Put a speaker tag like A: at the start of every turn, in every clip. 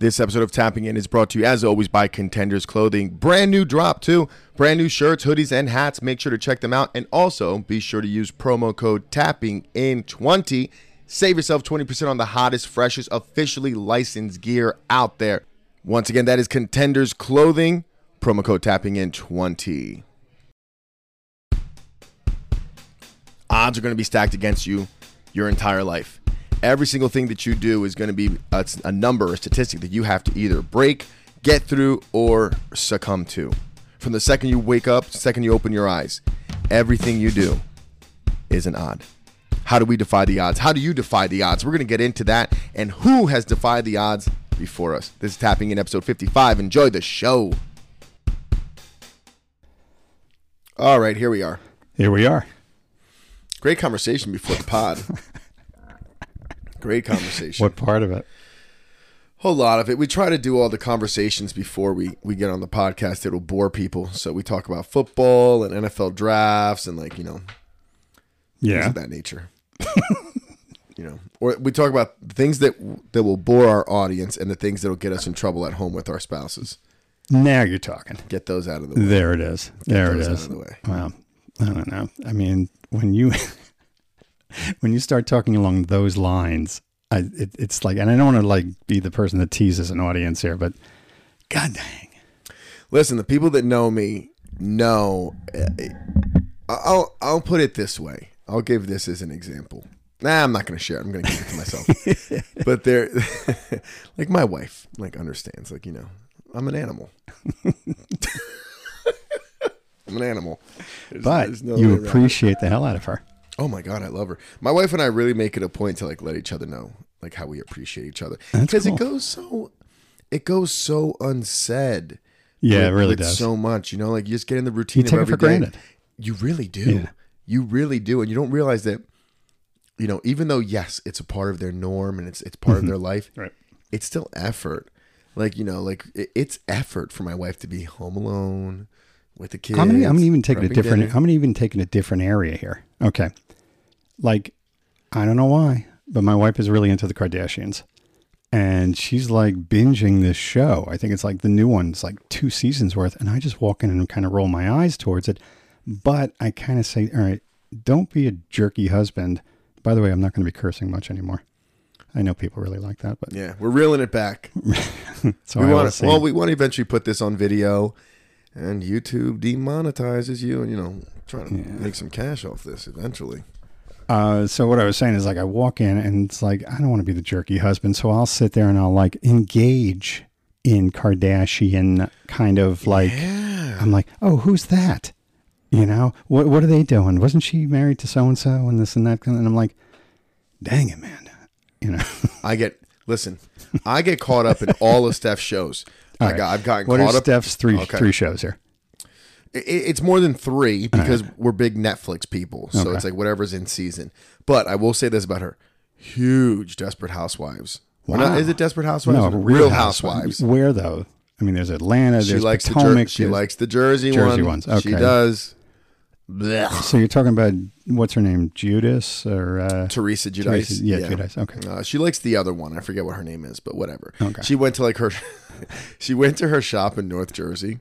A: This episode of Tapping In is brought to you, as always, by Contenders Clothing. Brand new drop, too. Brand new shirts, hoodies, and hats. Make sure to check them out. And also, be sure to use promo code Tapping In 20 Save yourself 20% on the hottest, freshest, officially licensed gear out there. Once again, that is Contenders Clothing. Promo code Tapping In 20 odds are going to be stacked against you your entire life. Every single thing that you do is going to be a, a number, a statistic that you have to either break, get through, or succumb to. From the second you wake up, the second you open your eyes, everything you do is an odd. How do we defy the odds? How do you defy the odds? We're going to get into that and who has defied the odds before us. This is Tapping in episode 55. Enjoy the show. All right, here we are.
B: Here we are.
A: Great conversation before the pod. Great conversation.
B: What part of it?
A: Whole lot of it. We try to do all the conversations before we we get on the podcast. It'll bore people. So we talk about football and NFL drafts and like you know things
B: Yeah.
A: of that nature. you know, or we talk about things that that will bore our audience and the things that'll get us in trouble at home with our spouses.
B: Now you're talking.
A: Get those out of the way.
B: There it is. There it
A: those out
B: is.
A: of the way.
B: Wow. I don't know. I mean, when you when you start talking along those lines, I it, it's like, and I don't want to like be the person that teases an audience here, but god dang,
A: Listen, the people that know me know. I- I'll I'll put it this way. I'll give this as an example. Nah, I'm not going to share. it. I'm going to keep it to myself. but they're like my wife, like understands. Like you know, I'm an animal. I'm an animal. There's-
B: but
A: there's no way
B: you
A: around it.
B: appreciate the hell out of her.
A: Oh my god, I love her. My wife and I really make it a point to like let each other know like how we appreciate each other
B: That's
A: because
B: cool.
A: it goes so it goes so unsaid.
B: Yeah,
A: with-
B: it really
A: with
B: does.
A: So much, you know, like you just get in the routine.
B: take it
A: of every
B: for
A: day.
B: granted.
A: You really do.
B: Yeah.
A: You really do, and you don't realize that. You know, even though yes, it's a part of their norm and it's it's part of their life.
B: Mm-hmm. Right.
A: It's still effort. Like you know, like it, it's effort for my wife to be home alone with the kids.
B: I'm gonna, I'm gonna even take it a
A: prepping
B: different.
A: dinner.
B: I'm gonna even take it a different area here. Okay, like I don't know why, but my wife is really into the Kardashians, and she's like binging this show. I think it's like the new one's like two seasons worth, and I just walk in and kind of roll my eyes towards it, but I kind of say, all right, don't be a jerky husband. By the way, I'm not gonna be cursing much anymore. I know people really like that, but
A: Yeah, we're reeling it back.
B: so
A: we
B: Oh, I
A: want
B: want
A: to, well, we want to eventually put this on video, and YouTube demonetizes you, and you know, trying to make some cash off this eventually.
B: Uh, so what I was saying is like I walk in and it's like I don't want to be the jerky husband, so I'll sit there and I'll like engage in Kardashian kind of like I'm like, oh, who's that? You know what? What are they doing? Wasn't she married to so and so and this and that? And I'm like, dang it, man. You know,
A: I get listen, I get caught up in all of Steph's shows. I got, I've gotten
B: what
A: caught
B: are
A: up.
B: Steph's three
A: Okay.
B: three shows here?
A: It, it's more than three because we're big Netflix people, so it's like whatever's in season. But I will say this about her: huge Desperate Housewives. Or not-
B: Wow.
A: is it Desperate Housewives? or Housewives.
B: Oh, Where though? I mean, there's Atlanta.
A: She
B: there's
A: likes the
B: Potomac.
A: Jer- she
B: there's-
A: likes the Jersey,
B: Jersey
A: one.
B: ones,
A: She
B: okay.
A: does. Blech.
B: So you're talking about what's her name, Judas or uh,
A: Teresa Giudice.
B: Teresa- yeah, Giudice, okay.
A: Uh, she likes the other one. I forget what her name is, but whatever. She went to like her, she went to her shop in North Jersey.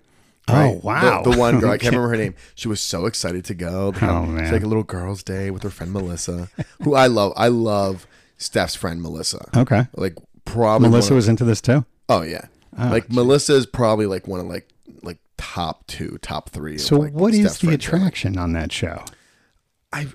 B: Oh,
A: right?
B: wow.
A: The, the one girl I can't
B: Okay.
A: remember her name. She was so excited to go.
B: Oh,
A: It's
B: man.
A: like a little girls' day with her friend Melissa, who I love. I love Steph's friend Melissa.
B: Okay.
A: Like probably
B: Melissa
A: one
B: was into this too.
A: of- oh yeah. like Melissa is probably like one of like like top two, top three.
B: So
A: of like
B: what is
A: Steph's
B: the
A: friend family.
B: attraction on that show?
A: I,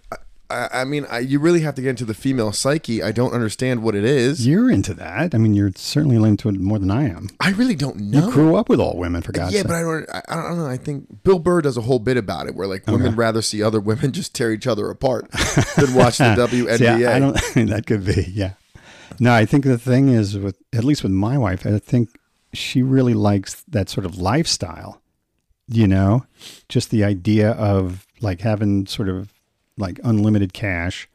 A: I, I mean, I, you really have to get into the female psyche. I don't understand what it is.
B: You're into that. I mean, you're certainly into it more than I am.
A: I really don't know.
B: Grew up with all women, for God's
A: Oh. yeah,
B: sake.
A: but I don't. I, I don't know. I think Bill Burr does a whole bit about it, where like women rather see other women just tear each other apart than watch the WNBA.
B: See, I, I don't. that could be. Yeah. No, I think the thing is with at least with my wife, I think she really likes that sort of lifestyle. You know, just the idea of like having sort of like unlimited cash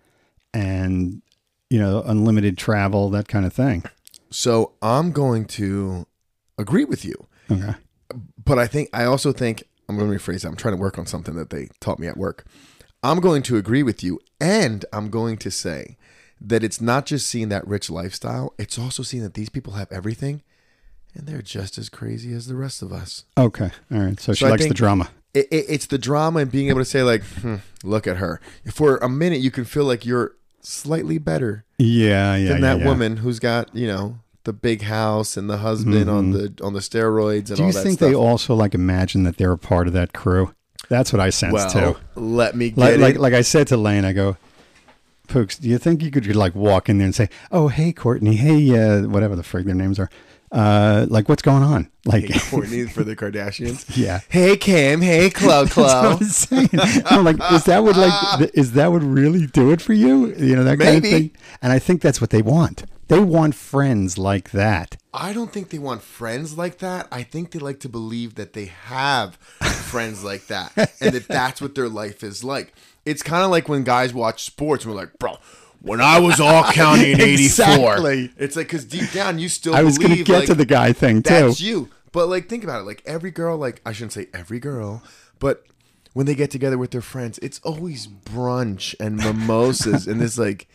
B: and you know unlimited travel, that kind of thing.
A: so I'm going to agree with you,
B: Okay.
A: but I think I also think I'm going to rephrase. That. I'm trying to work on something that they taught me at work. I'm going to agree with you, and I'm going to say that it's not just seeing that rich lifestyle; it's also seeing that these people have everything, and they're just as crazy as the rest of us.
B: Okay. All right. So, she
A: So I
B: likes the
A: think-
B: drama.
A: It, it, it's the drama and being able to say like, hmm, look at her. For a minute, you can feel like you're slightly better
B: Yeah. Yeah.
A: than
B: yeah,
A: that
B: yeah.
A: woman who's got you know the big house and the husband on the on the steroids and
B: Mm-hmm. Do
A: all
B: you
A: that
B: think
A: stuff.
B: they also like imagine that they're a part of that crew? That's what I sense
A: well,
B: too.
A: let me get
B: Like,
A: it.
B: like, like I said to Lane, I go, Pooks, do you think you could like walk in there and say, "Oh, hey, Courtney, hey, uh, whatever the frig their names are, uh, like what's going on?" Like,
A: Courtney for the Kardashians.
B: yeah.
A: Hey Kim, hey Chloe, Chloe.
B: I'm saying, I'm like, is that what like th- is that what really do it for you? You know that kind of
A: Maybe.
B: thing. And I think that's what they want. They want friends like that.
A: I don't think they want friends like that. I think they like to believe that they have friends like that and that that's what their life is like. It's kind of like when guys watch sports and we're like, bro, when I was all county in 84.
B: Exactly.
A: It's like, because deep down, you still
B: I was going to
A: believe
B: get
A: like,
B: to the guy thing too.
A: that's you. But like, think about it. Like, every girl, like, I shouldn't say every girl, but when they get together with their friends, it's always brunch and mimosas and this, like,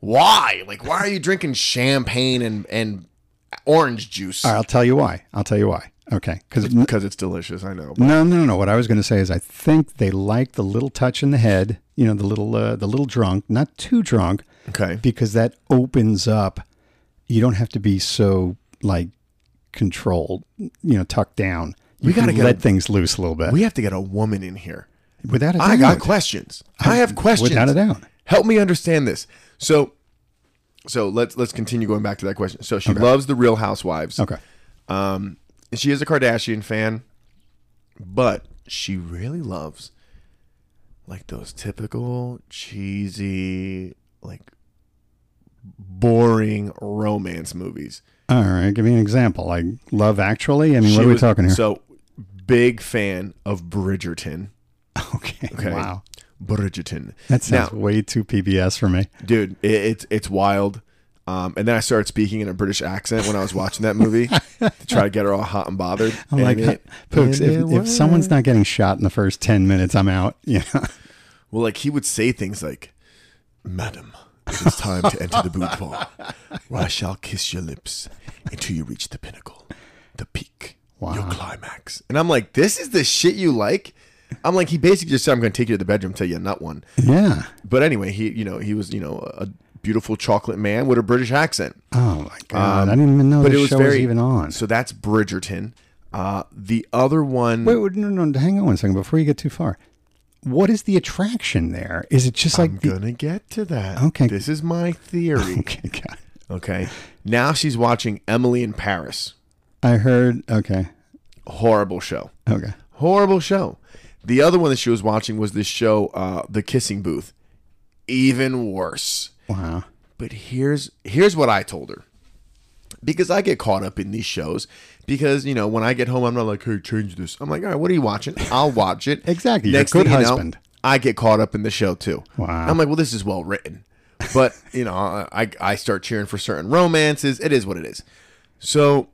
A: why? Like, why are you drinking champagne and, and, Orange juice.
B: All right, I'll tell you why. I'll tell you why. Okay, because
A: because it's delicious. I know.
B: No, no, no. What I was going to say is, I think they like the little touch in the head. You know, the little, uh, the little drunk, not too drunk,
A: Okay.
B: because that opens up. You don't have to be so like controlled. You know, tucked down. You
A: We gotta
B: can
A: get
B: let
A: a-
B: things loose a little bit.
A: We have to get a woman in here.
B: without a doubt,
A: I got questions. I have questions.
B: Without a doubt.
A: Help me understand this. So, so let's let's continue going back to that question. So she loves the Real Housewives.
B: Okay.
A: Um, she is a Kardashian fan, but she really loves like those typical cheesy, like boring romance movies.
B: All right. Give me an example. Like Love Actually. I mean, what
A: She
B: are we
A: was-
B: talking here?
A: So big fan of Bridgerton.
B: okay.
A: Okay.
B: Wow.
A: Bridgerton.
B: That sounds
A: Now-
B: way too PBS for me.
A: dude it, it's it's wild um, and then I started speaking in a British accent when I was watching that movie to try to get her all hot and bothered.
B: I'm
A: And
B: like,
A: it-
B: Pooks,
A: and
B: if,
A: it
B: if someone's
A: worked.
B: not getting shot in the first 10 minutes, I'm out. You know?
A: well, like he would say things like, "Madam, it is time to enter the boudoir, where I shall kiss your lips until you reach the pinnacle, the peak, your
B: Wow.
A: climax." And I'm like, "This is the shit you like." I'm like, he basically just said, "I'm going to take you to the bedroom, tell you a nut one."
B: Yeah.
A: But anyway, he, you know, he was, you know, a beautiful chocolate man with a British accent.
B: Oh my god! I didn't even know
A: but
B: Oh, the
A: it was
B: show was
A: very
B: even on.
A: So that's Bridgerton. Uh, the other one,
B: Wait, wait, no, no, no, hang on one second before you get too far. What is the attraction there? Is it just like
A: I'm
B: the,
A: gonna get to that.
B: Okay.
A: this is my theory.
B: okay? God.
A: okay, now she's watching Emily in Paris.
B: I heard. Okay,
A: Horrible show.
B: okay.
A: Horrible show. The other one that she was watching was this show, uh, The Kissing Booth. Even worse.
B: Wow.
A: But here's here's what I told her. Because I get caught up in these shows. Because, you know, when I get home, I'm not like, hey, change this. I'm like, all right, what are you watching? I'll watch it.
B: Exactly. You're a good husband.
A: Know, I get caught up in the show too.
B: Wow.
A: I'm like, well, this is well written. But, you know, I, I start cheering for certain romances. It is what it is. So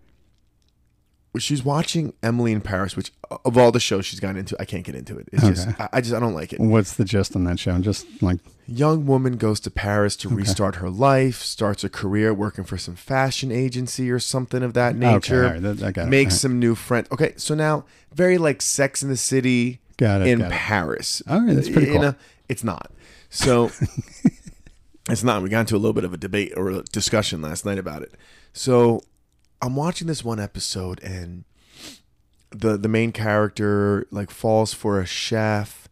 A: she's watching Emily in Paris, which of all the shows she's gotten into, I can't get into it. It's just, I, I just, I don't like it
B: What's the gist on that show? Just like
A: young woman goes to Paris to restart her life, starts a career working for some fashion agency or something of that nature.
B: all right, that- I got it,
A: makes
B: all right.
A: some new friends. Okay, so now very like Sex in the City
B: Got it,
A: in
B: got it.
A: Paris.
B: All right, that's pretty
A: You
B: cool.
A: know, it's not. So it's not. We got into a little bit of a debate or a discussion last night about it. So I'm watching this one episode and the the main character like falls for a chef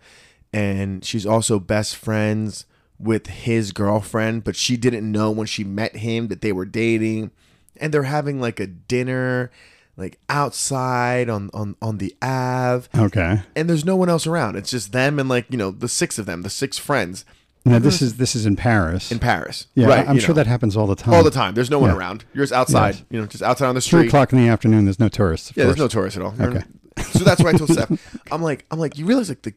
A: and she's also best friends with his girlfriend but she didn't know when she met him that they were dating and they're having like a dinner like outside on on on the ave
B: okay.
A: and there's no one else around it's just them and like you know the six of them the six friends
B: Now this is this is in Paris.
A: Mm-hmm. in Paris
B: yeah,
A: right
B: I- I'm
A: you
B: sure
A: know.
B: that happens all the time.
A: all the time there's no one
B: Yeah.
A: around you're just outside
B: Yes.
A: you know just outside on the
B: Three
A: street
B: o'clock in the afternoon. There's no tourists. Of
A: Yeah,
B: course.
A: there's no tourists at all. You're-
B: Okay.
A: So that's why I told Steph. I'm like, I'm like, you realize like the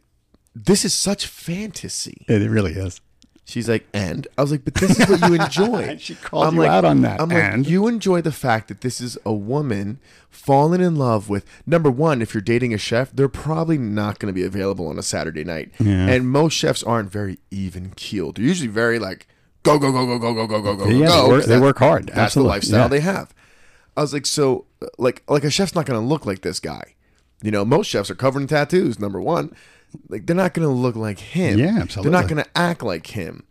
A: this is such fantasy.
B: It, it really is.
A: She's like, and I was like, but this is what you enjoy.
B: She called you out on that,
A: I'm like,
B: and?
A: you enjoy the fact that this is a woman falling in love with number one. If you're dating a chef, they're probably not going to be available on a Saturday night,
B: Yeah.
A: and most chefs aren't very even keeled. They're usually very like go go go go go go go go go
B: Yeah,
A: go.
B: they work, they
A: Oh, That-
B: work hard.
A: That's
B: Absolutely.
A: the lifestyle
B: Yeah.
A: they have. I was like, so like like a chef's not gonna look like this guy. You know, most chefs are covered in tattoos. Number one, like they're not gonna look like him.
B: Yeah,
A: They're
B: absolutely.
A: not gonna act like him.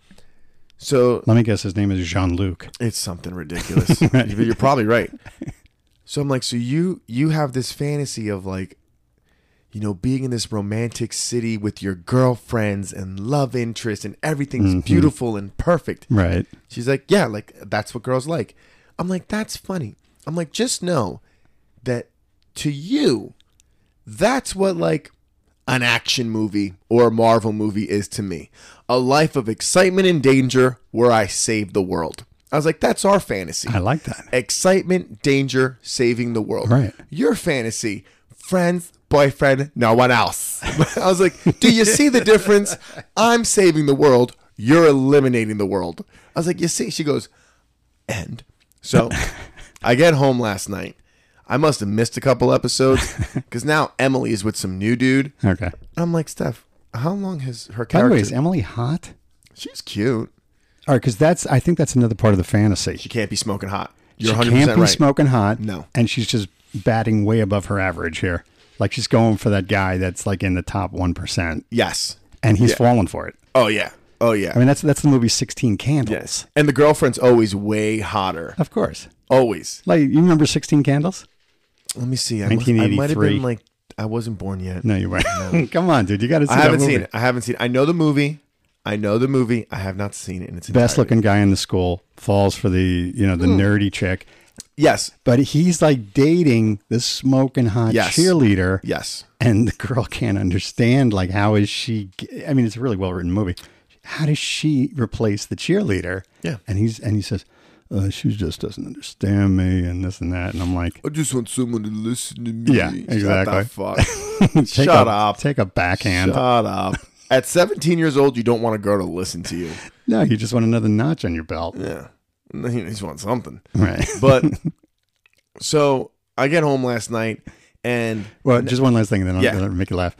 A: So
B: Let me guess. His name is Jean Luc.
A: it's something ridiculous. You're probably right. So I'm like, so you you have this fantasy of like, you know, being in this romantic city with your girlfriends and love interest and everything's
B: Mm-hmm.
A: beautiful and perfect.
B: Right.
A: She's like, yeah, like that's what girls like. I'm like, that's funny. I'm like, just know that to you, that's what like an action movie or a Marvel movie is to me. A life of excitement and danger where I save the world. I was like, that's our fantasy.
B: I like that.
A: Excitement, danger, saving the world.
B: Right.
A: Your fantasy, friends, boyfriend, no one else. I was like, do you see the difference? I'm saving the world. You're eliminating the world. I was like, you see? She goes, end. So I get home last night. I must have missed a couple episodes because now Emily is with some new dude.
B: Okay.
A: I'm like, Steph, how long has her
B: By the
A: character?
B: way, is Emily hot?
A: She's cute.
B: All right, because that's I think that's another part of the fantasy.
A: She can't be smoking hot. You're 100%
B: she can't be
A: right.
B: smoking hot.
A: No.
B: And she's just batting way above her average here. Like she's going for that guy that's like in the top one percent,
A: yes.
B: and he's falling for it.
A: Oh yeah. Oh yeah.
B: I mean, that's that's the movie Sixteen Candles.
A: Yes. And the girlfriend's always way hotter.
B: Of course.
A: Always.
B: Like you remember Sixteen Candles?
A: Let me see. I, must- I might have
B: 1983.
A: been like I wasn't born yet.
B: No, you weren't. Come on, dude. You got to see
A: I
B: that
A: haven't
B: movie.
A: seen it. I haven't seen it. I know the movie. I know the movie. I have not seen it in its
B: Best
A: entirety.
B: looking guy in the school falls for the you know the nerdy chick,
A: Yes.
B: but he's like dating the smoking hot
A: Yes.
B: cheerleader.
A: Yes.
B: and the girl can't understand like how is she i mean it's a really well written movie how does she replace the cheerleader
A: Yeah.
B: and he's and he says uh, she just doesn't understand me and this and that and i'm like
A: I just want someone to listen to me.
B: Yeah, exactly.
A: Shut the fuck.
B: take
A: Shut
B: a,
A: up.
B: take a backhand
A: Shut up. At 17 years old, you don't want a girl to listen to you.
B: no you just want another notch on your belt
A: Yeah. You just want something.
B: right
A: But so I get home last night and
B: well just one last thing then i'll,
A: Yeah.
B: then I'll make you laugh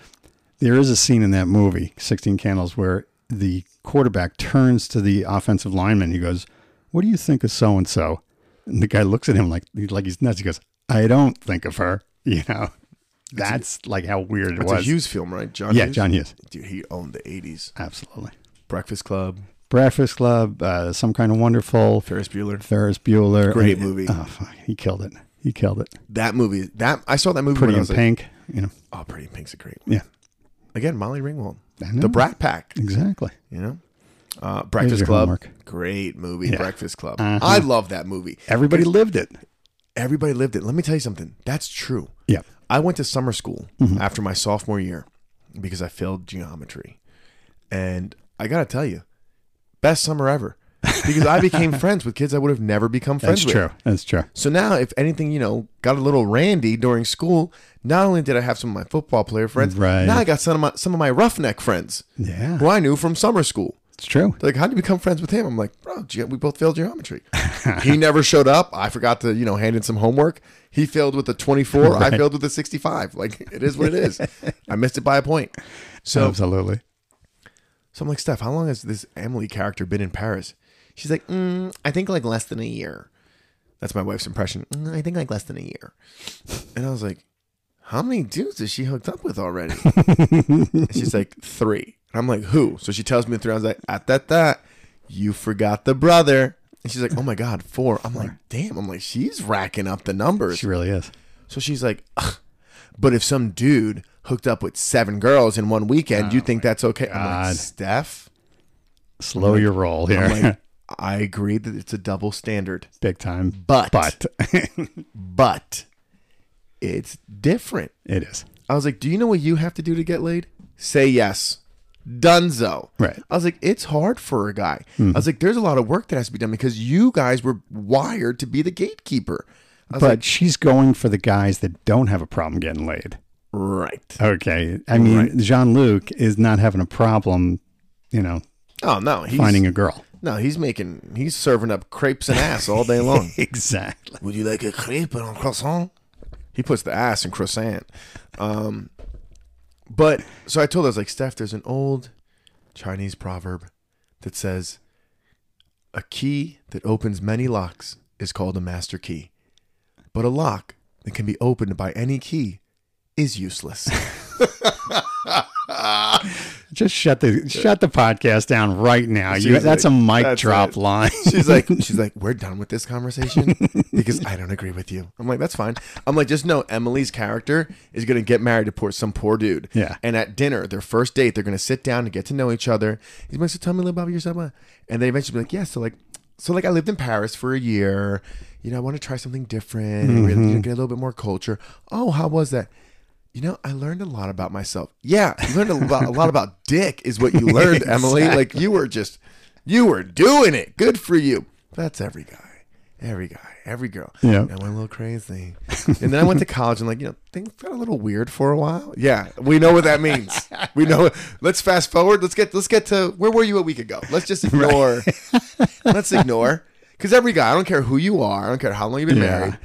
B: there is a scene in that movie 16 candles where the quarterback turns to the offensive lineman he goes what do you think of so and so and the guy looks at him like like he's nuts he goes i don't think of her you know that's like how weird it
A: it's a
B: was
A: Hughes film, right? John
B: yeah
A: Hughes?
B: john hughes
A: Dude, he owned the 80s.
B: absolutely
A: Breakfast Club,
B: breakfast club uh, some kind of wonderful
A: Ferris Bueller.
B: ferris bueller
A: Great
B: And-
A: movie.
B: oh fuck, he killed it he killed it
A: That movie, that I saw that movie
B: pretty
A: when I
B: in
A: was like,
B: pink you know
A: oh, Pretty in Pink's a great one.
B: yeah
A: Again, Molly Ringwald,
B: I know.
A: the Brat Pack,
B: exactly
A: you know, uh, Breakfast
B: your
A: Club,
B: homework.
A: great movie. Breakfast Club,
B: Uh-huh.
A: I love that movie.
B: everybody lived it
A: Everybody lived it. Let me tell you something. That's true.
B: yeah
A: I went to summer school
B: Mm-hmm.
A: after my sophomore year because I failed geometry. And I got to tell you, best summer ever because I became friends with kids I would have never become friends
B: that's
A: with.
B: true that's true
A: So now, if anything, you know, got a little randy during school. Not only did I have some of my football player friends,
B: Right.
A: now I got some of my some of my roughneck friends
B: yeah
A: who I knew from summer school.
B: It's true.
A: They're like, how did you become friends with him? I'm like, bro, ge- we both failed geometry. he never showed up. I forgot to, you know, hand in some homework. He failed with a 24. I failed with a 65. Like, it is what it is. I missed it by a point. So,
B: Absolutely.
A: so I'm like, Steph, how long has this Emily character been in Paris? She's like, mm, I think like less than a year. That's my wife's impression. "Mm, I think like less than a year. And I was like, how many dudes is she hooked up with already? And she's like, three. And I'm like, who? So she tells me three. I was like, at that, that, you forgot the brother. And she's like, oh my God, four. I'm like, damn. I'm like, she's racking up the numbers.
B: She really is.
A: So she's like, "Ugh, but if some dude hooked up with seven girls in one weekend, you think that's okay? I'm like,
B: Oh God.
A: Steph,
B: Slow your roll here.
A: like, I agree that it's a double standard,
B: Big time.
A: but
B: But
A: but it's different.
B: it is.
A: I was like, do you know what you have to do to get laid? Say yes. Dunzo.
B: Right. Mm-hmm.
A: I was like, it's hard for a guy. I was like, there's a lot of work that has to be done because you guys were wired to be the gatekeeper. I was
B: But she's going for the guys that don't have a problem getting laid.
A: like, right.
B: Okay. I mean, Jean Luc is not having a problem, you know,
A: Oh no, he's
B: finding a girl.
A: no, he's making he's serving up crepes and ass all day long.
B: Exactly.
A: Would you like a crepe and a croissant? He puts the ass in croissant. Um, but so I told her, I was like, Steph, there's an old Chinese proverb that says, a key that opens many locks is called a master key. But a lock that can be opened by any key is useless.
B: Just shut the shut the podcast down right now. You,
A: She's
B: that's
A: like,
B: a mic
A: "That's
B: drop
A: it."
B: line.
A: She's like, she's like, we're done with this conversation because I don't agree with you. I'm like, that's fine. I'm like, just know Emily's character is gonna get married to poor some poor dude.
B: Yeah.
A: And at dinner, their first date, they're gonna sit down and get to know each other. He's like, so tell me a little about yourself, uh," and they eventually be like, yeah, so like, so like I lived in Paris for a year. You know, I want to try something different. and Really you know, get a little bit more culture. Oh, how was that? You know, I learned a lot about myself. Yeah, you learned a lot, a lot about dick is what you learned, Emily. Like you were just, you were doing it. Good for you. That's every guy, every guy, every girl.
B: Yeah.
A: And I went a little crazy, and then I went to college and like you know things got a little weird for a while. Yeah, we know what that means. We know. Let's fast forward. Let's get let's get to where were you a week ago. Let's just ignore. let's ignore because every guy. I don't care who you are. I don't care how long you've been
B: Yeah.
A: married.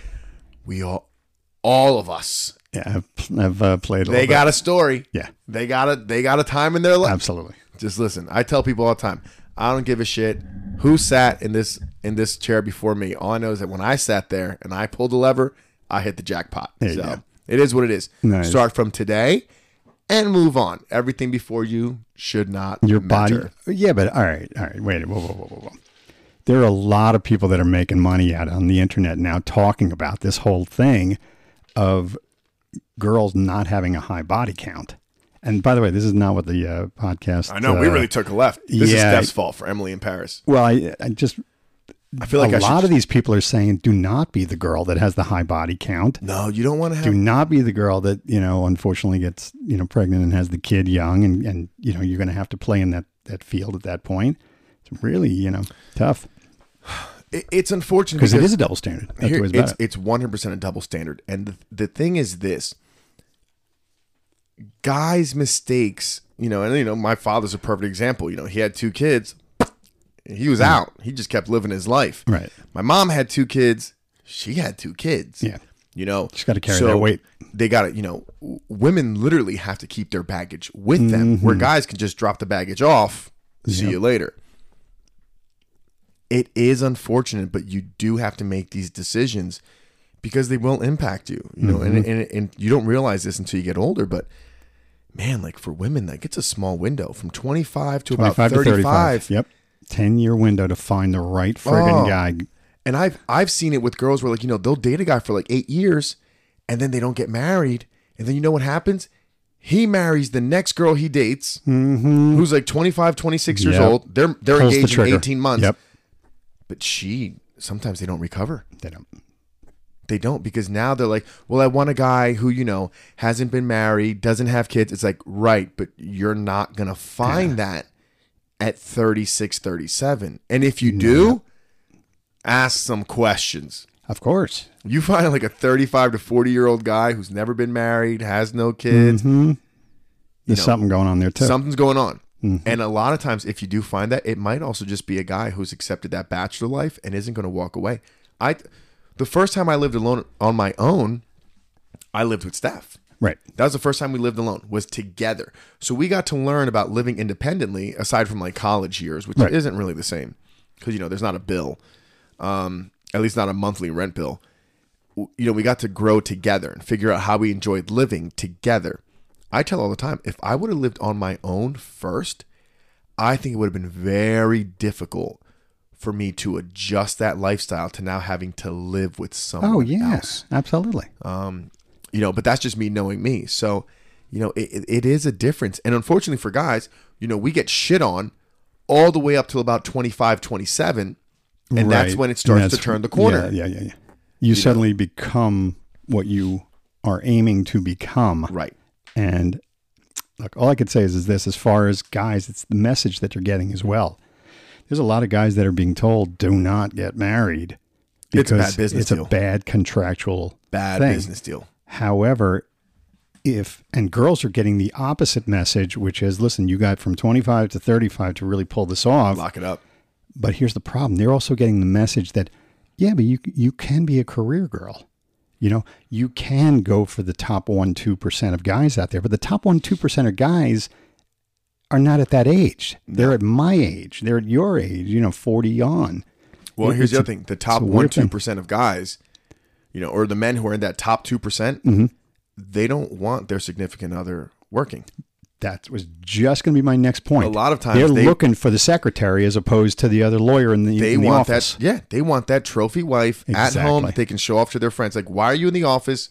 A: We all, all of us
B: Yeah, I've, I've uh, played a
A: they
B: little
A: got a story.
B: bit. Yeah,
A: They got a they got a time in their life.
B: absolutely.
A: Just listen. I tell people all the time, I don't give a shit who sat in this in this chair before me. All I know is that when I sat there and I pulled the lever, I hit the jackpot.
B: you
A: so
B: go.
A: it is what it is.
B: Nice.
A: Start from today and move on. Everything before you should not
B: Your
A: matter.
B: body. Yeah, but all right, all right. Wait, whoa, whoa, whoa, whoa, whoa. There are a lot of people that are making money out on the internet now talking about this whole thing of girls not having a high body count. And by the way, this is not what the uh, podcast.
A: I know we
B: uh,
A: really took a left. This
B: yeah.
A: is Steph's fault for Emily in Paris.
B: Well, I, I just
A: I feel like
B: a
A: I
B: lot
A: should.
B: of these people are saying, do not be the girl that has the high body count.
A: no, you don't want to have.
B: Do not be the girl that, you know, unfortunately gets, you know, pregnant and has the kid young and, and you know, you're going to have to play in that, that field at that point. It's really, you know, tough
A: it- it's unfortunate
B: because it is a double standard. That's
A: Here,
B: the way
A: it's
B: about it.
A: it's one hundred percent a double standard, and the, the thing is this: guys' mistakes. You know, and you know, my father's a perfect example. You know, he had two kids, he was out. He just kept living his life.
B: Mm-hmm. Right.
A: My mom had two kids. She had two kids.
B: Yeah.
A: You know,
B: Just gotta carry that weight.
A: They got to, you know, w- women literally have to keep their baggage with them, where
B: Mm-hmm.
A: guys can just drop the baggage off. See you later. It is unfortunate, but you do have to make these decisions because they will impact you. You know, and,
B: Mm-hmm.
A: and and you don't realize this until you get older. But man, like for women, like it's a small window from twenty five to about
B: 25 to
A: thirty
B: 35.
A: five.
B: Yep. 10 year window to find the right friggin'
A: Oh.
B: guy.
A: And I've I've seen it with girls where like you know they'll date a guy for like eight years, and then they don't get married, and then you know what happens? He marries the next girl he dates, who's like 25, 26 years
B: Mm-hmm. Yep.
A: old. They're they're
B: Pulls the
A: engaged in
B: trigger.
A: eighteen months,
B: Yep.
A: but she sometimes they don't recover.
B: They don't.
A: They don't because now they're like, well, I want a guy who you know hasn't been married, doesn't have kids. It's like right, but you're not gonna find that at 36, 37. and if you do, ask some questions.
B: Of course.
A: You find like a 35 to 40 year old guy who's never been married, has no kids,
B: There's
A: know,
B: something going on there too.
A: something's going on. And a lot of times, if you do find that, it might also just be a guy who's accepted that bachelor life and isn't going to walk away. I, the first time I lived alone on my own, I lived with Steph.
B: right.
A: That was the first time we lived alone, was together. So we got to learn about living independently, aside from like college years, which
B: Right.
A: isn't really the same because, you know, there's not a bill, um, at least not a monthly rent bill. W- You know, we got to grow together and figure out how we enjoyed living together. I tell all the time if I would have lived on my own first, I think it would have been very difficult for me to adjust that lifestyle to now having to live with someone
B: Oh, yeah.
A: else
B: Absolutely.
A: you know but that's just me knowing me so you know it, it, it is a difference and unfortunately for guys you know we get shit on all the way up till about 25 27 and that's
B: Right.
A: when
B: And
A: it starts to
B: that's-
A: turn the corner
B: Yeah, yeah, yeah. yeah. You, suddenly become what you are aiming to become.
A: right
B: And look, all I could say is, is this as far as guys, it's the message that you're getting as well. There's a lot of guys that are being told, do not get married.
A: It's a bad
B: because
A: business
B: It's a
A: deal.
B: bad contractual
A: bad
B: thing.
A: business deal
B: However, if and girls are getting the opposite message, which is listen, you got from 25 to 35 to really pull this off.
A: lock it up
B: But here's the problem: they're also getting the message that, yeah, but you you can be a career girl. You know, you can go for the top one two percent of guys out there, but the top one two percent of guys are not at that age. They're at my age. They're at your age. You know, forty on.
A: well
B: It-
A: here's the
B: it's
A: other thing the top
B: a
A: 1
B: weird thing.
A: 2% of guys you know, or the men who are in that top 2%, percent
B: Mm-hmm.
A: they don't want their significant other working.
B: That was just going to be my next point.
A: A lot of times
B: they're
A: they-
B: looking for the secretary as opposed to the other lawyer in the,
A: They
B: in the
A: want
B: office.
A: that. Yeah. They want that trophy wife at home
B: Exactly.
A: that they can show off to their friends. Like, why are you in the office?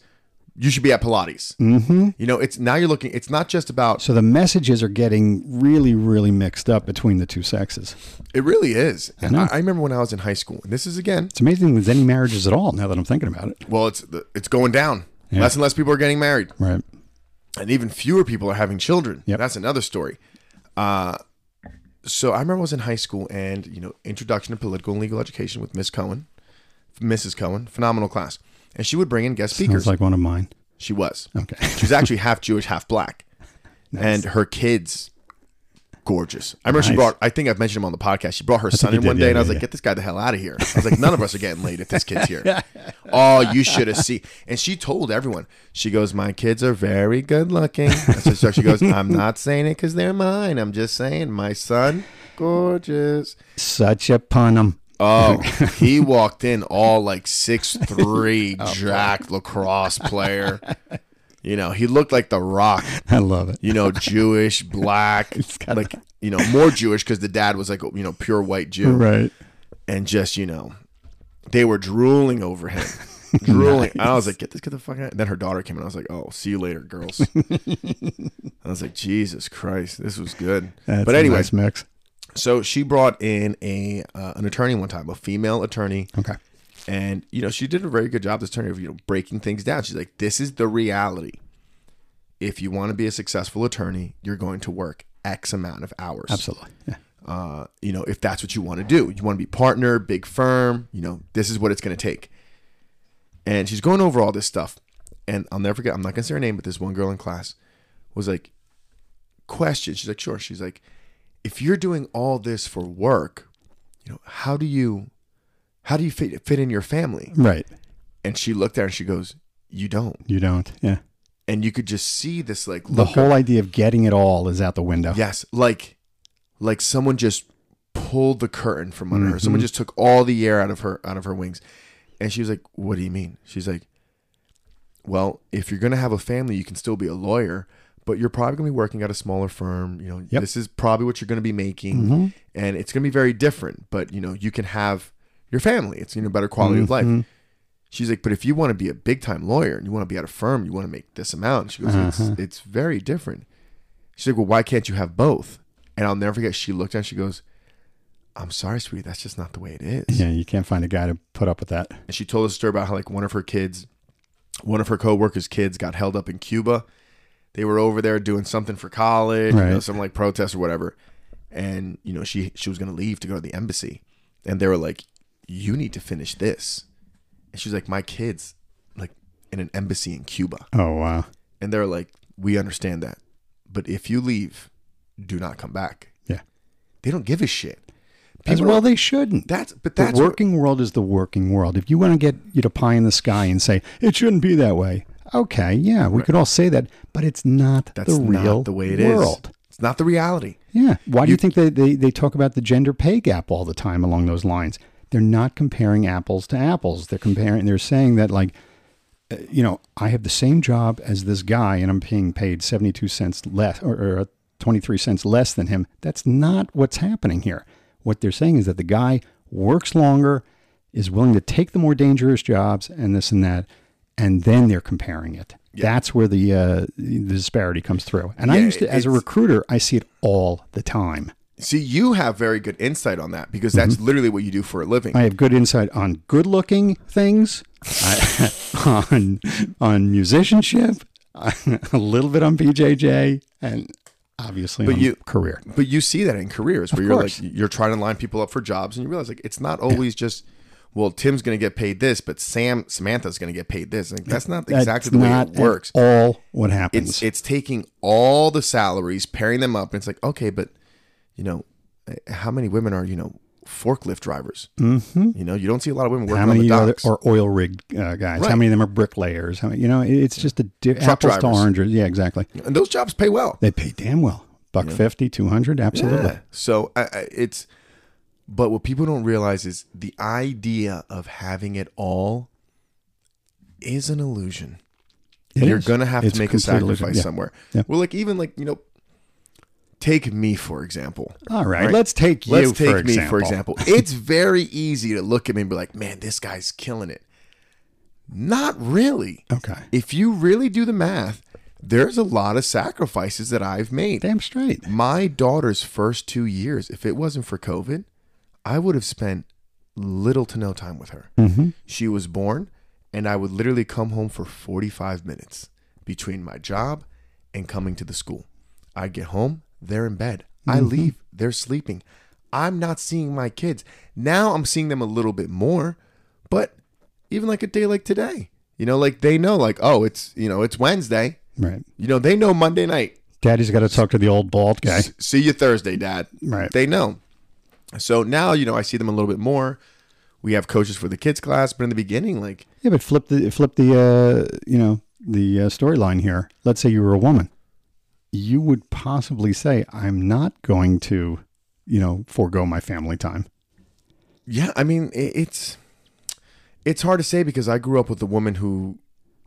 A: You should be at Pilates. Mm-hmm. You know, it's now you're looking, it's not just about
B: So the messages are getting really, really mixed up between the two sexes.
A: It really is. And
B: know.
A: I, I remember when I was in high school, and this is again,
B: It's amazing there's any marriages at all. Now that I'm thinking about it,
A: well, it's it's going down. Less and less people are getting married,
B: right?
A: and even fewer people are having children.
B: Yep.
A: That's another story. Uh, so I remember I was in high school, and you know, introduction to political and legal education with Miss Cohen, Mrs. Cohen, phenomenal class, and she would bring in guest
B: Sounds
A: speakers.
B: like one of mine.
A: she was.
B: Okay.
A: She was actually half Jewish, half black, and her kids. Gorgeous. I remember she
B: Nice.
A: brought. I think I've mentioned him on the podcast. She brought her son
B: you
A: in
B: did,
A: one day,
B: yeah,
A: and I was
B: yeah,
A: like,
B: yeah.
A: "Get this guy the hell out of here." I was like, "None of us are getting laid if this kid's here." oh, you should have seen. And she told everyone. She goes, "My kids are very good looking." So, so she goes, "I'm not saying it because they're mine. I'm just saying my son, gorgeous."
B: Such a punum.
A: Oh, he walked in all like six three,
B: Oh,
A: jack lacrosse player. You know, he looked like the Rock
B: I love it.
A: you know, Jewish, black, like you know, more Jewish because the dad was like you know, pure white Jew,
B: Right.
A: and just you know, they were drooling over him, drooling. I was like, get this, get the fuck out. then her daughter came, and I was like, oh, see you later, girls. I was like, Jesus Christ, this was good.
B: That's
A: but
B: a
A: anyway,
B: nice mix.
A: so she brought in a uh, an attorney one time, a female attorney,
B: Okay.
A: and you know, she did a very good job this attorney of you know breaking things down. She's like, this is the reality. If you want to be a successful attorney, you're going to work X amount of hours.
B: Absolutely. Yeah.
A: Uh, you know, if that's what you want to do, you want to be partner, big firm. You know, this is what it's going to take. And she's going over all this stuff, and I'll never forget. I'm not going to say her name, but this one girl in class was like, question. She's like, sure. She's like, if you're doing all this for work, you know, how do you, how do you fit fit in your family?
B: Right.
A: And she looked at her and she goes, You don't.
B: You don't. Yeah.
A: And you could just see this like
B: The
A: look.
B: whole idea of getting it all is out the window.
A: yes. Like like someone just pulled the curtain from under her. Someone just took all the air out of her out of her wings. And she was like, What do you mean? She's like, Well, if you're gonna have a family, you can still be a lawyer, but you're probably gonna be working at a smaller firm. You know,
B: Yep.
A: this is probably what you're gonna be making. And it's gonna be very different. But you know, you can have your family. It's you know better quality of life. She's like, but if you want to be a big time lawyer and you want to be at a firm, you want to make this amount. She goes, it's, it's very different. She's like, well, why can't you have both? And I'll never forget. She looked at. It, she goes, I'm sorry, sweetie, that's just not the way it is.
B: Yeah. You can't find a guy to put up with that.
A: And she told us a story about how like one of her kids, one of her coworkers' kids, got held up in Cuba. They were over there doing something for college, you know,
B: Right.
A: some like protest or whatever. And you know, she she was gonna leave to go to the embassy, and they were like, "You need to finish this." And she's like, "My kids, like in an embassy in Cuba,"
B: Oh wow.
A: and they're like, "We understand that, but if you leave, do not come back."
B: Yeah.
A: They don't give a shit.
B: As
A: People
B: well,
A: are-
B: they shouldn't.
A: that's but
B: the
A: that's what-
B: working world is the working world. If you want to get you to pie in the sky and say it shouldn't be that way, okay, yeah, we could all say that, but it's not
A: That's
B: the real
A: not the way it is.
B: world.
A: It's not the reality.
B: Yeah. Why do you think they, they, they talk about the gender pay gap all the time along those lines? They're not comparing apples to apples. They're comparing, they're saying that, like, uh, you know, I have the same job as this guy and I'm being paid 72 cents less or, or 23 cents less than him. That's not what's happening here. What they're saying is that the guy works longer, is willing to take the more dangerous jobs and this and that. And then they're comparing it. That's where the uh, the disparity comes through. And I
A: Yeah,
B: used to, as a
A: it's-
B: recruiter, I see it all the time.
A: See, you have very good insight on that because
B: Mm-hmm.
A: that's literally what you do for a living.
B: I have good insight on good looking things, I, on on musicianship, a little bit on BJJ, and obviously on
A: you-
B: career.
A: but you see that in careers where you're
B: course.
A: like you're trying to line people up for jobs and you realize like it's not always just well, Tim's going to get paid this, but Sam Samantha's going to get paid this. Like, that's not exactly
B: That's
A: the way
B: not
A: it
B: at
A: works.
B: all what happens.
A: It's it's taking all the salaries, pairing them up, and it's like okay, but you know, eh, how many women are you know forklift drivers? Mm-hmm. You know, you don't see a lot of women working
B: how
A: on the
B: many are,
A: docks.
B: are oil rig uh, guys?
A: Right.
B: How many of them are bricklayers? How many, you know, it- it's just a di-
A: Truck
B: apples to
A: drivers.
B: oranges. Yeah, exactly.
A: and those jobs pay well.
B: They pay damn well. Buck fifty, two hundred, absolutely.
A: Yeah. So I, I, it's, but what people don't realize is the idea of having it all is an illusion.
B: It
A: You're
B: is.
A: gonna have
B: It's
A: to make a
B: complete
A: sacrifice
B: illusion. Yeah.
A: somewhere.
B: Yeah.
A: Well, like even like you know, take me for example.
B: All right,
A: Right.
B: let's take you
A: Let's
B: for
A: take me
B: example.
A: for example. It's very easy to look at me and be like, "Man, this guy's killing it." Not really.
B: Okay,
A: If you really do the math, there's a lot of sacrifices that I've made.
B: damn straight.
A: My daughter's first two years, if it wasn't for COVID, I would have spent little to no time with her.
B: Mhm.
A: She was born, and I would literally come home for 45 minutes between my job and coming to the school. I get home, they're in bed. I leave, they're sleeping. I'm not seeing my kids. Now I'm seeing them a little bit more, but even like a day like today, you know, like they know, like, oh, it's, you know, it's Wednesday.
B: Right,
A: You know, they know Monday night.
B: daddy's got to talk to the old bald guy.
A: S- see you Thursday, Dad.
B: Right.
A: They know. So now, you know, I see them a little bit more. We have coaches for the kids class, but in the beginning, like,
B: Yeah, but flip the flip the uh, you know the uh, storyline here. Let's say you were a woman, you would possibly say, "I'm not going to, you know, forego my family time."
A: yeah, I mean, i it's it's hard to say because I grew up with a woman who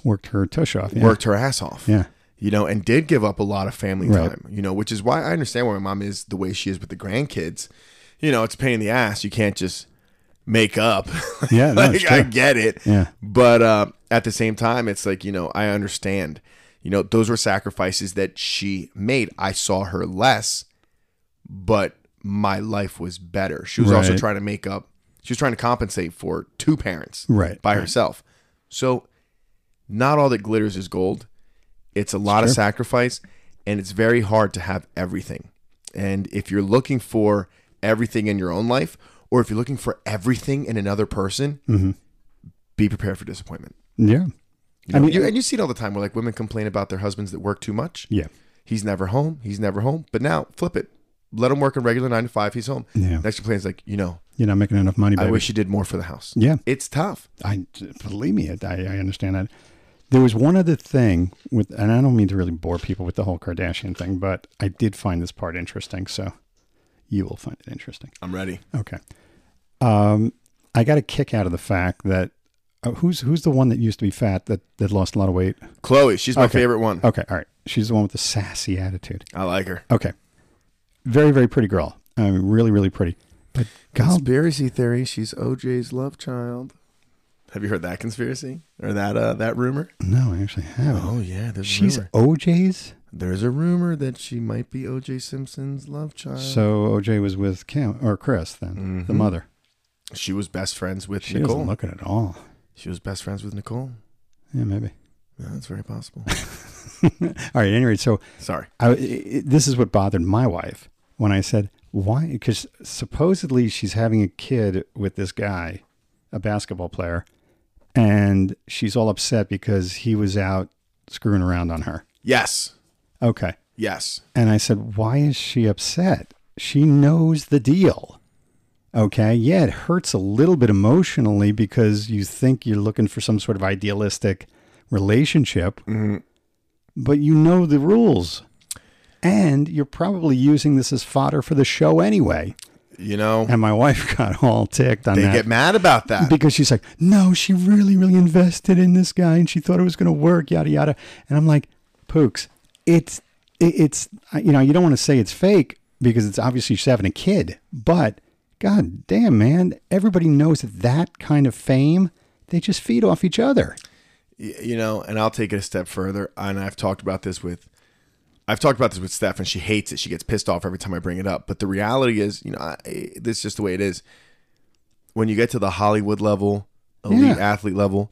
B: Worked her tush off. Yeah.
A: worked her ass off.
B: Yeah.
A: You know, and did give up a lot of family
B: Right.
A: time, you know, which is why I understand why my mom is the way she is with the grandkids. You know, it's a pain in the ass. You can't just make up.
B: Yeah, no, it's
A: like, I
B: true.
A: get it.
B: Yeah.
A: But uh, at the same time, it's like, you know, I understand. You know, those were sacrifices that she made. I saw her less, but my life was better. She was also
B: Right.
A: trying to make up, she was trying to compensate for two parents
B: Right.
A: by herself. So, not all that glitters is gold. It's a lot of sacrifice, and it's very hard to have everything. And if you're looking for everything in your own life, or if you're looking for everything in another person,
B: Mm-hmm.
A: be prepared for disappointment.
B: Yeah.
A: You
B: I
A: know,
B: mean,
A: you, and you see it all the time where like women complain about their husbands that work too much.
B: Yeah.
A: He's never home. He's never home. But now flip it. Let him work a regular nine to five. He's home.
B: Yeah.
A: Next complaint is like, you know,
B: You're not making enough money, baby.
A: I wish you did more for the house.
B: yeah.
A: It's tough.
B: I believe me. I, I understand that. There was one other thing with, and I don't mean to really bore people with the whole Kardashian thing, but I did find this part interesting. So you will find it interesting.
A: I'm ready.
B: Okay. Um, I got a kick out of the fact that uh, who's who's the one that used to be fat that that lost a lot of weight.
A: Chloe, she's my
B: Okay.
A: favorite one.
B: Okay, all right. She's the one with the sassy attitude.
A: I like her.
B: Okay. Very very pretty girl. I mean, really really pretty. But God,
A: Conspiracy theory. She's OJ's love child. Have you heard that conspiracy or that uh, that rumor?
B: no, I actually haven't.
A: Oh yeah, there's a
B: She's
A: rumor.
B: OJ's.
A: There's a rumor that she might be OJ Simpson's love child.
B: So OJ was with Kim or Chris then, the mother.
A: Mm-hmm. she was best friends with
B: She
A: Nicole.
B: doesn't look it at all.
A: she was best friends with Nicole.
B: Yeah, maybe.
A: Yeah, that's very possible.
B: All right. Anyway, so
A: Sorry.
B: I, i- i this is what bothered my wife when I said, why? Because supposedly she's having a kid with this guy, a basketball player, and she's all upset because he was out screwing around on her.
A: Yes.
B: Okay.
A: Yes.
B: And I said, why is she upset? She knows the deal. Okay. Yeah, it hurts a little bit emotionally because you think you're looking for some sort of idealistic relationship,
A: Mm-hmm.
B: but you know the rules. And you're probably using this as fodder for the show anyway.
A: You know,
B: And my wife got all ticked on
A: they
B: that
A: get mad about that.
B: because she's like, no, she really, really invested in this guy, and she thought it was going to work, yada yada. And I'm like, Pooks, it's it- it's I- you know, you don't want to say it's fake because it's obviously she's having a kid, but god damn, man, everybody knows that that kind of fame, they just feed off each other.
A: Y- You know, and I'll take it a step further. And I've talked about this with, I've talked about this with Steph, and she hates it. She gets pissed off every time I bring it up. But the reality is, you know, I, this is just the way it is. When you get to the Hollywood level, elite
B: Yeah. Mm-hmm.
A: athlete level,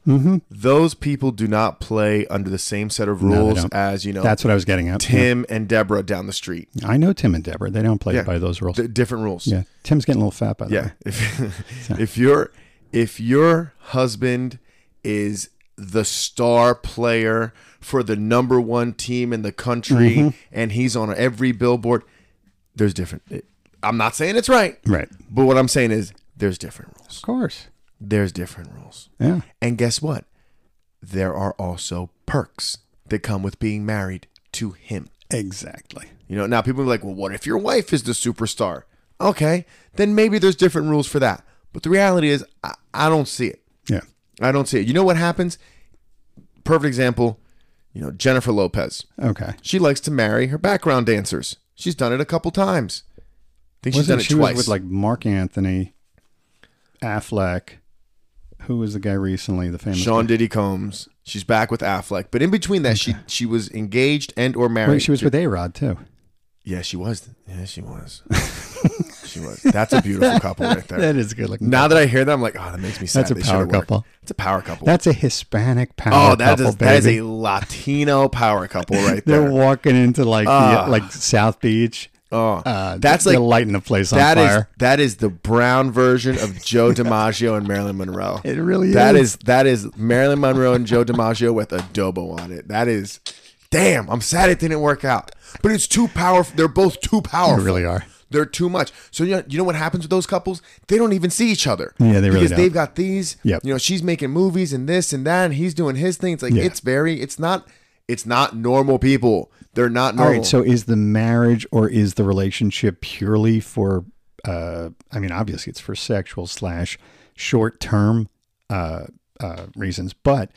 A: those people do not play under the same set of
B: they
A: rules
B: don't.
A: as you know
B: That's what I was getting at.
A: Oh. Tim and Deborah down the street.
B: I know Tim and Deborah; they don't play
A: Yeah.
B: by those rules.
A: D- different rules.
B: yeah, Tim's getting a little fat by the
A: Yeah.
B: way.
A: If if your if your husband is the star player for the number one team in the country and he's on every billboard, there's different. it- I'm not saying it's right,
B: Right,
A: but what I'm saying is there's different rules.
B: of course.
A: There's different rules.
B: Yeah,
A: And guess what? There are also perks that come with being married to him.
B: exactly.
A: You know, now people are like, well, what if your wife is the superstar? Okay, then maybe there's different rules for that. But the reality is, I, I don't see it.
B: Yeah,
A: I don't see it. You know what happens? perfect example, you know, Jennifer Lopez.
B: Okay.
A: She likes to marry her background dancers. She's done it a couple times. I think she's
B: Wasn't
A: done it
B: she was
A: twice.
B: with like Mark Anthony, Affleck, who was the guy recently, the famous
A: Sean Diddy Combs. She's back with Affleck, but in between that, she she was engaged and or married.
B: Wait, she was
A: to-
B: with A Rod too.
A: Yeah, she was. Yeah, she was. she was. That's a beautiful couple right there.
B: That is good looking.
A: Now that I hear that, I'm like, oh, that makes me sad.
B: That's a
A: They should've
B: power
A: worked.
B: couple.
A: It's a power couple.
B: That's a Hispanic power
A: oh, that
B: couple,
A: is- that is
B: baby.
A: a Latino power couple right
B: They're
A: there.
B: walking into like
A: Ah.
B: the, like South Beach.
A: Oh,
B: Uh,
A: that's like
B: they're lighting the place on
A: that is
B: fire.
A: that is the brown version of Joe DiMaggio and Marilyn Monroe.
B: It really
A: That
B: is.
A: is that is Marilyn Monroe and Joe DiMaggio with adobo on it. That is, damn. I'm sad it didn't work out, but it's too powerful. They're both too powerful.
B: They really are.
A: They're too much. So you know, you know what happens with those couples? They don't even see each other.
B: Yeah, they really
A: because
B: don't.
A: they've got these.
B: Yep.
A: You know, she's making movies and this and that, and he's doing his thing. It's like
B: Yeah.
A: it's very. It's not. It's not normal people. They're not
B: All
A: normal.
B: right. So is the marriage or is the relationship purely for? Uh, I mean, obviously it's for sexual slash short term uh, uh, reasons, but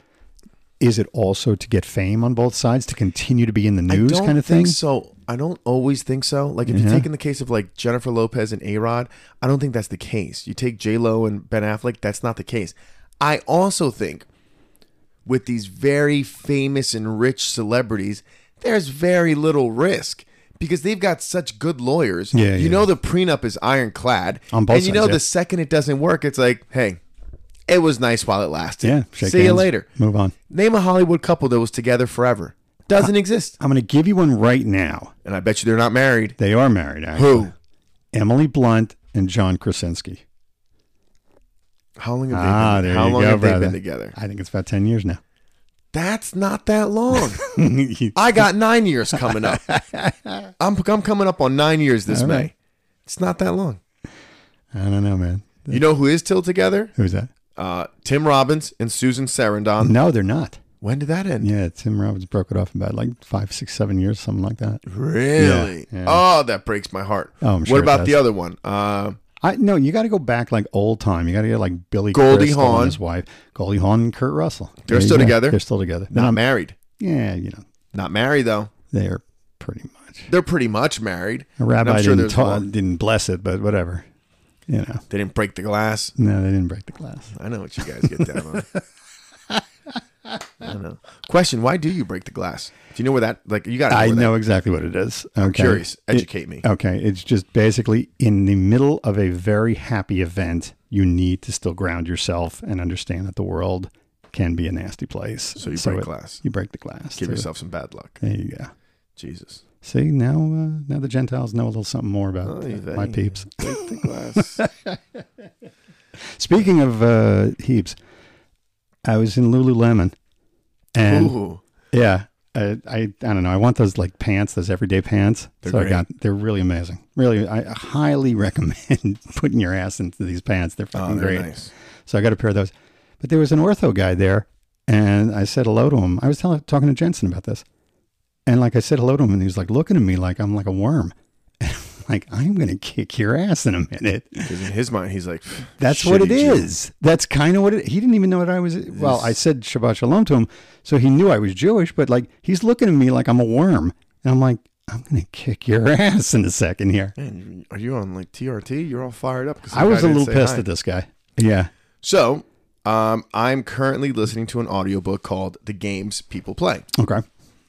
B: is it also to get fame on both sides to continue to be in the
A: I
B: news
A: don't
B: kind of thing? Uh-huh.
A: think So I don't always think so. Like if you take in the case of like Jennifer Lopez and A Rod, I don't think that's the case. You take J Lo and Ben Affleck, that's not the case. I also think with these very famous and rich celebrities, there's very little risk because they've got such good lawyers.
B: Yeah,
A: you
B: yeah.
A: know the prenup is ironclad.
B: On both
A: and you
B: sides,
A: know
B: yeah.
A: the second it doesn't work, it's like, hey, it was nice while it lasted.
B: Yeah. shake
A: See you
B: hands,
A: later.
B: Move on.
A: Name a Hollywood couple that was together forever. Doesn't exist.
B: I'm going to give you one right now.
A: And I bet you they're not married.
B: They are married. Actually.
A: Who?
B: Emily Blunt and John Krasinski.
A: How long have they
B: Ah,
A: been,
B: there
A: how
B: you
A: long
B: go,
A: have they
B: brother.
A: been together?
B: I think it's about 10 years now.
A: That's not that long. I got nine years coming up. I'm, I'm coming up on nine years this
B: All
A: May.
B: right.
A: It's not that long.
B: I don't know, man.
A: You know who is still together?
B: Who's that?
A: Uh, Tim Robbins and Susan Sarandon.
B: No, they're not.
A: When did that end?
B: Yeah, Tim Robbins broke it off about like five, six, seven years, something like that.
A: Really?
B: Yeah, yeah.
A: Oh, that breaks my heart.
B: Oh, I'm sure
A: what
B: it
A: about
B: does.
A: the other one? Uh,
B: I no, you got to go back like old time. You got to get like Billy
A: Goldie
B: Crystal
A: Hawn.
B: and his wife, Goldie Hawn and Kurt Russell.
A: They're
B: There you
A: still
B: go.
A: together?
B: They're still together.
A: not
B: Um,
A: married.
B: yeah, you know,
A: Not married though.
B: they're pretty much.
A: They're pretty much married.
B: A
A: And
B: rabbi
A: I'm sure
B: didn't
A: there's
B: ta-
A: one.
B: didn't bless it, but whatever. You know,
A: They didn't break the glass.
B: no, they didn't break the glass.
A: I know what you guys get down on. I know. Question: Why do you break the glass? Do you know where that? Like you got to.
B: I
A: know.
B: know exactly what it is. Okay. I'm
A: Curious. Educate me.
B: Okay, it's just basically in the middle of a very happy event, you need to still ground yourself and understand that the world can be a nasty place.
A: So you break glass.
B: You break the glass.
A: Give
B: to-
A: yourself some bad luck.
B: There you go.
A: Jesus.
B: See now, uh, now the Gentiles know a little something more about
A: Oh, you-
B: Uh, my peeps.
A: Break the glass.
B: Speaking of uh, heaps, I was in Lululemon, and
A: Ooh.
B: yeah, I, I I don't know. I want those like pants, those everyday pants.
A: They're
B: so
A: great.
B: I got they're really amazing. Really, I highly recommend putting your ass into these pants. They're
A: Oh,
B: fucking
A: they're
B: great.
A: nice.
B: So I got a pair of those. But there was an ortho guy there, and I said hello to him. I was telling, talking to Jensen about this, and like I said hello to him, and he was like looking at me like I'm like a worm. And I'm like I'm gonna kick your ass in a minute.
A: Because in his mind, he's like,
B: That's what it
A: "Shitty Jew."
B: is. That's kind of what it. He didn't even know what I was. Well, I said Shabbat Shalom to him, so he knew I was Jewish. But like he's looking at me like I'm a worm, and I'm like I'm gonna kick your ass in a second here.
A: Man, are you on like TRT? You're all fired up. 'cause some
B: I was
A: guy
B: a
A: didn't
B: little
A: say
B: pissed
A: hi.
B: at this guy. Yeah.
A: So, um, I'm currently listening to an audiobook called "The Games People Play."
B: Okay.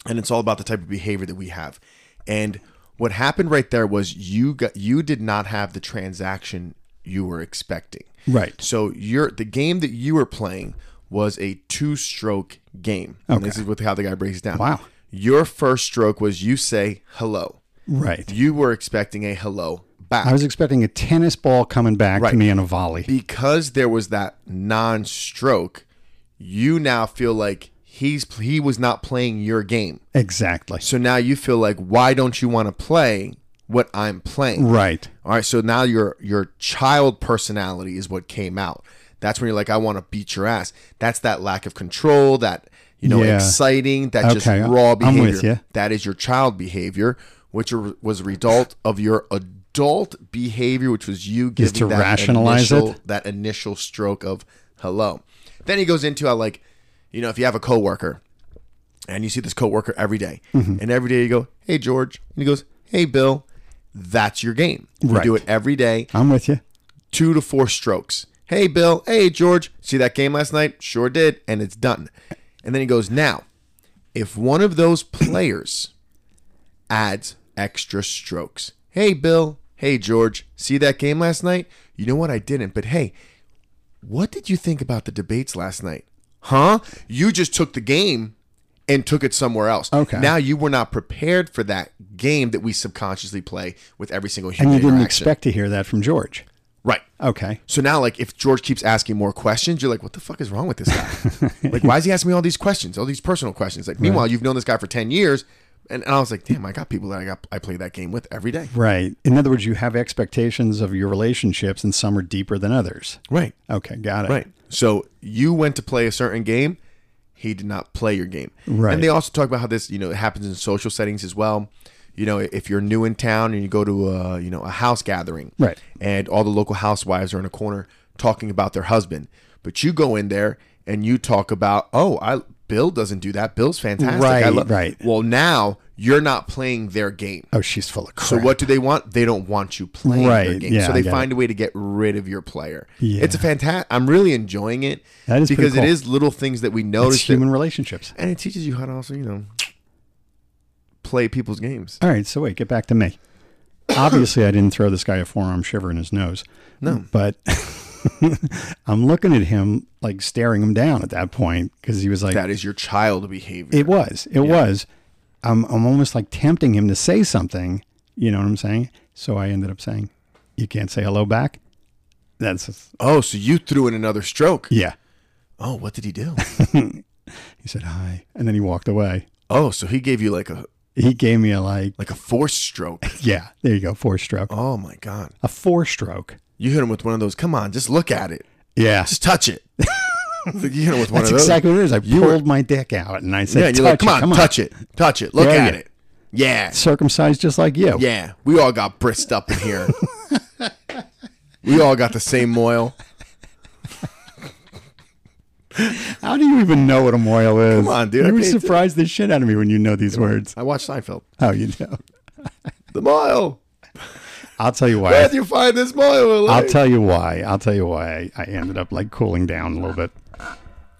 A: and it's all about the type of behavior that we have. And what happened right there was you got you did not have the transaction you were expecting.
B: Right.
A: So your the game that you were playing was a two stroke game. And this is with how the guy breaks it down.
B: Wow.
A: Your first stroke was you say hello.
B: Right.
A: You were expecting a hello back.
B: I was expecting a tennis ball coming back
A: Right.
B: to me on a volley.
A: because there was that non-stroke, you now feel like he's he was not playing your game.
B: Exactly.
A: So now you feel like, why don't you want to play what I'm playing?
B: Right.
A: All right. So now your your child personality is what came out. That's when you're like, I want to beat your ass. That's that lack of control. That you know,
B: Yeah.
A: exciting. That just
B: Okay,
A: raw
B: I'm with
A: behavior.
B: ya.
A: That is your child behavior, which are- was a result of your adult behavior, which was you giving
B: to
A: that
B: rationalize
A: initial,
B: it?
A: that uh, initial stroke of hello. Then he goes into how like, you know, if you have a coworker and you see this coworker every day. and every day you go, "Hey George," and he goes, "Hey Bill." That's your game. You do
B: Right.
A: it every day,
B: I'm with you.
A: two to four strokes. Hey Bill, hey George, see that game last night? Sure did, and it's done. And then he goes, now, if one of those players adds extra strokes. Hey Bill, hey George, see that game last night? You know what? I didn't, but hey, what did you think about the debates last night? Huh? You just took the game and took it somewhere else.
B: Okay.
A: Now you were not prepared for that game that we subconsciously play with every single human
B: And you didn't
A: interaction.
B: expect to hear that from George.
A: right.
B: Okay.
A: So now, like, if George keeps asking more questions, you're like, what the fuck is wrong with this guy? like, why is he asking me all these questions, all these personal questions? Like, meanwhile, you've known this guy for 10 years. And, and I was like, damn, I got people that I got, I play that game with every day.
B: Right. In other words, you have expectations of your relationships, and some are deeper than others.
A: Right.
B: Okay, got it.
A: Right. So you went to play a certain game. He did not play your game.
B: Right.
A: And they also talk about how this, you know, it happens in social settings as well. You know, if you're new in town and you go to a, you know, a house gathering,
B: Right.
A: And all the local housewives are in a corner talking about their husband, but you go in there and you talk about, oh, I Bill doesn't do that. Bill's fantastic. I
B: Right,
A: lo-"
B: right.
A: Well, now you're not playing their game.
B: Oh, she's full of crap.
A: So what do they want? They don't want you playing their
B: Right,
A: game.
B: yeah,
A: so
B: I
A: they
B: get
A: find a way to get rid of your player.
B: Yeah.
A: It's a fantastic. I'm really enjoying it.
B: That is pretty
A: because it
B: cool.
A: is little things that we
B: It's
A: notice, that-
B: human relationships.
A: and it teaches you how to also, you know, play people's games.
B: All right, so wait, get back to me. Obviously, I didn't throw this guy a forearm shiver in his nose. No. But I'm looking at him, like staring him down at that point because he was like,
A: That is your child behavior.
B: it was, it was. I'm, I'm almost like tempting him to say something. You know what I'm saying? So I ended up saying, you can't say hello back. That's,
A: oh, so you threw in another stroke.
B: yeah.
A: Oh, what did he do?
B: He said, hi. And then he walked away.
A: oh, so he gave you like a
B: He gave me a like,
A: like a force stroke.
B: yeah, there you go, four stroke.
A: Oh my god!
B: A four stroke.
A: You hit him with one of those. Come on, just look at it.
B: Yeah.
A: Just touch it. you hit him with one
B: That's
A: of those.
B: exactly what it is. I pulled my dick out and I said,
A: yeah, and you're like,
B: "Touch
A: come
B: it,
A: on, touch it, touch it, look
B: Yeah,
A: at
B: yeah.
A: it. Yeah,
B: Circumcised just like you.
A: Yeah, we all got brisked up in here. we all got the same moil.
B: How do you even know what a moil is?
A: Come on, dude. I
B: You were
A: paid-
B: surprised the shit out of me when you know these words.
A: I watched Seinfeld.
B: Oh, you know.
A: The moil.
B: I'll tell you why.
A: Where'd you find this moil?
B: I'll tell you why. I'll tell you why I ended up like cooling down a little bit.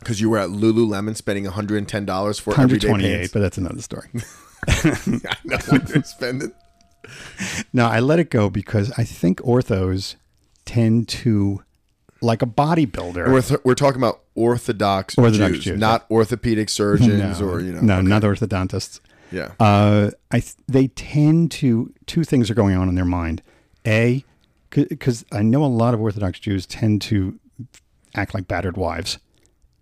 A: Because you were at Lululemon spending $110 for everyday
B: 128,
A: pants.
B: but that's another story.
A: I know what you're spending.
B: no, I let it go because I think orthos tend to, like a bodybuilder.
A: We're, th- we're talking about orthodox,
B: Orthodox
A: Jews,
B: Jews,
A: not orthopedic surgeons or, you know.
B: no, not orthodontists.
A: Yeah.
B: uh, I th- they tend to two things are going on in their mind. A, because I know a lot of Orthodox Jews tend to act like battered wives.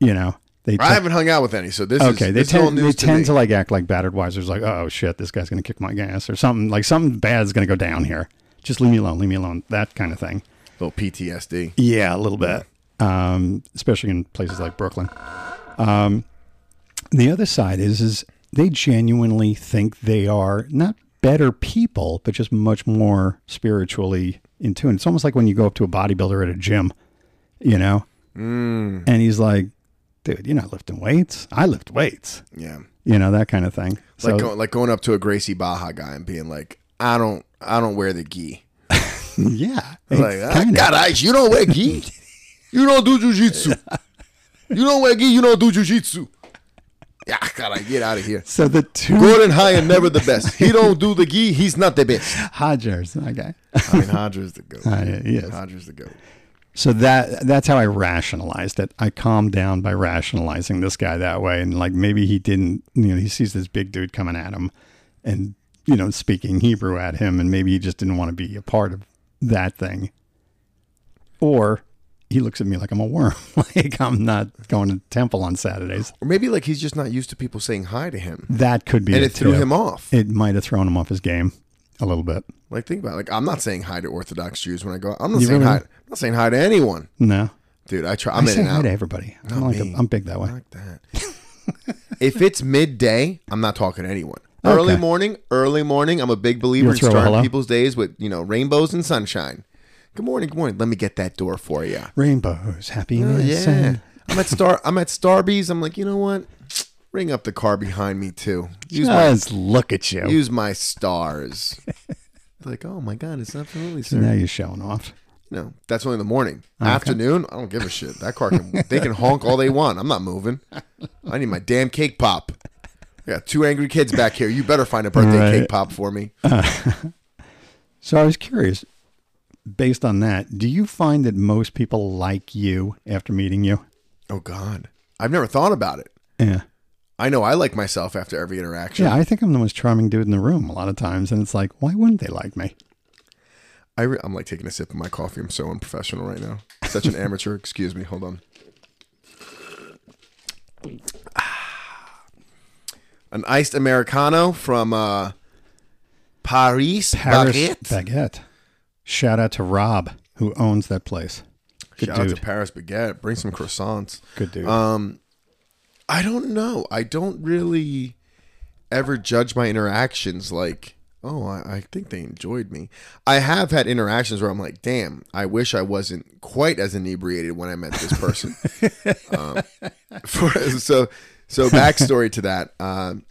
B: You know, they
A: I
B: te-
A: haven't hung out with any, so this
B: okay.
A: is
B: They
A: this is all
B: tend they
A: news
B: tend
A: to
B: to
A: me.
B: like act like battered wives. It's like, oh shit, this guy's gonna kick my ass or something. Like something bad's gonna go down here. Just leave me alone. Leave me alone. That kind of thing.
A: Little PTSD.
B: Yeah, a little bit. Um, especially in places like Brooklyn. Um, the other side is is they genuinely think they are not better people, but just much more spiritually in tune. It's almost like when you go up to a bodybuilder at a gym, you know, and he's like, "Dude, you're not lifting weights. I lift weights."
A: Yeah.
B: You know that kind of thing. So
A: Like, going, like going up to a Gracie Baja guy and being like, I don't, I don't wear the gi.
B: yeah,
A: Like, "Ah,
B: it's
A: I
B: kinda-
A: got eyes. You don't wear gi. you don't do jujitsu. You don't wear gi. You don't do jujitsu. Yeah, God, I get out of here.
B: so the two
A: Gordon Hyan never the best. He don't do the gi. He's not the best.
B: Hodgers, okay,
A: I mean, Hodger's the goat.
B: uh, yes.
A: Hodger's the goat.
B: So that that's how I rationalized it. I calmed down by rationalizing this guy that way, and like maybe he didn't. You know, he sees this big dude coming at him, and you know, speaking Hebrew at him, and maybe he just didn't want to be a part of that thing. Or he looks at me like I'm a worm, like I'm not going to temple on Saturdays.
A: Or maybe like he's just not used to people saying hi to him,
B: That could be.
A: and it threw
B: too.
A: him off.
B: It might have thrown him off his game a little bit.
A: Like think about it. like I'm not saying hi to Orthodox Jews when I go. out. I'm not
B: You
A: saying hi.
B: really-
A: I'm not saying hi to anyone,
B: No,
A: dude. I try.
B: i
A: I'm in
B: say
A: and
B: hi
A: out.
B: to everybody. I'm like a,
A: me.
B: I'm big that way.
A: Fuck that. if it's midday, I'm not talking to anyone. Early
B: Okay.
A: morning, early morning. I'm a big believer
B: You'll
A: in
B: throw a
A: starting
B: hello?
A: people's days with you know rainbows and sunshine. Good morning, good morning. Let me get that door for you.
B: Rainbows, happiness,
A: Oh, Yeah,
B: and
A: I'm at Star. I'm at Starbucks. I'm like, you know what? Ring up the car behind me too. Use my
B: Just look at you.
A: use my stars. like, oh my god, it's absolutely sir.
B: now you're showing off.
A: You know, that's only in the morning. Afternoon, I don't give a shit. That car can they can honk all they want. I'm not moving. I need my damn cake pop. I got two angry kids back here. You better find a birthday
B: Right.
A: cake pop for me.
B: So I was curious, based on that, do you find that most people like you after meeting you?
A: Oh god. I've never thought about it.
B: Yeah.
A: I know I like myself after every interaction.
B: Yeah, I think I'm the most charming dude in the room a lot of times. And it's like, why wouldn't they like me?
A: I re- I'm like taking a sip of my coffee. I'm so unprofessional right now. Such an amateur. Excuse me. Hold on. Ah. An iced americano from uh, Paris.
B: Paris
A: Baguette.
B: Baguette. Shout out to Rob, who owns that place. Good
A: Shout out
B: dude.
A: to Paris Baguette. Bring some croissants.
B: Good dude.
A: Uh, I don't know. I don't really ever judge my interactions like, oh, I, I think they enjoyed me. I have had interactions where I'm like, damn, I wish I wasn't quite as inebriated when I met this person. um, for, so, so backstory to that. Um,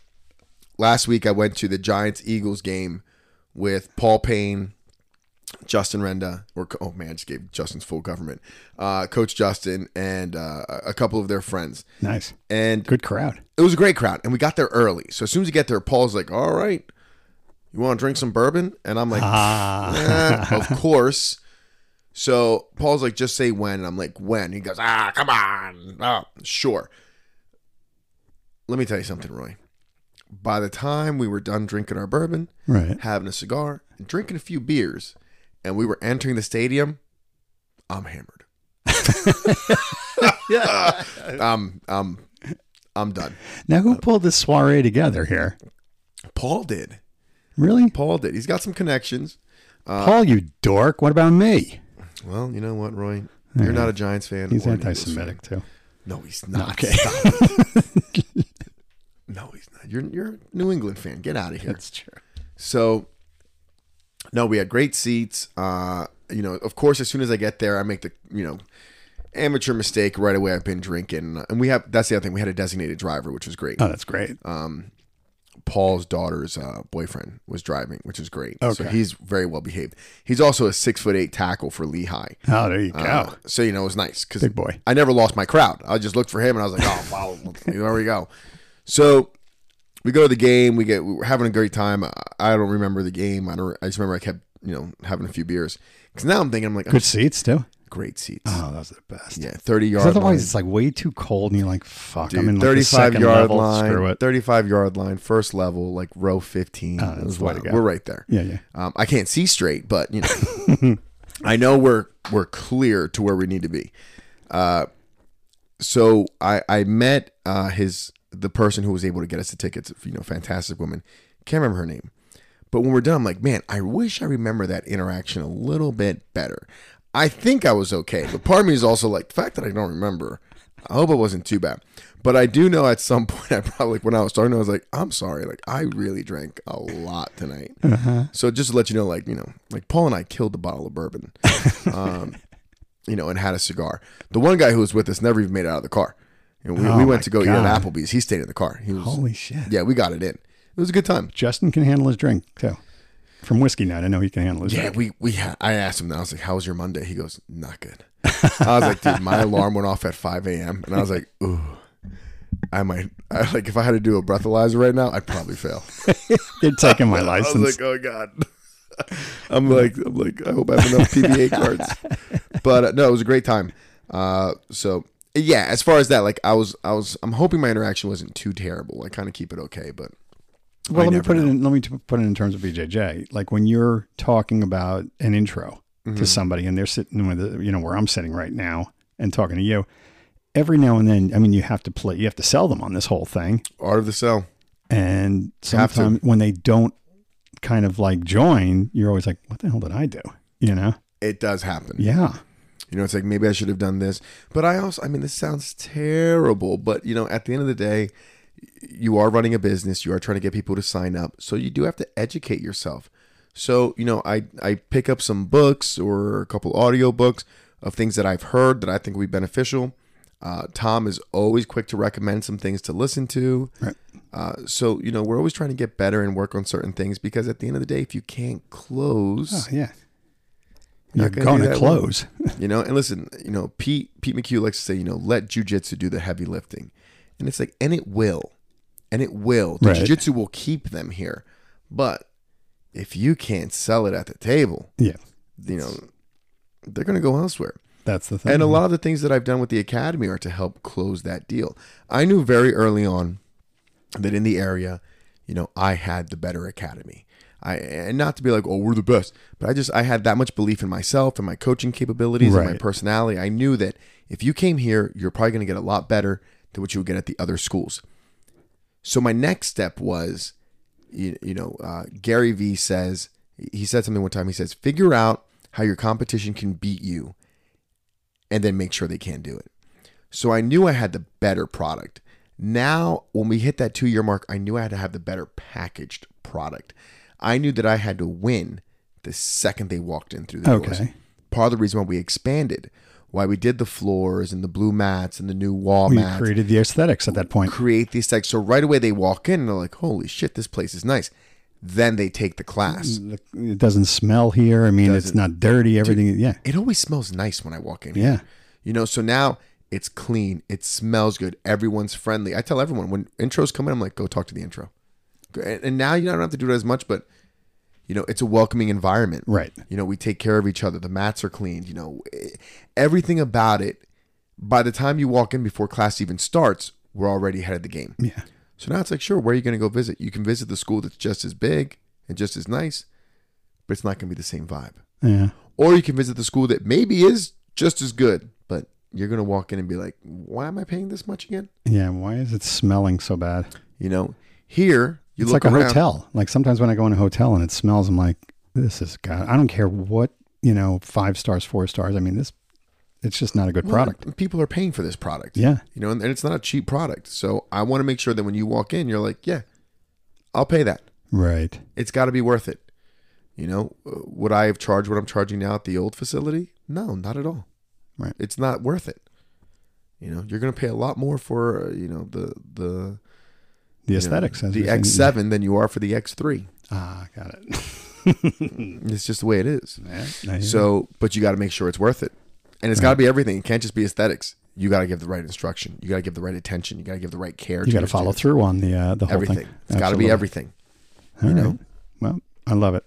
A: last week I went to the Giants Eagles game with Paul Payne, Justin Renda, or oh man, I just gave Justin's full government, uh, Coach Justin, and uh, a couple of their friends.
B: nice.
A: And
B: Good crowd.
A: it was a great crowd, and we got there early. So as soon as you get there, Paul's like, "All right, you want to drink some bourbon?" And I'm like,
B: Ah.
A: "Eh, "Of course." So Paul's like, "Just say when," and I'm like, "When?" He goes, "Ah, come on, oh, sure." Let me tell you something, Roy. By the time we were done drinking our bourbon,
B: Right.
A: having a cigar, and drinking a few beers, and we were entering the stadium, I'm hammered. I'm I'm I'm done.
B: Now, who pulled this soiree together here?
A: Paul did.
B: Really?
A: Paul did. He's got some connections.
B: Paul, you dork. What about me?
A: Well, you know what, Roy? You're not a Giants fan.
B: He's
A: or an
B: anti
A: Eagles fan.
B: Semitic, too.
A: No, he's not.
B: Okay.
A: Stop it. no, he's not. You're you're a New England fan. Get out of here.
B: That's true.
A: So, no, we had great seats. Uh, you know, of course, as soon as I get there, I make the you know amateur mistake right away. I've been drinking, and we have that's the other thing. We had a designated driver, which was great.
B: Oh, that's great.
A: Paul's daughter's uh, boyfriend was driving, which is great. So
B: Okay.
A: he's very well behaved. He's also a six foot eight tackle for Lehigh.
B: oh, there you go.
A: Uh, so you know it was nice because
B: Big boy.
A: I never lost my crowd. I just looked for him and I was like, oh wow, there we go. So we go to the game. We get we're having a great time. I, I don't remember the game. I don't. I just remember I kept you know having a few beers because now I'm thinking I'm like "Oh,
B: Good seats, too.
A: great seats.
B: Oh, those are the best.
A: yeah, thirty yard.
B: 'Cause
A: line.
B: otherwise, it's like way too cold, and you're like, "Fuck,
A: Dude,
B: I'm in like the
A: 35
B: second
A: yard
B: level.
A: line,
B: Screw it."
A: 35 yard line, first level, like row 15.
B: Oh,
A: It
B: that's
A: was
B: the way to
A: wild.
B: go.
A: We're right there.
B: Yeah, yeah.
A: Um, I can't see straight, but you know, I know we're we're clear to where we need to be. Uh, so I I met uh, his the person who was able to get us the tickets. You know, fantastic woman. Can't remember her name, but when we're done, I'm like, man, I wish I remember that interaction a little bit better. I think I was okay, but part of me is also like the fact that I don't remember. I hope it wasn't too bad, but I do know at some point I probably when I was starting, I was like, I'm sorry, like I really drank a lot tonight.
B: Uh-huh.
A: So just to let you know, like you know, like Paul and I killed the bottle of bourbon, um, you know, and had a cigar. The one guy who was with us never even made it out of the car. And we,
B: Oh
A: we went
B: my
A: to go eat
B: God.
A: at Applebee's. He stayed in the car. He was,
B: Holy shit!
A: yeah, we got it in. It was a good time.
B: Justin can handle his drink too. From whiskey night, I know he can handle his
A: Yeah,
B: drink.
A: we we had, I asked him that. I was like, "How was your Monday?" He goes, "Not good." I was like, "Dude, my alarm went off at 5 a.m." and I was like, "Ooh, I might I, like if I had to do a breathalyzer right now, I'd probably fail."
B: They're taking my
A: I was
B: license.
A: like, "Oh God." I'm like, I'm like, I hope I have enough PBA cards. But uh, no, it was a great time. Uh, so yeah, as far as that, like, I was, I was, I'm hoping my interaction wasn't too terrible. I kind of keep it okay, but
B: well,
A: I
B: let me
A: never
B: put it. In, let me t- put it in terms of BJJ. Like when you're talking about an intro
A: Mm-hmm.
B: to somebody, and they're sitting with the, you know where I'm sitting right now, and talking to you. Every now and then, I mean, you have to play. You have to sell them on this whole thing.
A: art of the cell.
B: And
A: Have to.
B: sometimes when they don't kind of like join, you're always like, "What the hell did I do?" You know?
A: It does happen.
B: Yeah.
A: You know, it's like maybe I should have done this, but I also, I mean, this sounds terrible, but you know, at the end of the day, you are running a business, you are trying to get people to sign up, so you do have to educate yourself. So, you know, I I pick up some books or a couple audio books of things that I've heard that I think will be beneficial. Uh, Tom is always quick to recommend some things to listen to.
B: Right.
A: Uh, so you know we're always trying to get better and work on certain things because at the end of the day, if you can't close,
B: Oh, yeah. You're
A: not gonna do
B: going to
A: that well.
B: close.
A: you know. And listen, you know, Pete Pete McHugh likes to say, you know, let jujitsu do the heavy lifting, and it's like, and it will, and it will. The
B: Right.
A: jujitsu will keep them here, but if you can't sell it at the table,
B: yeah.
A: you know, they're going to go elsewhere.
B: That's the thing.
A: And a lot of the things that I've done with the academy are to help close that deal. I knew very early on that in the area, you know, I had the better academy. I and not to be like, oh, we're the best, but I just I had that much belief in myself and my coaching capabilities and my
B: Right.
A: personality. I knew that if you came here, you're probably going to get a lot better than what you would get at the other schools. So my next step was, you, you know, uh, Gary Vee says he said something one time. He says, figure out how your competition can beat you, and then make sure they can do it. So I knew I had the better product. Now, when we hit that two year mark, I knew I had to have the better packaged product. I knew that I had to win the second they walked in through the doors.
B: Okay.
A: Part of the reason why we expanded, why we did the floors and the blue mats and the new wall
B: We
A: mats
B: created the aesthetics at that point.
A: create these tags. So right away they walk in and they're like, "Holy shit, this place is nice." Then they take the class.
B: Mm. It doesn't smell here. I mean, it's not dirty. Everything. yeah.
A: It always smells nice when I walk in. here.
B: Yeah.
A: You know, so now it's clean. It smells good. Everyone's friendly. I tell everyone when intros come in, I'm like, "Go talk to the intro." Go- And and now you don't have to do it as much, but you know, it's a welcoming environment.
B: Right.
A: You know, we take care of each other. The mats are cleaned. You know, eh, everything about it. By the time you walk in before class even starts, we're already ahead of the game.
B: Yeah.
A: So now it's like, sure, where are you going to go visit? You can visit the school that's just as big and just as nice, but it's not going to be the same vibe.
B: Yeah.
A: Or you can visit the school that maybe is just as good, but you're going to walk in and be like, why am I paying this much again?
B: Yeah. Why is it smelling so bad?
A: You know, here you
B: it's
A: look
B: like a
A: around.
B: hotel. Like sometimes when I go in a hotel and it smells, I'm like, this is God. I don't care what, you know, five stars, four stars. I mean, this, it's just not a good
A: Well,
B: product.
A: and People are paying for this product.
B: Yeah.
A: You know, and, and it's not a cheap product. So I want to make sure that when you walk in, you're like, yeah, I'll pay that.
B: Right.
A: it's got to be worth it. You know, Uh, would I have charged what I'm charging now at the old facility? No, not at all.
B: Right.
A: It's not worth it. You know, you're going to pay a lot more for uh, you know the the
B: The
A: you know,
B: aesthetics. as
A: the
B: we said.
A: X7 than you are for the X3.
B: Ah, got it.
A: It's just the way it is.
B: Yeah, I hear you.
A: So, but you got to make sure it's worth it, and it's got to be everything. It can't just be aesthetics. You got to give the right instruction. You got to give the right attention. You got to give the right care.
B: you got to
A: your
B: follow
A: students.
B: through on the uh, the whole
A: everything.
B: thing.
A: It's got to be
B: Absolutely.
A: everything.
B: All
A: you
B: right.
A: know?
B: Well, I love it.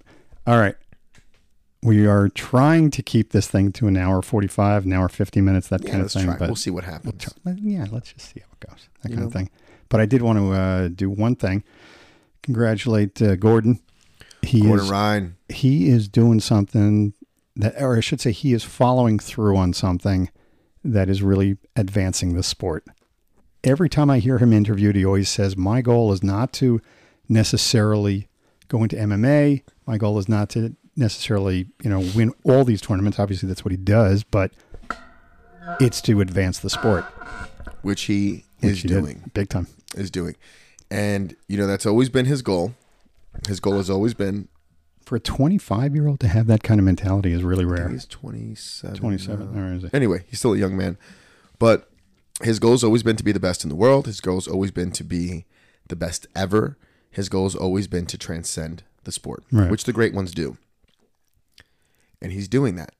B: All right. We are trying to keep this thing to an hour 45, an hour 50 minutes, that
A: Yeah,
B: kind of
A: let's
B: thing.
A: try.
B: But
A: We'll see what happens.
B: let- yeah, let's just see how it goes, that
A: You
B: kind
A: know?
B: of thing. But I did want to uh, do one thing. Congratulate uh, Gordon. He
A: Gordon
B: is
A: Ryan.
B: he is doing something that, or I should say, he is following through on something that is really advancing the sport. Every time I hear him interviewed, he always says, My goal is not to necessarily go into MMA. My goal is not to necessarily, you know, win all these tournaments. Obviously, that's what he does, but it's to advance the sport.
A: which he
B: which
A: is
B: he did
A: doing
B: big time.
A: is doing and you know that's always been his goal his goal has always been
B: For a 25 year old to have that kind of mentality is really rare.
A: he's 27
B: 27.
A: now.
B: Or is it?
A: anyway he's still a young man but his goal has always been to be the best in the world his goal has always been to be the best ever his goal has always been to transcend the sport
B: Right.
A: which the great ones do and he's doing that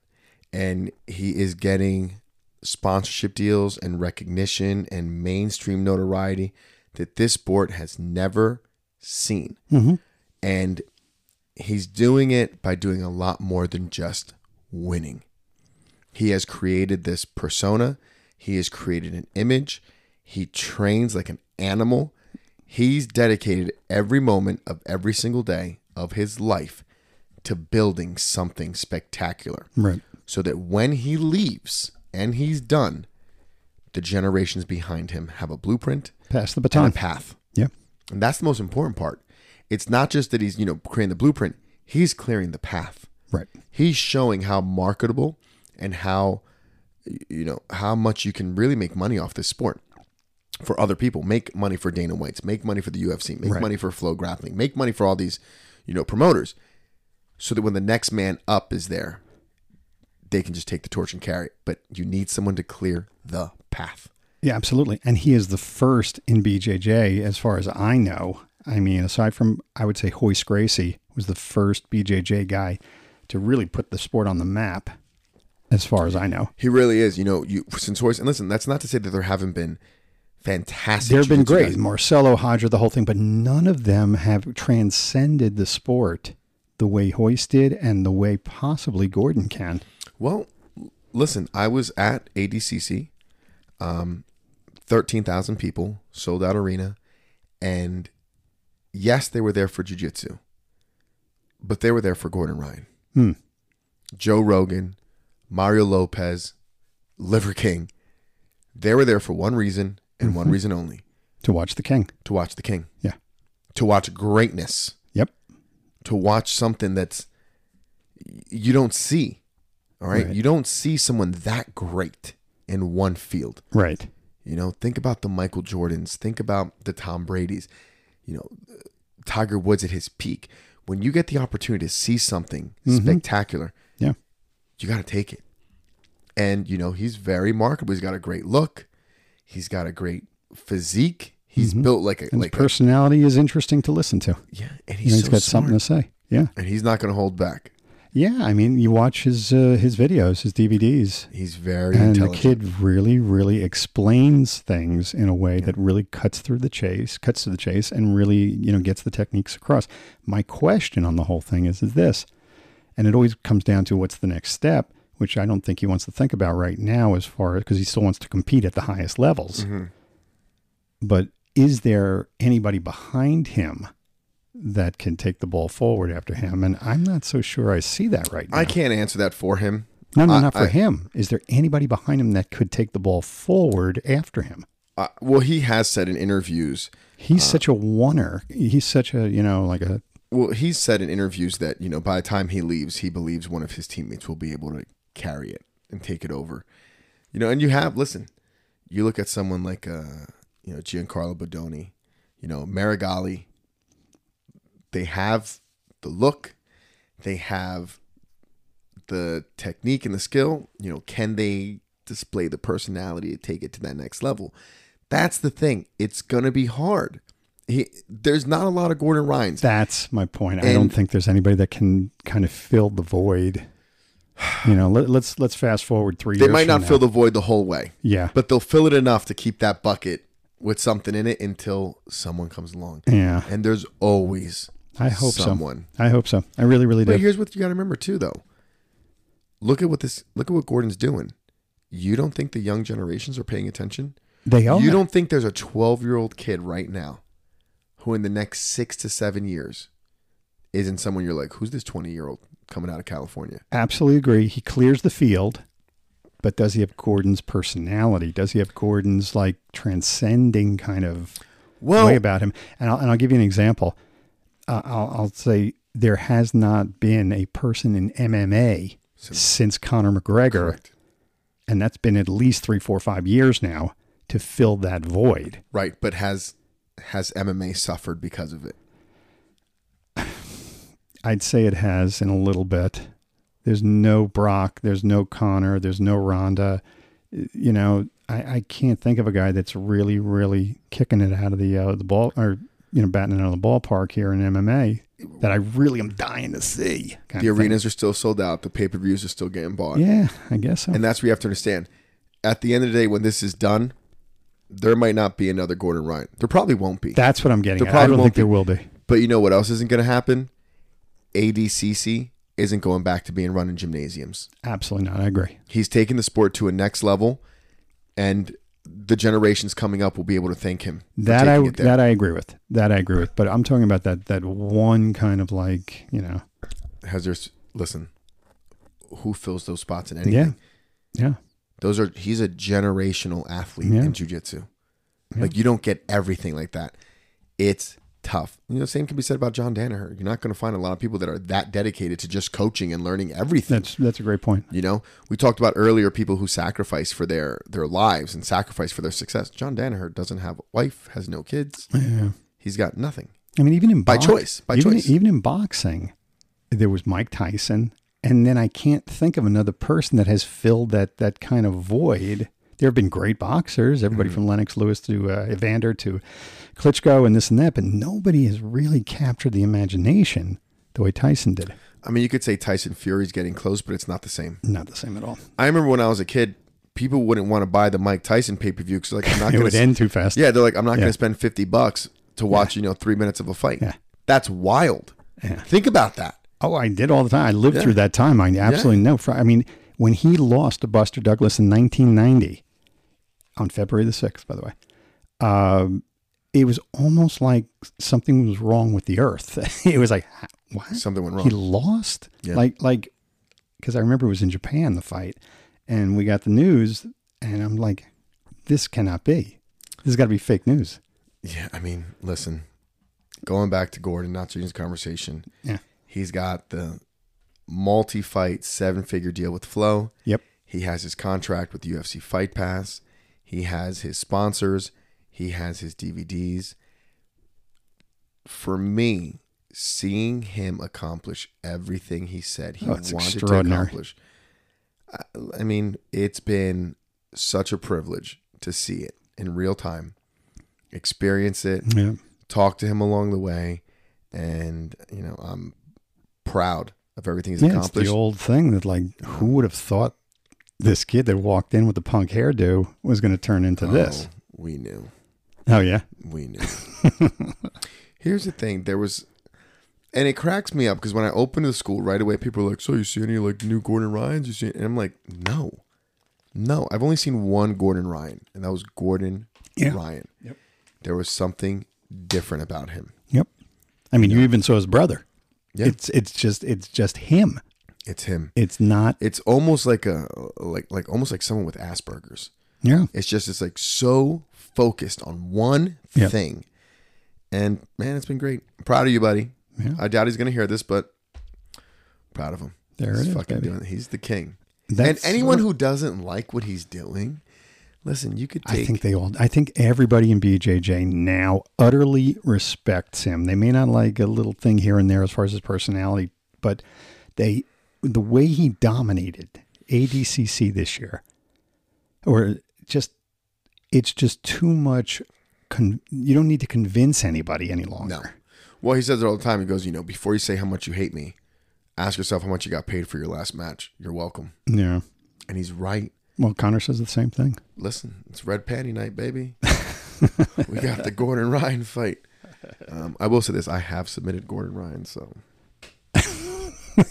A: and he is getting sponsorship deals and recognition and mainstream notoriety that this sport has never seen
B: Mhm.
A: and he's doing it by doing a lot more than just winning he has created this persona he has created an image he trains like an animal he's dedicated every moment of every single day of his life to building something spectacular
B: Right.
A: so that when he leaves and he's done, the generations behind him have a blueprint
B: Pass the
A: and a
B: baton.
A: path.
B: Yeah.
A: And that's the most important part. It's not just that he's, you know, creating the blueprint, he's clearing the path.
B: Right.
A: He's showing how marketable and how you know, how much you can really make money off this sport for other people. Make money for Dana White's, make money for the UFC, make
B: Right.
A: money for Flow Grappling, make money for all these, you know, promoters. So that when the next man up is there, they can just take the torch and carry it. But you need someone to clear the path.
B: Yeah, absolutely. And he is the first in BJJ, as far as I know. I mean, aside from, I would say, Hoist Gracie was the first BJJ guy to really put the sport on the map, as far as I know.
A: He really is. You know, you since Hoist, and listen, that's not to say that there haven't been fantastic.
B: There have been
A: jiu-jitsu
B: great
A: guys.
B: Marcelo, Hodger, the whole thing, but none of them have transcended the sport the way Hoist did and the way possibly Gordon can.
A: Well, listen, I was at ADCC, um, 13,000 people, sold out arena. And yes, they were there for jujitsu, but they were there for Gordon Ryan,
B: Hmm.
A: Joe Rogan, Mario Lopez, Liver King. They were there for one reason and one reason only
B: To watch the king.
A: to watch the King,
B: Mm-hmm. Yeah.
A: to watch greatness,
B: Yep.
A: to watch something that's you don't see. All right?
B: Right.
A: You don't see someone that great in one field.
B: Right.
A: You know, think about the Michael Jordans, think about the Tom Brady's, you know, Tiger Woods at his peak. When you get the opportunity to see something spectacular,
B: Mm-hmm. Yeah.
A: you got to take it. And you know, he's very marketable. He's got a great look. He's got a great physique. He's built like a
B: Mm-hmm. And
A: like
B: his
A: a-
B: personality is interesting to listen to.
A: yeah, and
B: You
A: he's,
B: know, he's
A: so
B: got
A: smart.
B: something to say. Yeah.
A: and he's not going to hold back.
B: Yeah. I mean, you watch his uh, his videos, his DVDs,
A: He's very
B: and the
A: intelligent.
B: kid really, really explains things in a way that really cuts through the chase, cuts to the chase, and really, you know, gets the techniques across. My question on the whole thing is, is this, and it always comes down to what's the next step, which I don't think he wants to think about right now, as far as because he still wants to compete at the highest levels.
A: Mm-hmm.
B: But is there anybody behind him? That can take the ball forward after him, and I'm not so sure I see that right now.
A: I can't answer that for him.
B: No, no,
A: I-
B: not for
A: I-
B: him. Is there anybody behind him that could take the ball forward after him?
A: Uh, well, he has said in interviews.
B: He's
A: Uh,
B: such a oneer. He's such a you know like a
A: Well, he's said in interviews that you know by the time he leaves, he believes one of his teammates will be able to carry it and take it over. You know, and you have listen. You look at someone like uh, you know Giancarlo Bodoni, you know Marigali. They have the look, they have the technique and the skill. You know, can they display the personality to take it to that next level? That's the thing. It's gonna be hard. He, there's not a lot of Gordon Ryan's.
B: that's my point. I don't
A: And-
B: think there's anybody that can kind of fill the void. You know, let, let's let's fast forward three.
A: They
B: years
A: might
B: from
A: not
B: now.
A: fill the void the whole way,
B: Yeah,
A: but they'll fill it enough to keep that bucket with something in it until someone comes along.
B: yeah.
A: And there's always
B: I hope
A: someone.
B: so. I hope so. I really, really
A: But
B: do.
A: here's what you got to remember too, though. Look at what this. Look at what Gordon's doing. You don't think the young generations are paying attention?
B: They are.
A: You don't think there's a 12 year old kid right now who, in the next six to seven years, isn't someone you're like, who's this 20 year old coming out of California?
B: absolutely agree. He clears the field, but does he have Gordon's personality? Does he have Gordon's like transcending kind of
A: Well,
B: way about him. And I'll, and I'll give you an example. Uh, I'll, I'll say there has not been a person in MMA since Conor McGregor,
A: correct.
B: and that's been at least three, four, five years now to fill that void.
A: right, but has has MMA suffered because of it?
B: I'd say it has in a little bit. There's no Brock, there's no Connor, there's no Ronda. You know, I, I can't think of a guy that's really, really kicking it out of the uh, the ball or you know batting it out of the ballpark here in MMA that I really am dying to see. kind
A: the
B: of thing.
A: arenas are still sold out. The pay per views are still getting bought.
B: Yeah, I guess so.
A: And that's what you have to understand. At the end of the day, when this is done, there might not be another Gordon Ryan. There probably won't be.
B: That's what I'm getting.
A: There
B: At. I
A: probably
B: don't
A: won't
B: think
A: be.
B: there will be.
A: but you know what else isn't going to happen? ADCC isn't going back to being run in gymnasiums.
B: Absolutely not. I agree.
A: He's taking the sport to a next level, and the generations coming up will be able to thank him. for
B: That
A: taking
B: I
A: it there.
B: that I agree with. That I agree with. But I'm talking about that that one kind of like you know.
A: has there. Listen, who fills those spots in anything?
B: Yeah, yeah.
A: Those are he's a generational athlete
B: Yeah.
A: in jujitsu. Like you don't get everything like that. It's tough. You know, same can be said about John Danaher. You're not going to find a lot of people that are that dedicated to just coaching and learning everything.
B: That's that's a great point.
A: you know, we talked about earlier people who sacrifice for their their lives and sacrifice for their success. John Danaher doesn't have a wife, has no kids.
B: Yeah.
A: He's got nothing.
B: I mean, even in
A: By
B: box-
A: choice, by
B: even,
A: choice.
B: Even in boxing, there was Mike Tyson, and then I can't think of another person that has filled that that kind of void there have been great boxers,
A: Mm-hmm.
B: everybody from Lennox Lewis to uh, Evander to Klitschko and this and that, but nobody has really captured the imagination the way Tyson did.
A: I mean, you could say Tyson Fury's getting close, but it's not the same.
B: Not the same at all.
A: I remember when I was a kid, people wouldn't want to buy the Mike Tyson pay per view because like I'm not
B: It
A: going
B: would
A: to
B: end too fast.
A: Yeah, they're like, I'm not going
B: Yeah.
A: to spend 50 bucks to watch, you know, three minutes of a fight.
B: Yeah.
A: That's wild.
B: Yeah.
A: Think about that.
B: Oh, I did all the time. I lived through that time. I absolutely know. Fr- I mean, when he lost to Buster Douglas in 1990, on February the 6th, by the way, um, it was almost like something was wrong with the earth. it was like, "Ha- what?
A: Something went
B: He
A: wrong.
B: lost?
A: Yeah.
B: Like, like, because I remember it was in Japan, the fight, and we got the news, and I'm like, this cannot be. This has got to be fake news.
A: yeah, I mean, listen, going back to Gordon, not changing his conversation,
B: Yeah.
A: he's got the multi fight, seven figure deal with Flow.
B: Yep.
A: He has his contract with UFC Fight Pass. He has his sponsors. He has his DVDs. For me, seeing him accomplish everything he said he
B: Oh, it's
A: wanted to
B: extraordinary.
A: accomplish, I, I mean, it's been such a privilege to see it in real time, experience it,
B: Yeah.
A: talk to him along the way, and you know, I'm proud of everything he's
B: yeah, it's
A: accomplished.
B: the old thing that like who would have thought this kid that walked in with the punk hairdo was going to turn into this?
A: Oh, we knew.
B: Oh yeah,
A: We knew. Here's the thing: there was, and it cracks me up because when I opened the school right away, people were like, "So you see any like new Gordon Ryan's?" You see, and I'm like, "No, no, I've only seen one Gordon Ryan, and that was Gordon
B: Yeah.
A: Ryan.
B: Yep.
A: There was something different about him.
B: yep. I mean, you even saw his brother.
A: Yeah.
B: It's it's just it's just him.
A: It's him.
B: It's not.
A: It's almost like a like like almost like someone with Asperger's.
B: Yeah,
A: It's just it's like so focused on one
B: Yeah.
A: thing. And man, it's been great. proud of you, buddy.
B: Yeah.
A: I doubt he's gonna hear this, but proud of him.
B: There it
A: he's
B: is,
A: fucking
B: baby.
A: doing it. He's the king.
B: That's-
A: and anyone who doesn't like what he's doing, listen, you could take
B: I think they all. I think everybody in BJJ now utterly respects him. They may not like a little thing here and there as far as his personality, but they, the way he dominated ADCC this year, or just, it's just too much. Con, you don't need to convince anybody any longer.
A: no. Well, he says it all the time. He goes, you know, before you say how much you hate me, ask yourself how much you got paid for your last match. You're welcome.
B: Yeah.
A: And he's right.
B: Well, Connor says the same thing.
A: listen, it's red panty night, baby. we got the Gordon Ryan fight. Um, I will say this: I have submitted Gordon Ryan, so I'm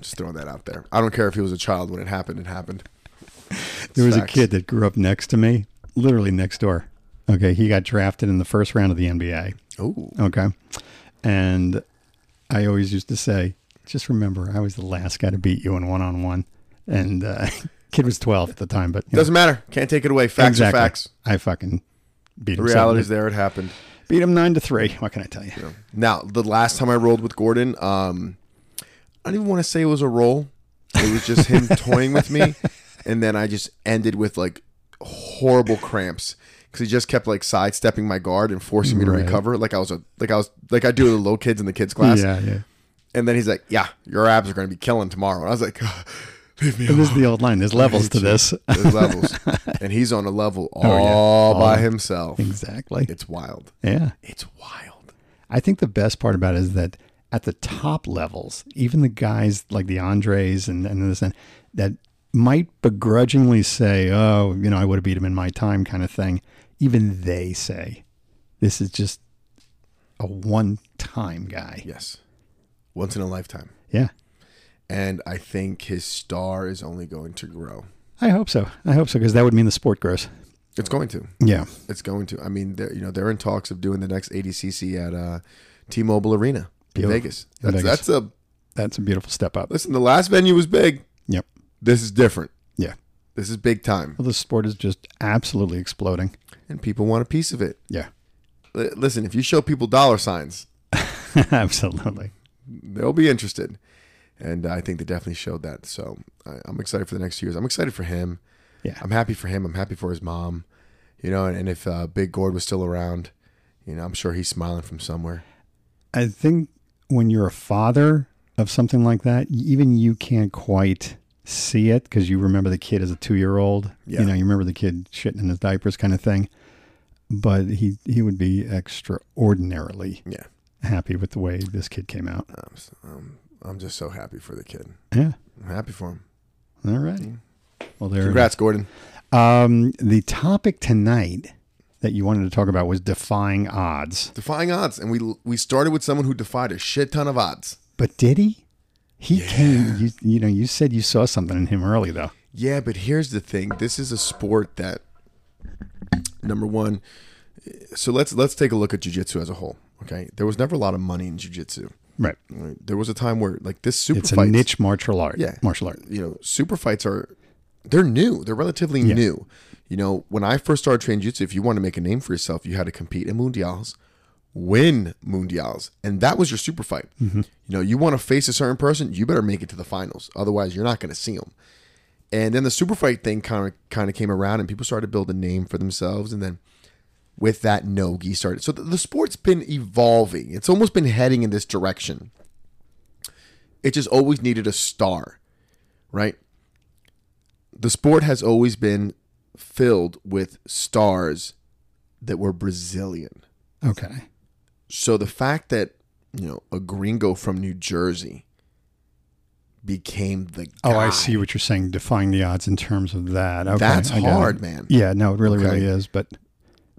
A: just throwing that out there. I don't care if he was a child when it happened. It happened.
B: There was
A: Facts.
B: a kid that grew up next to me, literally next door. Okay, he got drafted in the first round of the NBA.
A: Oh,
B: Okay. And I always used to say, just remember, I was the last guy to beat you in one on one. And uh, kid was 12 at the time, but you know,
A: doesn't matter. Can't take it away. Facts
B: exactly.
A: are facts.
B: I fucking beat
A: The
B: him.
A: reality's
B: seven-
A: there. It happened.
B: beat him nine to three. What can I tell you?
A: Now, the last time I rolled with Gordon, um, I don't even want to say it was a roll. It was just him toying with me, and then I just ended with like horrible cramps because he just kept like sidestepping my guard and forcing me to
B: Right.
A: recover. Like I was a like I was like I do to the low kids in the kids class.
B: Yeah, yeah.
A: And then he's like, "Yeah, your abs are going to be killing tomorrow." And I was like, "Leave me
B: And
A: alone."
B: this is the old line. There's levels to this. Oh,
A: There's levels, and he's on a level all
B: yeah.
A: by
B: All-
A: himself.
B: exactly.
A: It's wild.
B: Yeah.
A: It's wild.
B: I think the best part about it is that at the top levels, even the guys like the Andres and, and this and that might begrudgingly say, oh, you know, I would have beat him in my time kind of thing. Even they say, this is just a one time guy.
A: Yes, once in a lifetime.
B: Yeah.
A: and I think his star is only going to grow.
B: I hope so. I hope so because that would mean the sport grows.
A: It's going to.
B: Yeah.
A: It's going to. I mean, they're, you know, they're in talks of doing the next ADCC at uh, T-Mobile Arena in
B: Beautiful.
A: Vegas.
B: In
A: That's,
B: Vegas.
A: that's a
B: That's a beautiful step up.
A: listen. The last venue was big.
B: Yep.
A: This is different.
B: Yeah.
A: This is big time,
B: Well, the sport is just absolutely exploding.
A: and people want a piece of it.
B: Yeah.
A: L- listen, if you show people dollar signs,
B: absolutely.
A: they'll be interested, and I think they definitely showed that. So I, I'm excited for the next years. I'm excited for him.
B: Yeah.
A: I'm happy for him. I'm happy for his mom. You know, and, and if uh, Big Gord was still around, you know, I'm sure he's smiling from somewhere.
B: I think when you're a father of something like that, even you can't quite see it because you remember the kid as a two year old.
A: Yeah.
B: You know, you remember the kid shitting in his diapers kind of thing. But he, he would be extraordinarily
A: Yeah. Uh.
B: happy with the way this kid came out.
A: I'm, s- I'm, I'm just so happy for the kid.
B: Yeah.
A: I'm happy for him.
B: All right. Well, there. it
A: Mm. Congrats, Gordon.
B: is. Um, the topic tonight that you wanted to talk about was defying odds.
A: Defying odds, and we we started with someone who defied a shit ton of odds.
B: But did he? He came. You, you know, you said you saw something in him early though.
A: Yeah, but here's the thing. This is a sport that number one. So let's let's take a look at jujitsu as a whole. Okay, there was never a lot of money in jujitsu.
B: Right.
A: Right? There was a time where like this super
B: It's a
A: fights,
B: niche martial art.
A: Yeah.
B: Martial art.
A: you know, super fights are they're new. They're relatively new. You know, when I first started training jiu-jitsu, if you want to make a name for yourself, you had to compete in mundials, win mundials, and that was your super fight. You know, you want to face a certain person, you better make it to the finals. Otherwise, you're not going to see them. And then the super fight thing kind of kind of came around, and people started to build a name for themselves. And then with that, nogi started. So the, the sport's been evolving. It's almost been heading in this direction. It just always needed a star right? The sport has always been filled with stars that were Brazilian.
B: Okay.
A: So the fact that, you know, a gringo from New Jersey became the guy.
B: Oh, I see what you're saying. Defying the odds in terms of that. Okay,
A: That's
B: I got it.
A: hard, man.
B: Yeah. No, it really,
A: Okay.
B: really is. But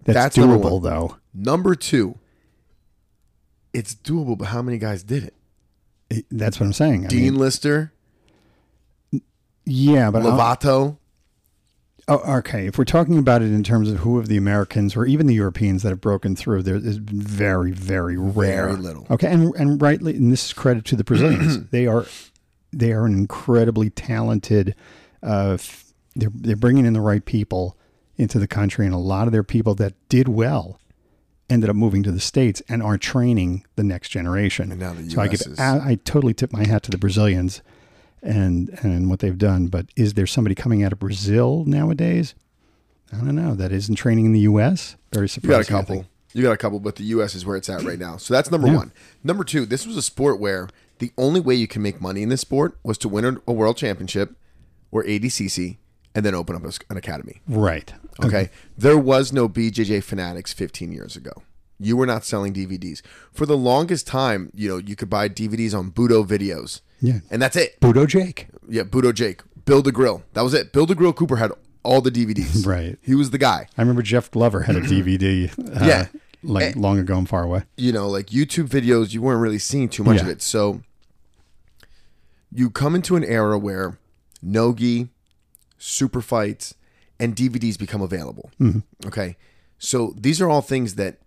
B: that's,
A: That's number
B: doable
A: one.
B: though.
A: Number 2. It's doable, but how many guys did it?
B: It- that's what I'm saying. I
A: Dean
B: mean,
A: Lister,
B: yeah, but I'll-
A: Lovato,
B: Oh, okay. If we're talking about it in terms of who of the Americans or even the Europeans that have broken through, there is very, very rare.
A: Very little.
B: Okay, and and rightly, and this is credit to the Brazilians. they are they are an incredibly talented. Uh, f- they're they're bringing in the right people into the country, and a lot of their people that did well ended up moving to the states and are training the next generation.
A: And now the
B: so I
A: US
B: give
A: is-
B: I, I totally tip my hat to the Brazilians and and what they've done. But is there somebody coming out of Brazil nowadays? I don't know. That isn't training in the U.S. Very
A: You got a
B: surprising. I
A: couple.
B: think.
A: You got a couple, but the U.S. is where it's at right now. So that's number one. Number two, this was a sport where the only way you can make money in this sport was to win a- a world championship or ADCC and then open up a s an academy.
B: Right.
A: Okay. There was no BJJ Fanatics 15 years ago. You were not selling DVDs. For the longest time, you know, you could buy DVDs on Budo videos.
B: Yeah.
A: And that's it.
B: Budo Jake.
A: Yeah, Budo Jake. Build a Grill. That was it. Build a Grill Cooper had all the DVDs.
B: Right.
A: He was the guy.
B: I remember Jeff Glover had a DVD. Uh,
A: Yeah. Eh.
B: Like long ago and far away.
A: you know, like YouTube videos, you weren't really seeing too much of
B: Yeah.
A: it. So you come into an era where Nogi, super fights, and DVDs become available.
B: Mm-hmm.
A: Okay. So these are all things that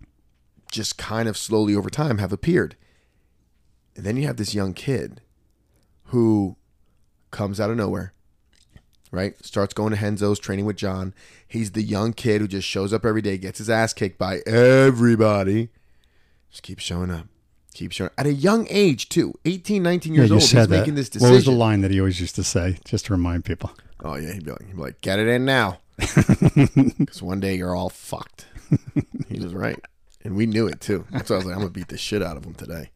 A: just kind of slowly over time have appeared. And then you have this young kid who comes out of nowhere, right? Starts going to Henzo's, training with John. He's the young kid who just shows up every day, gets his ass kicked by everybody. Just keeps showing up. Keeps showing up. At a young age, too. 18, 19 years
B: you
A: old, he's
B: said that.
A: making this
B: What was the
A: decision.
B: line that he always used to say, just to remind people?
A: oh, yeah. He'd be like, he'd be like get it in now. Because one day you're all fucked. He was right. And we knew it, too. That's why I was like, I'm going to beat the shit out of him today.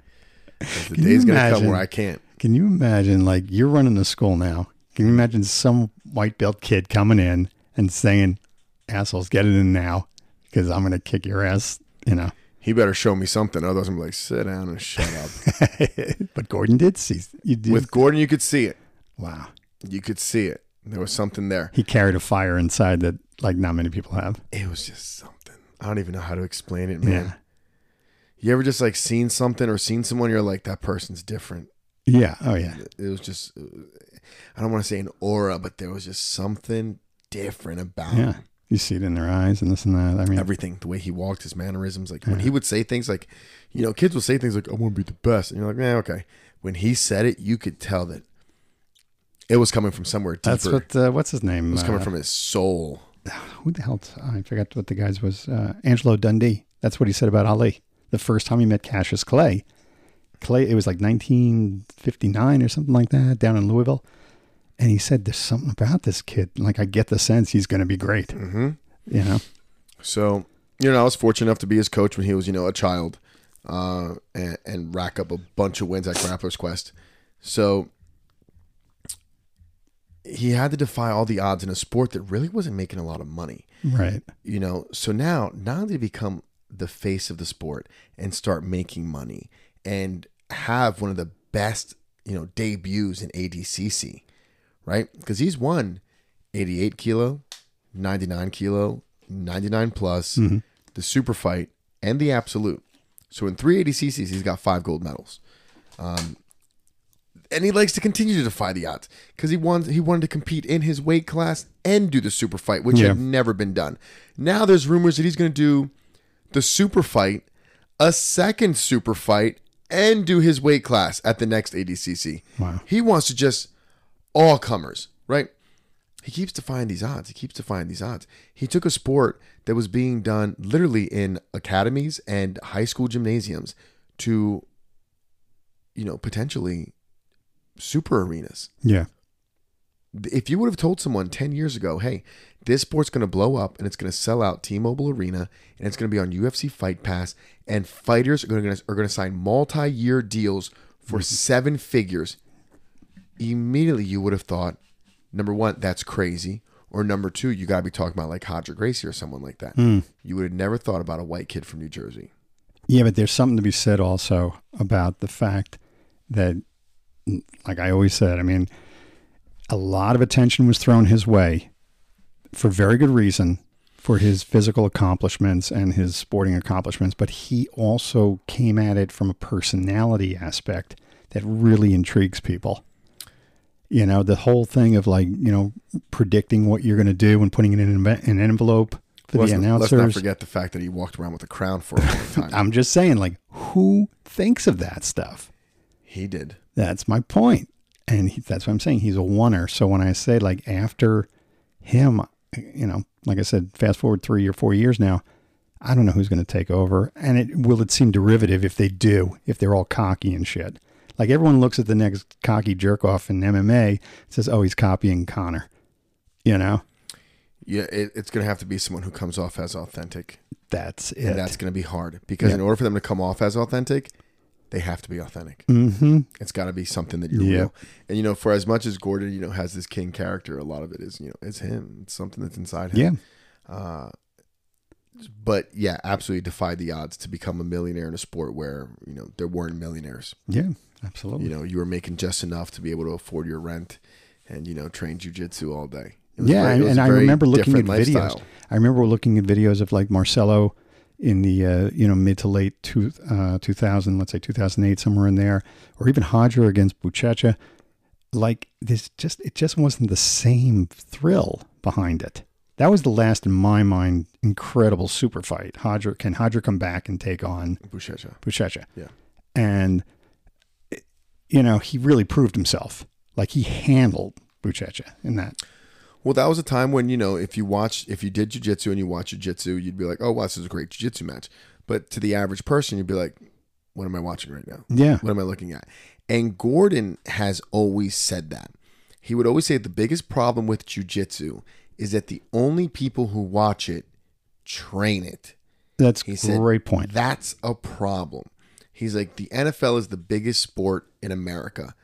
A: 'Cause The
B: you
A: day's going to come
B: imagine?
A: where I can't.
B: Can you imagine, like, you're running a school now? Can you imagine some white belt kid coming in and saying, assholes, get it in now because I'm going to kick your ass, you know?
A: He better show me something. Otherwise, I'm gonna be like, sit down and shut up.
B: but Gordon did see. You did.
A: With Gordon, you could see it.
B: wow.
A: You could see it. There was something there.
B: He carried a fire inside that, like, not many people have.
A: It was just something. I don't even know how to explain it, man. You ever just like seen something or seen someone, you're like, that person's different.
B: Yeah. Oh, yeah.
A: It was just, I don't want to say an aura, but there was just something different about
B: Yeah. You see it in their eyes and this and that. I mean,
A: everything. The way he walked, his mannerisms. Like when he would say things like, you know, kids will say things like, I want to be the best. And you're like, yeah, okay. When he said it, you could tell that it was coming from somewhere deeper.
B: that's what, uh, what's his name?
A: It's coming
B: Uh,
A: from his soul.
B: who the hell? I forgot what the guy's was. Uh, Angelo Dundee. That's what he said about Ali. The first time he met Cassius Clay, Clay, it was like 1959 or something like that, down in Louisville, and he said, "There's something about this kid. Like I get the sense he's going to be great." Mm-hmm. You know,
A: So, you know, I was fortunate enough to be his coach when he was, you know, a child uh, and, and rack up a bunch of wins at Grappler's Quest. So he had to defy all the odds in a sport that really wasn't making a lot of money.
B: Right.
A: You know, so now not only to become the face of the sport and start making money and have one of the best, you know, debuts in ADCC, right? Because he's won 88 kilo, 99 kilo, 99 plus, the super fight, and the absolute. So in three ADCCs, he's got five gold medals Um, and he likes to continue to defy the odds because he wants he wanted to compete in his weight class and do the super fight, which
B: Yeah.
A: had never been done. Now there's rumors that he's going to do the super fight, a second super fight, and do his weight class at the next ADCC.
B: Wow.
A: He wants to just all comers, right? He keeps defying these odds. He keeps defying these odds. He took a sport that was being done literally in academies and high school gymnasiums to, you know, potentially super arenas.
B: Yeah.
A: If you would have told someone 10 years ago, hey, this sport's going to blow up and it's going to sell out T Mobile Arena and it's going to be on UFC Fight Pass, and fighters are going to, are going to sign multi year deals for
B: Mm-hmm.
A: seven figures, immediately you would have thought, number one, that's crazy. Or number two, you got to be talking about like Hodger Gracie or someone like that.
B: Hmm.
A: You would have never thought about a white kid from New Jersey.
B: Yeah, but there's something to be said also about the fact that, like I always said, I mean, a lot of attention was thrown his way for very good reason for his physical accomplishments and his sporting accomplishments, but he also came at it from a personality aspect that really intrigues people. You know, the whole thing of like, you know, predicting what you're going to do and putting it in an enve- an envelope for
A: Let's,
B: the announcers.
A: let's not forget the fact that he walked around with a crown for a long time.
B: I'm just saying, like, who thinks of that stuff?
A: he did.
B: That's my point. And he, that's what I'm saying. He's a oneer. So when I say, like, after him, you know, like I said, fast forward three or four years now, I don't know who's going to take over. And it will it seem derivative if they do, if they're all cocky and shit. Like, everyone looks at the next cocky jerk off in MMA and says, oh, he's copying Connor. You know,
A: Yeah, it, it's going to have to be someone who comes off as authentic.
B: that's it.
A: And that's going to be hard because in order for them to come off as authentic, they have to be authentic.
B: mm-hmm.
A: It's got to be something that you're
B: Yeah.
A: real. And you know, for as much as Gordon, you know, has this king character, a lot of it is you know, it's him. It's something that's inside him.
B: Yeah.
A: But yeah, absolutely defied the odds to become a millionaire in a sport where you know there weren't millionaires.
B: Yeah. Absolutely.
A: You know, you were making just enough to be able to afford your rent, and you know, train jujitsu all day. It was
B: yeah,
A: very- it
B: and,
A: was
B: and
A: a
B: I
A: very
B: remember looking at
A: different
B: videos. I remember looking at videos of like Marcelo in the uh, you know mid to late two, uh, 2000, let's say 2008, somewhere in there, or even Hodger against Buchecha. Like this, just it just wasn't the same thrill behind it. That was the last, in my mind, incredible super fight. Hodger can Hodger come back and take on
A: Buchecha.
B: Buchecha?
A: Yeah.
B: and you know he really proved himself. Like he handled Buchecha in that.
A: Well, that was a time when, you know, if you watched, if you did jujitsu and you watched jujitsu, you'd be like, oh, wow, this is a great jujitsu match. But to the average person, you'd be like, what am I watching right now?
B: Yeah,
A: What am I looking at? And Gordon has always said that. He would always say the biggest problem with jujitsu is that the only people who watch it train it.
B: That's
A: He
B: a
A: said-
B: great point.
A: That's a problem. He's like, the NFL is the biggest sport in America.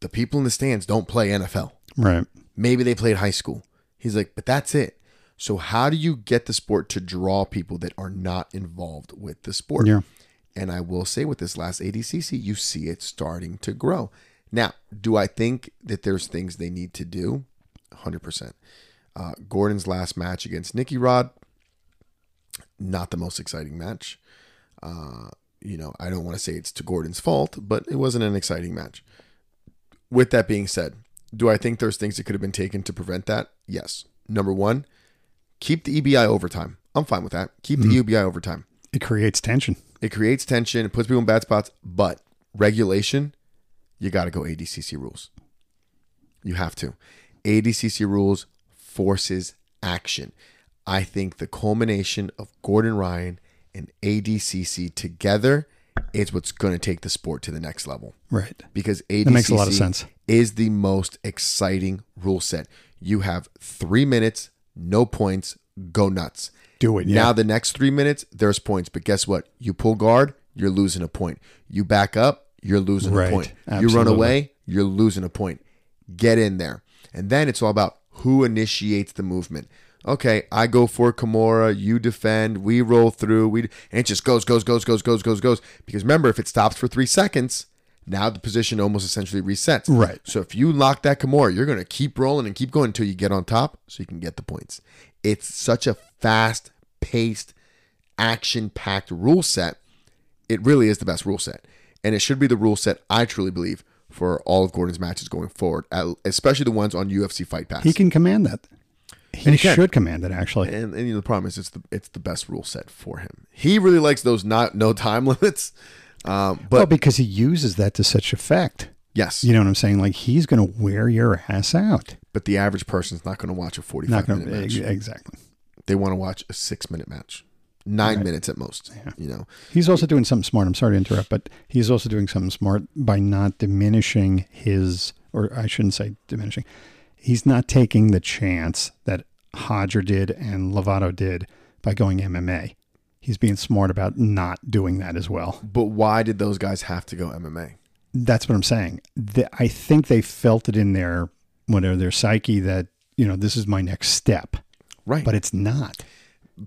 A: The people in the stands don't play NFL.
B: Right.
A: Maybe they played high school. He's like, but that's it. So how do you get the sport to draw people that are not involved with the sport?
B: Yeah.
A: And I will say with this last ADCC, you see it starting to grow. Now, do I think that there's things they need to do? 100%. Uh, Gordon's last match against Nicky Rod, not the most exciting match. Uh, you know, I don't want to say it's to Gordon's fault, but it wasn't an exciting match. With that being said, do I think there's things that could have been taken to prevent that? Yes. Number one, keep the EBI overtime. I'm fine with that. Keep the EBI overtime.
B: It creates tension.
A: It creates tension. It puts people in bad spots. But regulation, you got to go ADCC rules. You have to. ADCC rules forces action. I think the culmination of Gordon Ryan and ADCC together is what's going to take the sport to the next level
B: Right.
A: because ADCC
B: makes a lot of sense.
A: is the most exciting rule set. You have three minutes, no points, go nuts.
B: Do it, yeah.
A: Now the next three minutes, there's points, but guess what? You pull guard, you're losing a point. You back up, you're losing
B: Right.
A: a point. You run
B: Absolutely.
A: away, you're losing a point. get in there. And then it's all about who initiates the movement. Okay, I go for Kimura, you defend, we roll through, we and it just goes, goes, goes, goes, goes, goes, goes. Because remember, if it stops for three seconds, now the position almost essentially resets.
B: Right.
A: So if you lock that Kimura, you're gonna keep rolling and keep going until you get on top so you can get the points. It's such a fast paced, action packed rule set it really is the best rule set. And it should be the rule set, I truly believe, for all of Gordon's matches going forward, at- especially the ones on UFC Fight Pass.
B: He can command that. He, Eh,
A: he can.
B: should command it, actually.
A: and, and you know, the problem is, it's the it's the best rule set for him. He really likes those not no time limits. Um, but
B: well, because he uses that to such effect.
A: yes,
B: You know what I'm saying? Like he's going to wear your ass out.
A: but the average person's not going to watch a
B: Not
A: forty-five
B: going
A: minute
B: to
A: match.
B: exactly.
A: They want to watch a six-minute match, nine minutes at most. You know,
B: He's also doing something smart. I'm sorry to interrupt, but he's also doing something smart by not diminishing his, or I shouldn't say diminishing. He's not taking the chance that Hodger did and Lovato did by going MMA. He's being smart about not doing that as well.
A: but why did those guys have to go MMA?
B: That's what I'm saying. The, I think they felt it in their whatever their psyche that you know this is my next step,
A: Right.
B: but it's not.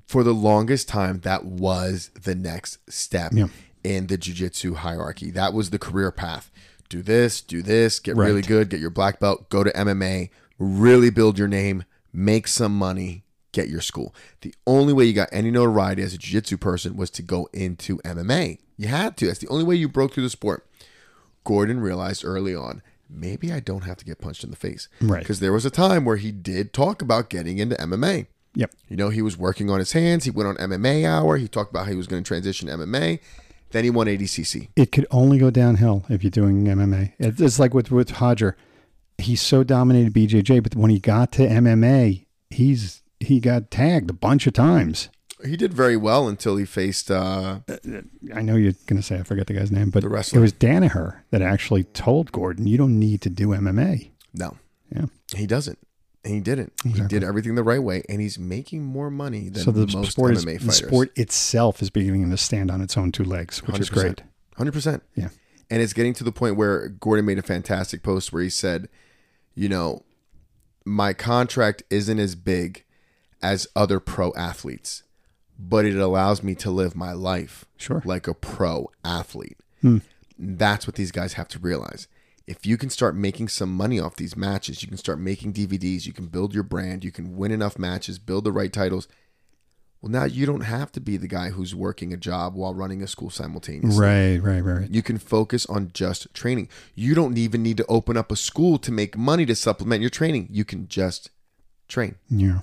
A: for the longest time, that was the next step
B: Yeah.
A: in the jujitsu hierarchy. That was the career path. Do this, do this, get really
B: Right.
A: good, get your black belt, go to MMA, really build your name, make some money, get your school. The only way you got any notoriety as a jujitsu person was to go into MMA. You had to. That's the only way you broke through the sport. Gordon realized early on, maybe I don't have to get punched in the face.
B: Right.
A: Because there was a time where he did talk about getting into MMA.
B: Yep.
A: You know, he was working on his hands. He went on MMA hour. He talked about how he was going to transition to MMA. Then he won ADCC.
B: it could only go downhill if you're doing MMA. It- It's like with with Hodger, he so dominated BJJ, but when he got to MMA, he's he got tagged a bunch of times.
A: He did very well until he faced. Uh,
B: I know you're gonna say I forget the guy's name, but
A: The wrestler.
B: it was Danaher that actually told Gordon, "You don't need to do MMA."
A: no,
B: Yeah,
A: he doesn't. And he didn't. He did everything the right way, and he's making more money than
B: so the
A: most
B: sport
A: MMA
B: is
A: fighters.
B: the sport itself is beginning to stand on its own two legs, which is great.
A: Hundred percent.
B: Yeah.
A: And it's getting to the point where Gordon made a fantastic post where he said, you know, my contract isn't as big as other pro athletes, but it allows me to live my life
B: Sure. Hmm.
A: like a pro athlete. That's what these guys have to realize. If you can start making some money off these matches, you can start making DVDs, you can build your brand, you can win enough matches, build the right titles. Well, now you don't have to be the guy who's working a job while running a school simultaneously.
B: Right, right, right.
A: You can focus on just training. You don't even need to open up a school to make money to supplement your training. You can just train.
B: Yeah.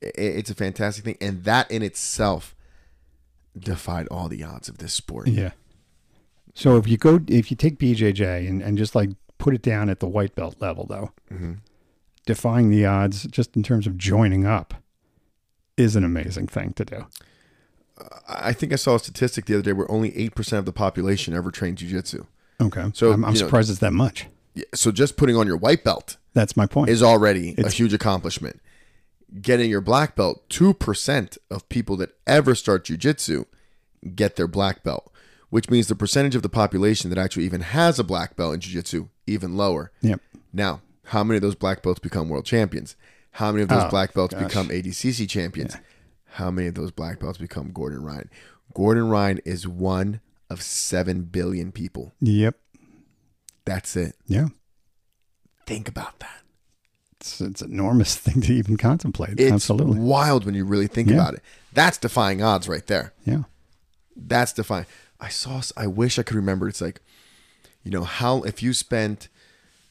A: I- I- It's a fantastic thing. And that in itself defied all the odds of this sport.
B: Yeah. So if you go, if you take BJJ and, and just like put it down at the white belt level, though,
A: Mm-hmm.
B: defying the odds just in terms of joining up is an amazing thing to do.
A: I I think I saw a statistic the other day where only 8% of the population ever trained jujitsu.
B: Okay.
A: So,
B: So I'm, I'm
A: you know-
B: surprised it's that much.
A: Yeah, So just putting on your white belt
B: That's my point.
A: is already a huge accomplishment. Getting your black belt, 2% of people that ever start jujitsu get their black belt, which means the percentage of the population that actually even has a black belt in jujitsu even lower.
B: yep.
A: Now, how many of those black belts become world champions? How many of those
B: Oh,
A: black belts
B: gosh.
A: become ADCC champions? How many of those black belts become Gordon Ryan? Gordon Ryan is one of 7 billion people.
B: Yep.
A: That's it.
B: Yeah.
A: Think about that.
B: It's, it's an enormous thing to even contemplate.
A: It's
B: Absolutely.
A: wild when you really think
B: Yeah.
A: about it. That's defying odds right there.
B: Yeah.
A: That's defying. I saw. I wish I could remember. It's like, you know, how if you spent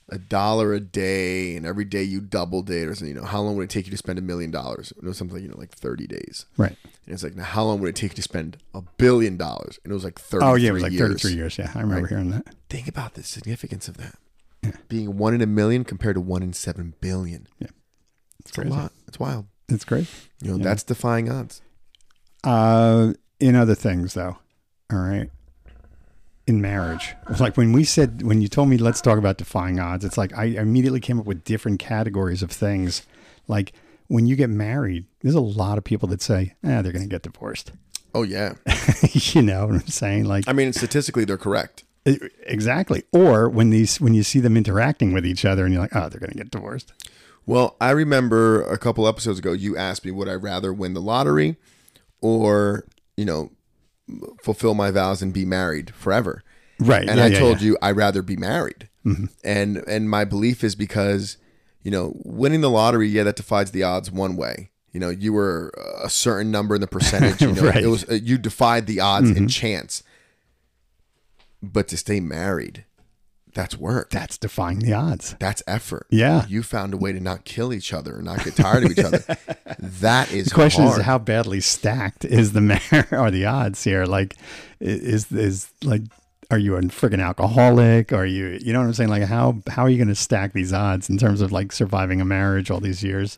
A: a dollar a day and every day you doubled it, or something, you know, how long would it take you to spend a million dollars? It was something you know, like thirty days.
B: Right.
A: And it's like, now how long would it take you to spend a billion dollars? And it was like thirty.
B: Oh, yeah. It was like
A: years.
B: 33 years. Yeah. I remember hearing that.
A: Think about the significance of that. Being one in a million compared to one in seven billion.
B: Yeah.
A: It's, a lot. It's wild.
B: It's great.
A: You know, that's defying odds.
B: Uh, in other things, though, all right. In marriage, like when we said, when you told me, let's talk about defying odds, it's like I immediately came up with different categories of things. Like when you get married, there's a lot of people that say, ah, they're going to get divorced.
A: Oh yeah.
B: you know what I'm saying? Like,
A: I mean, statistically, they're correct.
B: E- Exactly. Or when these when you see them interacting with each other and you're like, oh, they're gonna get divorced.
A: Well, I remember a couple episodes ago, you asked me, would I rather win the lottery or, you know, fulfill my vows and be married forever?
B: Right.
A: And
B: yeah,
A: I
B: yeah,
A: told
B: yeah. Mm-hmm.
A: you I'd rather be married. And and my belief is because, you know, winning the lottery, yeah, that defies the odds one way. You know, you were a certain number in the percentage. You know,
B: Right. Mm-hmm.
A: it was uh, you defied the odds and chance. But to stay married, that's work.
B: that's defying the odds.
A: That's effort.
B: Yeah.
A: You found a way to not kill each other and not get tired of each other. That is
B: The question
A: hard.
B: is how badly stacked is the mar- are the odds here? Like, i- is is like, are you a freaking alcoholic? Are you you know what I'm saying? Like, how how are you going to stack these odds in terms of like surviving a marriage all these years?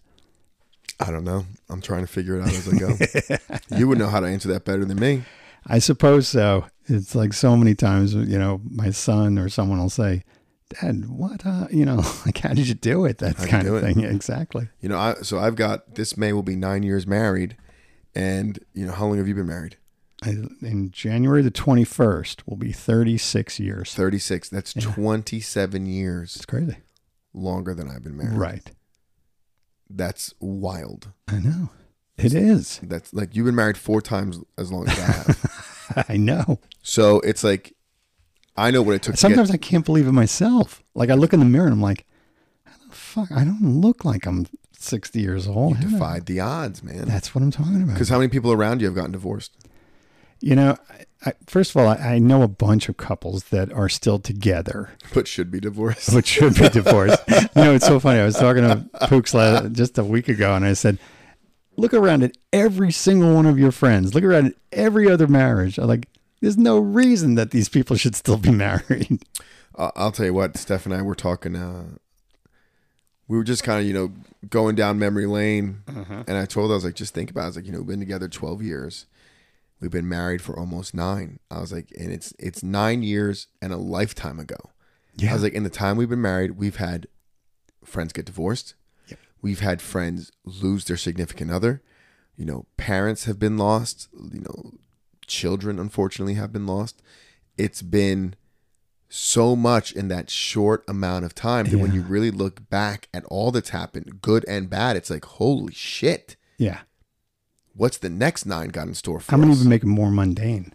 A: I don't know. I'm trying to figure it out as I go. you would know how to answer that better than me.
B: I suppose so. It's like so many times, you know, my son or someone will say, "Dad, what? Uh, you know, like, how did you do it?" That kind
A: do
B: of
A: it?
B: thing. Exactly.
A: You know, I so I've got this May will be nine years married, and you know how long have you been married?
B: I, in January the 21st will be 36 years.
A: Thirty six. That's twenty seven years
B: It's crazy,
A: longer than I've been married.
B: right?
A: That's wild.
B: I know. It is.
A: That's like you've been married four times as long as I have.
B: I know.
A: so it's like, I know what it took. to get-
B: Sometimes I can't believe it myself. Like I look in the mirror and I'm like, how the fuck? I don't look like I'm 60 years old. How do I-
A: defied the odds, man.
B: That's what I'm talking about.
A: Because how many people around you have gotten divorced?
B: You know, I, I, first of all, I, I know a bunch of couples that are still together,
A: but should be divorced.
B: but should be divorced. you know, it's so funny. I was talking to Pooks la- just a week ago, and I said, look around at every single one of your friends. Look around at every other marriage. I'm like, there's no reason that these people should still be married.
A: I- I'll tell you what, Steph and I were talking. Uh, we were just kind of, you know, going down memory lane, and I told her I was like, just think about. It. I was like, you know, we've been together twelve years. We've been married for almost nine. I was like, and it's it's nine years and a lifetime ago. I
B: Yeah.
A: was like, in the time we've been married, we've had friends get divorced. We've had friends lose their significant other. You know, parents have been lost. You know, children, unfortunately, have been lost. It's been so much in that short amount of time that when you really look back at all that's happened, good and bad, it's like, holy shit,
B: Yeah.
A: what's the next nine got in store for
B: I'm going to
A: us?
B: even make it more mundane.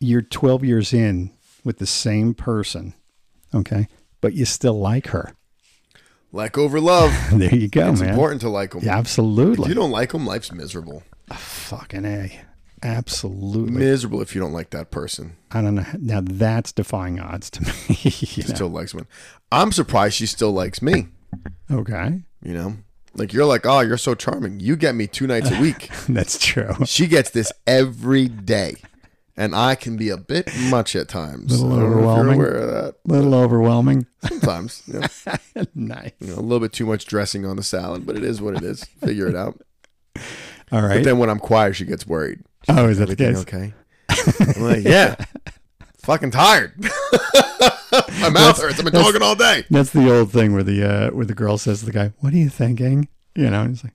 B: You're 12 years in with the same person, okay, but you still like her.
A: like over love.
B: There you go,
A: it's
B: man.
A: important to like them.
B: Yeah,
A: If you
B: absolutely. Ah,
A: don't like them, life's miserable.
B: Fucking a, absolutely.
A: Miserable if you don't like that person.
B: I don't know. Now that's defying odds to me. you know?
A: still likes me. I'm surprised she still likes me.
B: Okay,
A: You know, like you're like, oh, you're so charming. You get me two nights a week.
B: that's true.
A: she gets this every day, and I can be a bit much at times.
B: Little
A: I don't know if you're
B: overwhelming.
A: aware of that.
B: little overwhelming.
A: Sometimes, you know,
B: nice.
A: you know, a little bit too much dressing on the salad, but it is what it is. Figure it out.
B: All right.
A: But then when I'm quiet, she gets worried.
B: oh, is that the
A: Everything
B: case?
A: okay? I'm like, yeah. Fucking tired. My mouth hurts. I've been talking all day.
B: That's the old thing where the uh, where the girl says to the guy, "What are you thinking?" You know, and he's like,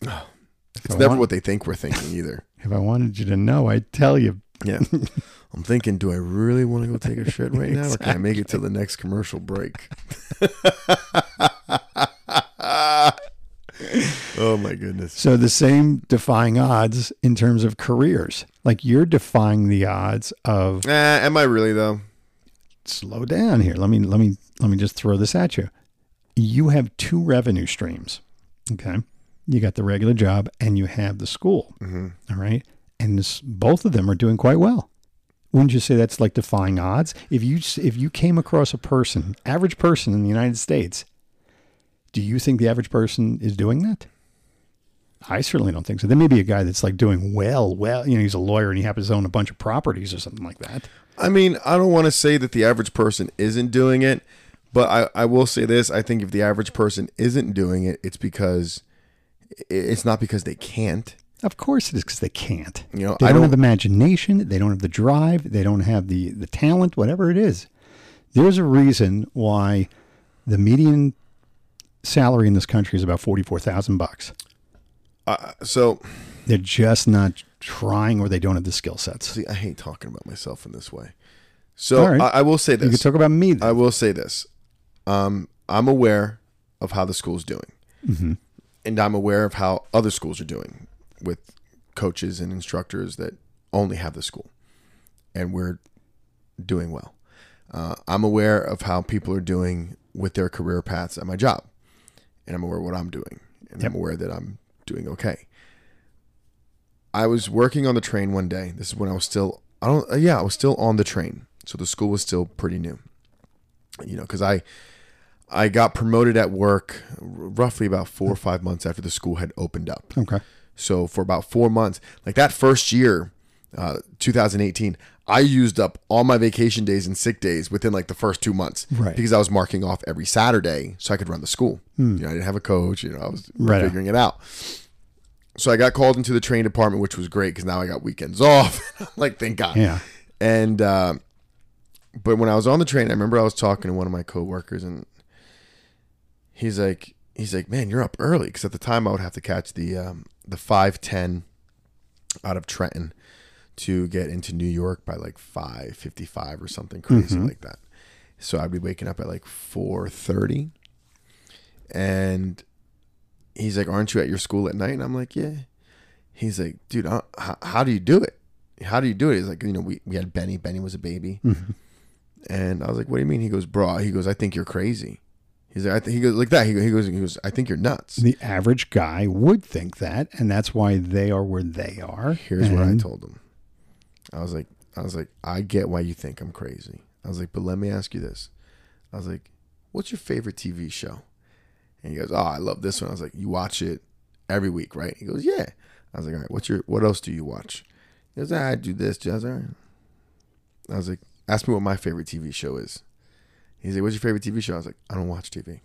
B: "If
A: It's
B: I
A: never
B: want-
A: what they think we're thinking either.
B: If I wanted you to know, I'd tell you.
A: Yeah. I'm thinking, do I really want to go take a shit right now, or can I make it to the next commercial break? oh my goodness.
B: So the same defying odds in terms of careers. Like you're defying the odds of
A: Eh, am I really though?
B: slow down here. Let me let me let me just throw this at you. You have two revenue streams. Okay. You got the regular job and you have the school. All right. And this, both of them are doing quite well. Wouldn't you say that's like defying odds? If you s- if you came across a person, average person in the United States, do you think the average person is doing that? I certainly don't think so. There may be a guy that's like doing well, well, you know, he's a lawyer and he happens to own a bunch of properties or something like that.
A: I mean, I don't want to say that the average person isn't doing it, but I, I will say this. I think if the average person isn't doing it, it's because i- it's not because they can't.
B: Of course it is because they can't.
A: You know,
B: they
A: I
B: don't,
A: don't-
B: have imagination. They don't have the drive. They don't have the the talent. Whatever it is, there's a reason why the median salary in this country is about forty four thousand bucks.
A: Uh, so,
B: They're just not trying, or they don't have the skill sets.
A: see, I hate talking about myself in this way. So
B: All right.
A: I, I will say
B: You could
A: this.
B: talk about me. Then.
A: I will say this. Um, I'm aware of how the school's doing,
B: Mm-hmm.
A: and I'm aware of how other schools are doing with coaches and instructors that only have the school, and we're doing well. Uh, I'm aware of how people are doing with their career paths at my job, and I'm aware of what I'm doing, and I'm aware that I'm doing okay. I was working on the train one day. This is when I was still I don't uh, yeah I was still on the train, so the school was still pretty new you know, because I I got promoted at work r- roughly about four or five months after the school had opened up.
B: okay.
A: So for about four months, like that first year, uh, 2018, I used up all my vacation days and sick days within like the first two months,
B: Right.
A: Because I was marking off every Saturday so I could run the school. You know, I didn't have a coach. You know, I was
B: Hmm. Right.
A: figuring it out. So I got called into the train department, which was great because now I got weekends off. like, thank God.
B: Yeah.
A: And uh, but when I was on the train, I remember I was talking to one of my coworkers, and he's like, he's like, man, you're up early because at the time I would have to catch the um, the five ten out of Trenton to get into New York by like five fifty five or something crazy like that. So I'd be waking up at like four thirty, and he's like, "Aren't you at your school at night?" And I'm like, "Yeah." He's like, "Dude, uh, how, how do you do it? How do you do it?" He's like, "You know, we, we had Benny. Benny was a baby."
B: Mm-hmm.
A: And I was like, "What do you mean?" He goes, "Bro," he goes, "I think you're crazy." He's like, I think he goes like that. He goes, he goes, he goes, I think you're nuts.
B: The average guy would think that, and that's why they are where they are.
A: Here's what I
B: And-
A: told him. I was like, I was like, I get why you think I'm crazy. I was like, but let me ask you this. I was like, what's your favorite TV show? And he goes, oh, I love this one. I was like, you watch it every week, right? He goes, yeah. I was like, all right, what's your, what else do you watch? He goes, "Ah, I do this. I was like, all right. I was like, ask me what my favorite TV show is. He's like, what's your favorite TV show? I was like, I don't watch TV.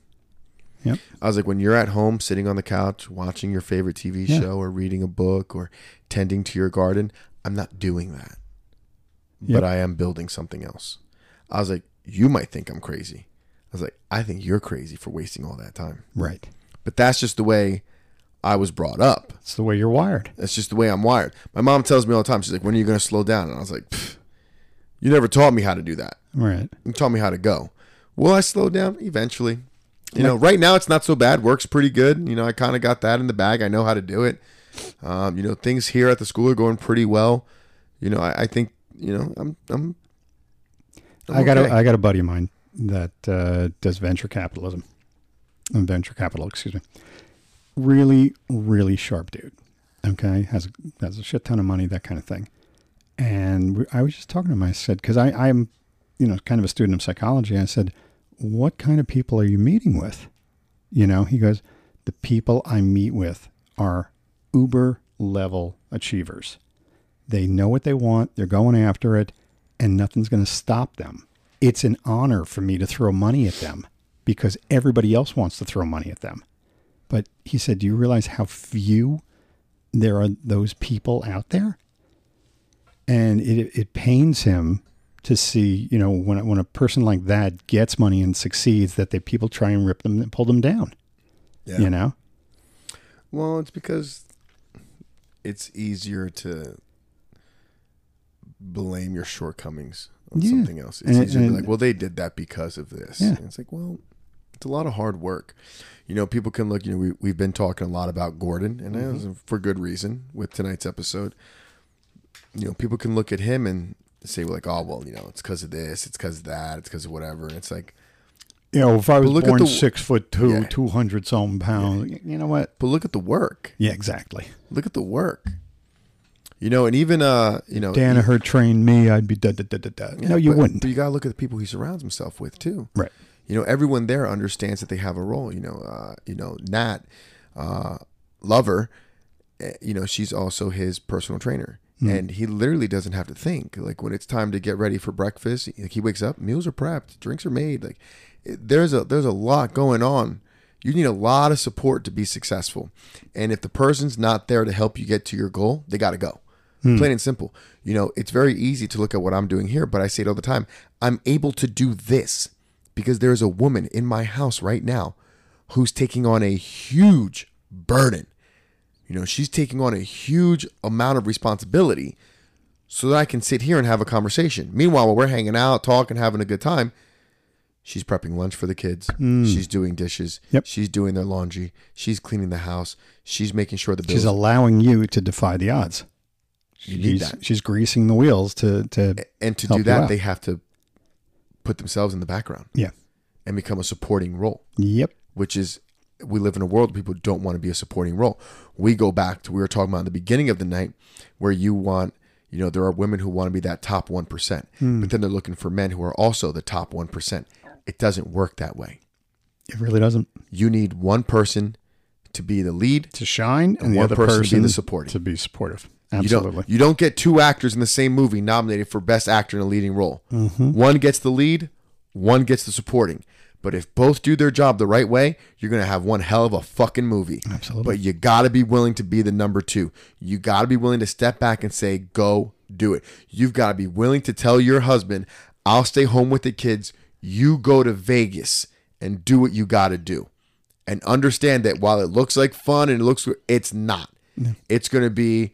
B: Yep.
A: I was like, when you're at home sitting on the couch watching your favorite TV
B: Yeah.
A: show or reading a book or tending to your garden, I'm not doing that.
B: Yep.
A: But I am building something else. I was like, you might think I'm crazy. I was like, I think you're crazy for wasting all that time.
B: Right.
A: But that's just the way I was brought up.
B: It's the way you're wired.
A: That's just the way I'm wired. My mom tells me all the time, she's like, when are you going to slow down? And I was like, "Pfft, you never taught me how to do that.
B: Right.
A: You taught me how to go. Will I slow down? Eventually. You know, right now it's not so bad. Works pretty good. You know, I kind of got that in the bag. I know how to do it. Um, you know, things here at the school are going pretty well. You know, I, I think you know I'm I'm. I'm
B: I uh, got
A: okay.
B: a I got a buddy of mine that uh, does venture capitalism, Uh, venture capital, excuse me. Really, really sharp dude. Okay, has a, has a shit ton of money, that kind of thing. And we, I was just talking to him. I said, because I I am, you know, kind of a student of psychology. I said, what kind of people are you meeting with? You know, he goes, the people I meet with are uber level achievers. They know what they want, they're going after it, and nothing's going to stop them. It's an honor for me to throw money at them because everybody else wants to throw money at them. But he said, Do you realize how few there are those people out there? And it, it pains him to see, you know, when, when a person like that gets money and succeeds, that they people try and rip them, pull them down,
A: Yeah.
B: you know?
A: Well, it's because it's easier to blame your shortcomings on
B: Yeah.
A: something else. It's
B: And it-
A: easier to be
B: and-
A: like, well, they did that because of this.
B: Yeah.
A: And it's like, well, it's a lot of hard work. You know, people can look, you know, we, we've been talking a lot about Gordon, and
B: Mm-hmm.
A: that was for good reason with tonight's episode. You know, people can look at him and say, like, oh, well, you know, it's because of this, it's because of that, it's because of whatever. And it's like,
B: You know, if I was
A: look at
B: born
A: the-
B: six foot two,
A: Yeah.
B: 200 some pounds, you know what?
A: but look at the work.
B: Yeah, exactly.
A: Look at the work. You know, and even, uh, you know,
B: Danaher trained me, I'd be da da da da da.
A: Yeah,
B: no, Oh, you
A: but-
B: wouldn't.
A: But you got to look at the people he surrounds himself with too.
B: Right.
A: You know, everyone there understands that they have a role. You know, uh, you know Nat, uh, Lover, eh, you know, she's also his personal trainer, and he literally doesn't have to think. Like when it's time to get ready for breakfast, like he wakes up, meals are prepped, drinks are made. Like it, there's a there's a lot going on. You need a lot of support to be successful, and if the person's not there to help you get to your goal, they got to go. Plain and simple. You know, it's very easy to look at what I'm doing here, but I say it all the time. I'm able to do this because there is a woman in my house right now who's taking on a huge burden. You know, she's taking on a huge amount of responsibility so that I can sit here and have a conversation. Meanwhile, while we're hanging out, talking, having a good time, she's prepping lunch for the kids. She's doing dishes.
B: Mm. Yep.
A: She's doing their laundry. She's cleaning the house. She's making sure the bills.
B: She's allowing you to defy the odds.
A: You need
B: she's,
A: that. Eh.
B: she's greasing the wheels to to
A: and to
B: help
A: do
B: you
A: that,
B: out.
A: they have to put themselves in the background
B: yeah.
A: and become a supporting role.
B: Yep.
A: which is we live in a world where people don't want to be a supporting role. We go back to we were talking about in the beginning of the night where you want you know there are women who want to be that top 1%, but then they're looking for men who are also the top 1%. It doesn't work that way.
B: It really doesn't.
A: You need one person to be the lead.
B: To shine and, the
A: one
B: other
A: person
B: person,
A: be the supporting.
B: To be supportive.
A: You
B: Absolutely.
A: don't you don't get two actors in the same movie nominated for best actor in a leading role.
B: Mm-hmm.
A: One gets the lead, one gets the supporting. But if both do their job the right way, you're gonna have one hell of a fucking movie.
B: Absolutely.
A: But you got to be willing to be the number two. You got to be willing to step back and say, go do it. You've got to be willing to tell your husband, I'll stay home with the kids. You go to Vegas and do what you got to do. And understand that while it looks like fun and it looks, it's not. It's going to be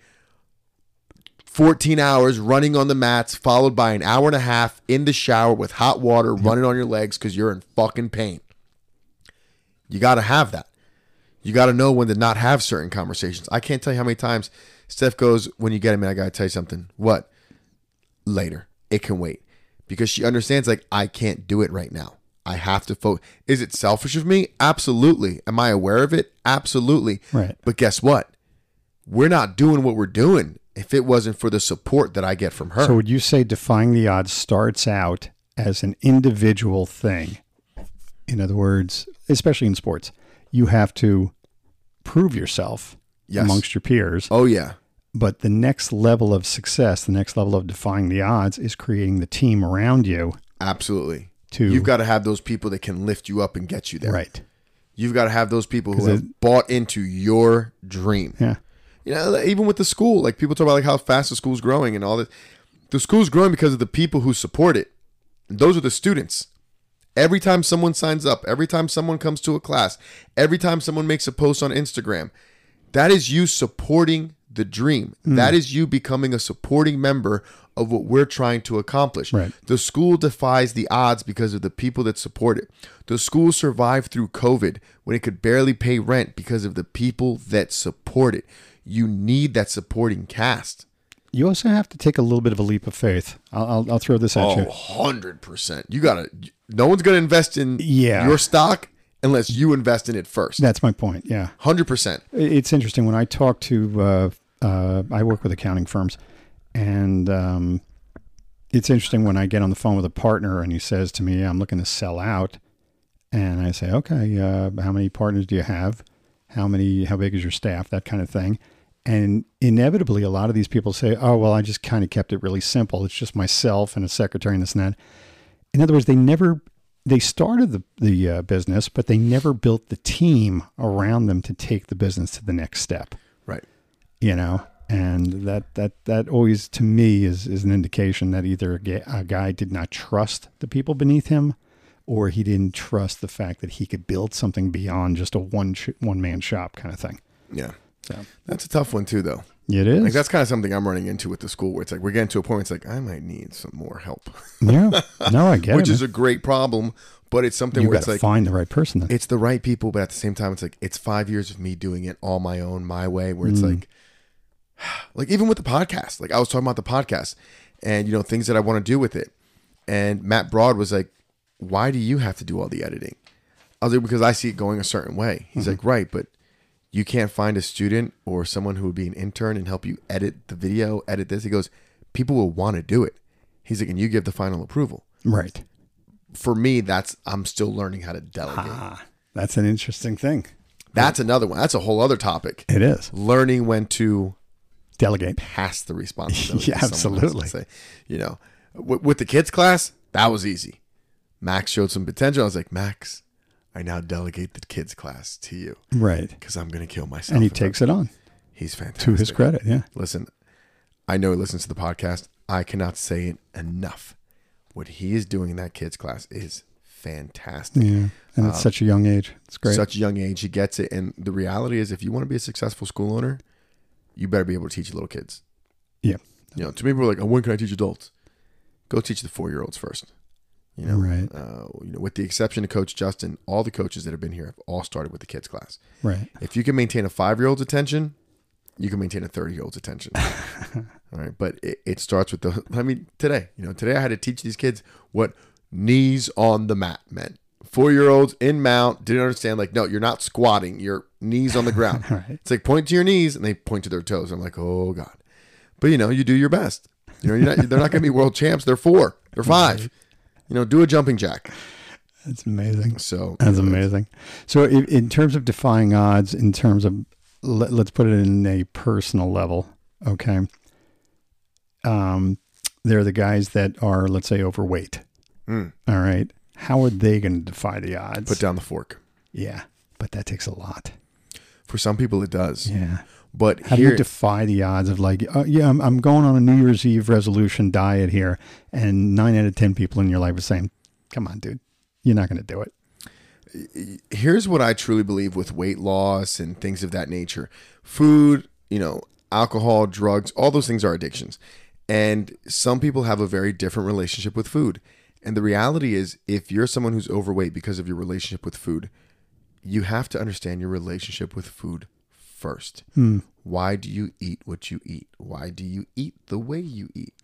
A: 14 hours running on the mats, followed by an hour and a half in the shower with hot water running on your legs because you're in fucking pain. You got to have that. You got to know when to not have certain conversations. I can't tell you how many times Steph goes, when you get him, man, I got to tell you something. What? Later. It can wait. Because she understands, like, I can't do it right now. I have to focus. Is it selfish of me? Absolutely. Am I aware of it? Absolutely.
B: Right.
A: But guess what? We're not doing what we're doing if it wasn't for the support that I get from her.
B: So would you say defying the odds starts out as an individual thing? In other words, especially in sports, you have to prove yourself
A: Yes.
B: amongst your peers.
A: oh, yeah.
B: But the next level of success, the next level of defying the odds is creating the team around you
A: Absolutely.
B: to
A: You've got to have those people that can lift you up and get you there.
B: right.
A: You've got to have those people who
B: 'Cause
A: have bought into your dream.
B: Yeah.
A: You know, like, even with the school, like people talk about like how fast the school's growing and all this. The school's growing because of the people who support it. And those are the students. Every time someone signs up, every time someone comes to a class, every time someone makes a post on Instagram, that is you supporting the dream. That is you becoming a supporting member of what we're trying to accomplish.
B: Right.
A: The school defies the odds because of the people that support it. The school survived through COVID when it could barely pay rent because of the people that support it. You need that supporting cast.
B: You also have to take a little bit of a leap of faith. I'll, I'll, I'll throw this at
A: Oh,
B: you.
A: 100%. You got to no one's going to invest in
B: Yeah.
A: your stock unless you invest in it first.
B: That's my point. Yeah.
A: 100%.
B: It's interesting when I talk to uh, uh, I work with accounting firms, and um, it's interesting when I get on the phone with a partner and he says to me, "I'm looking to sell out," and I say, "Okay, uh, how many partners do you have? How many? How big is your staff? That kind of thing." And inevitably, a lot of these people say, "Oh, well, I just kind of kept it really simple. It's just myself and a secretary and this and that." In other words, they never they started the the uh, business, but they never built the team around them to take the business to the next step.
A: Right.
B: You know, and that that that always to me is is an indication that either a ga- a guy did not trust the people beneath him, or he didn't trust the fact that he could build something beyond just a one sh- one man shop kind of thing.
A: Yeah.
B: So
A: That's a tough one too though.
B: it is.
A: Like that's kind of something I'm running into with the school where it's like we're getting to a point where it's like I might need some more help,
B: yeah. No, I get
A: which
B: it.
A: is
B: man.
A: a great problem, but it's something
B: You
A: where
B: got
A: it's
B: to
A: like
B: find the right person. Then.
A: it's the right people, but at the same time it's like it's 5 years of me doing it all my own, my way where it's like like even with the podcast. Like I was talking about the podcast and you know things that I want to do with it. And Matt Broad was like, "Why do you have to do all the editing?" I was like, "Because I see it going a certain way." He's like, "Right, but you can't find a student or someone who would be an intern and help you edit the video, edit this. He goes, people will want to do it. He's like, and you give the final approval.
B: right.
A: For me, that's I'm still learning how to delegate.
B: Ah, that's an interesting thing.
A: That's another one. That's a whole other topic.
B: It is
A: Learning when to
B: delegate.
A: pass the responsibility.
B: Yeah,
A: to someone else and
B: absolutely.
A: Say, you know, with, with the kids class, that was easy. Max showed some potential. I was like, Max, I now delegate the kids class to you
B: Right.
A: because I'm gonna kill myself.
B: and he
A: if I-
B: takes it on
A: He's fantastic.
B: to his credit. Yeah,
A: Listen, I know he listens to the podcast. I cannot say it enough. What he is doing in that kids class is fantastic.
B: yeah, and it's such a young age. It's great.
A: Um, Such a young age, he gets it. And the reality is, if you want to be a successful school owner, you better be able to teach little kids.
B: yeah,
A: You know, to me, we're like, oh, when can I teach adults? Go teach the four year olds first. You know,
B: Right.
A: uh, you know, with the exception of Coach Justin, all the coaches that have been here have all started with the kids class.
B: Right.
A: If you can maintain a five year old's attention, you can maintain a 30 year old's attention. all right. But it, it starts with the, I mean, today, you know, today I had to teach these kids what knees on the mat meant. Four year olds in mount didn't understand, like, no, you're not squatting, your knees on the ground.
B: Right.
A: It's like point to your knees and they point to their toes. I'm like, oh God. But you know, you do your best. You know, you're not, they're not going to be world champs. They're four, they're five. You know, do a jumping jack.
B: That's amazing.
A: So
B: That's amazing. So, in, in terms of defying odds, in terms of let, let's put it in a personal level, okay. Um, they're the guys that are, let's say, overweight.
A: Mm.
B: All right. How are they going to defy the odds?
A: put down the fork.
B: yeah, but that takes a lot.
A: For some people, it does.
B: Yeah.
A: But
B: How do
A: here,
B: you defy the odds of like, uh, yeah, I'm, I'm going on a New Year's Eve resolution diet here, and nine out of ten people in your life are saying, "Come on, dude, you're not going to do it."
A: here's what I truly believe with weight loss and things of that nature. Food, you know, alcohol, drugs, all those things are addictions. And some people have a very different relationship with food. And the reality is if you're someone who's overweight because of your relationship with food, you have to understand your relationship with food first. Why do you eat what you eat? Why do you eat the way you eat?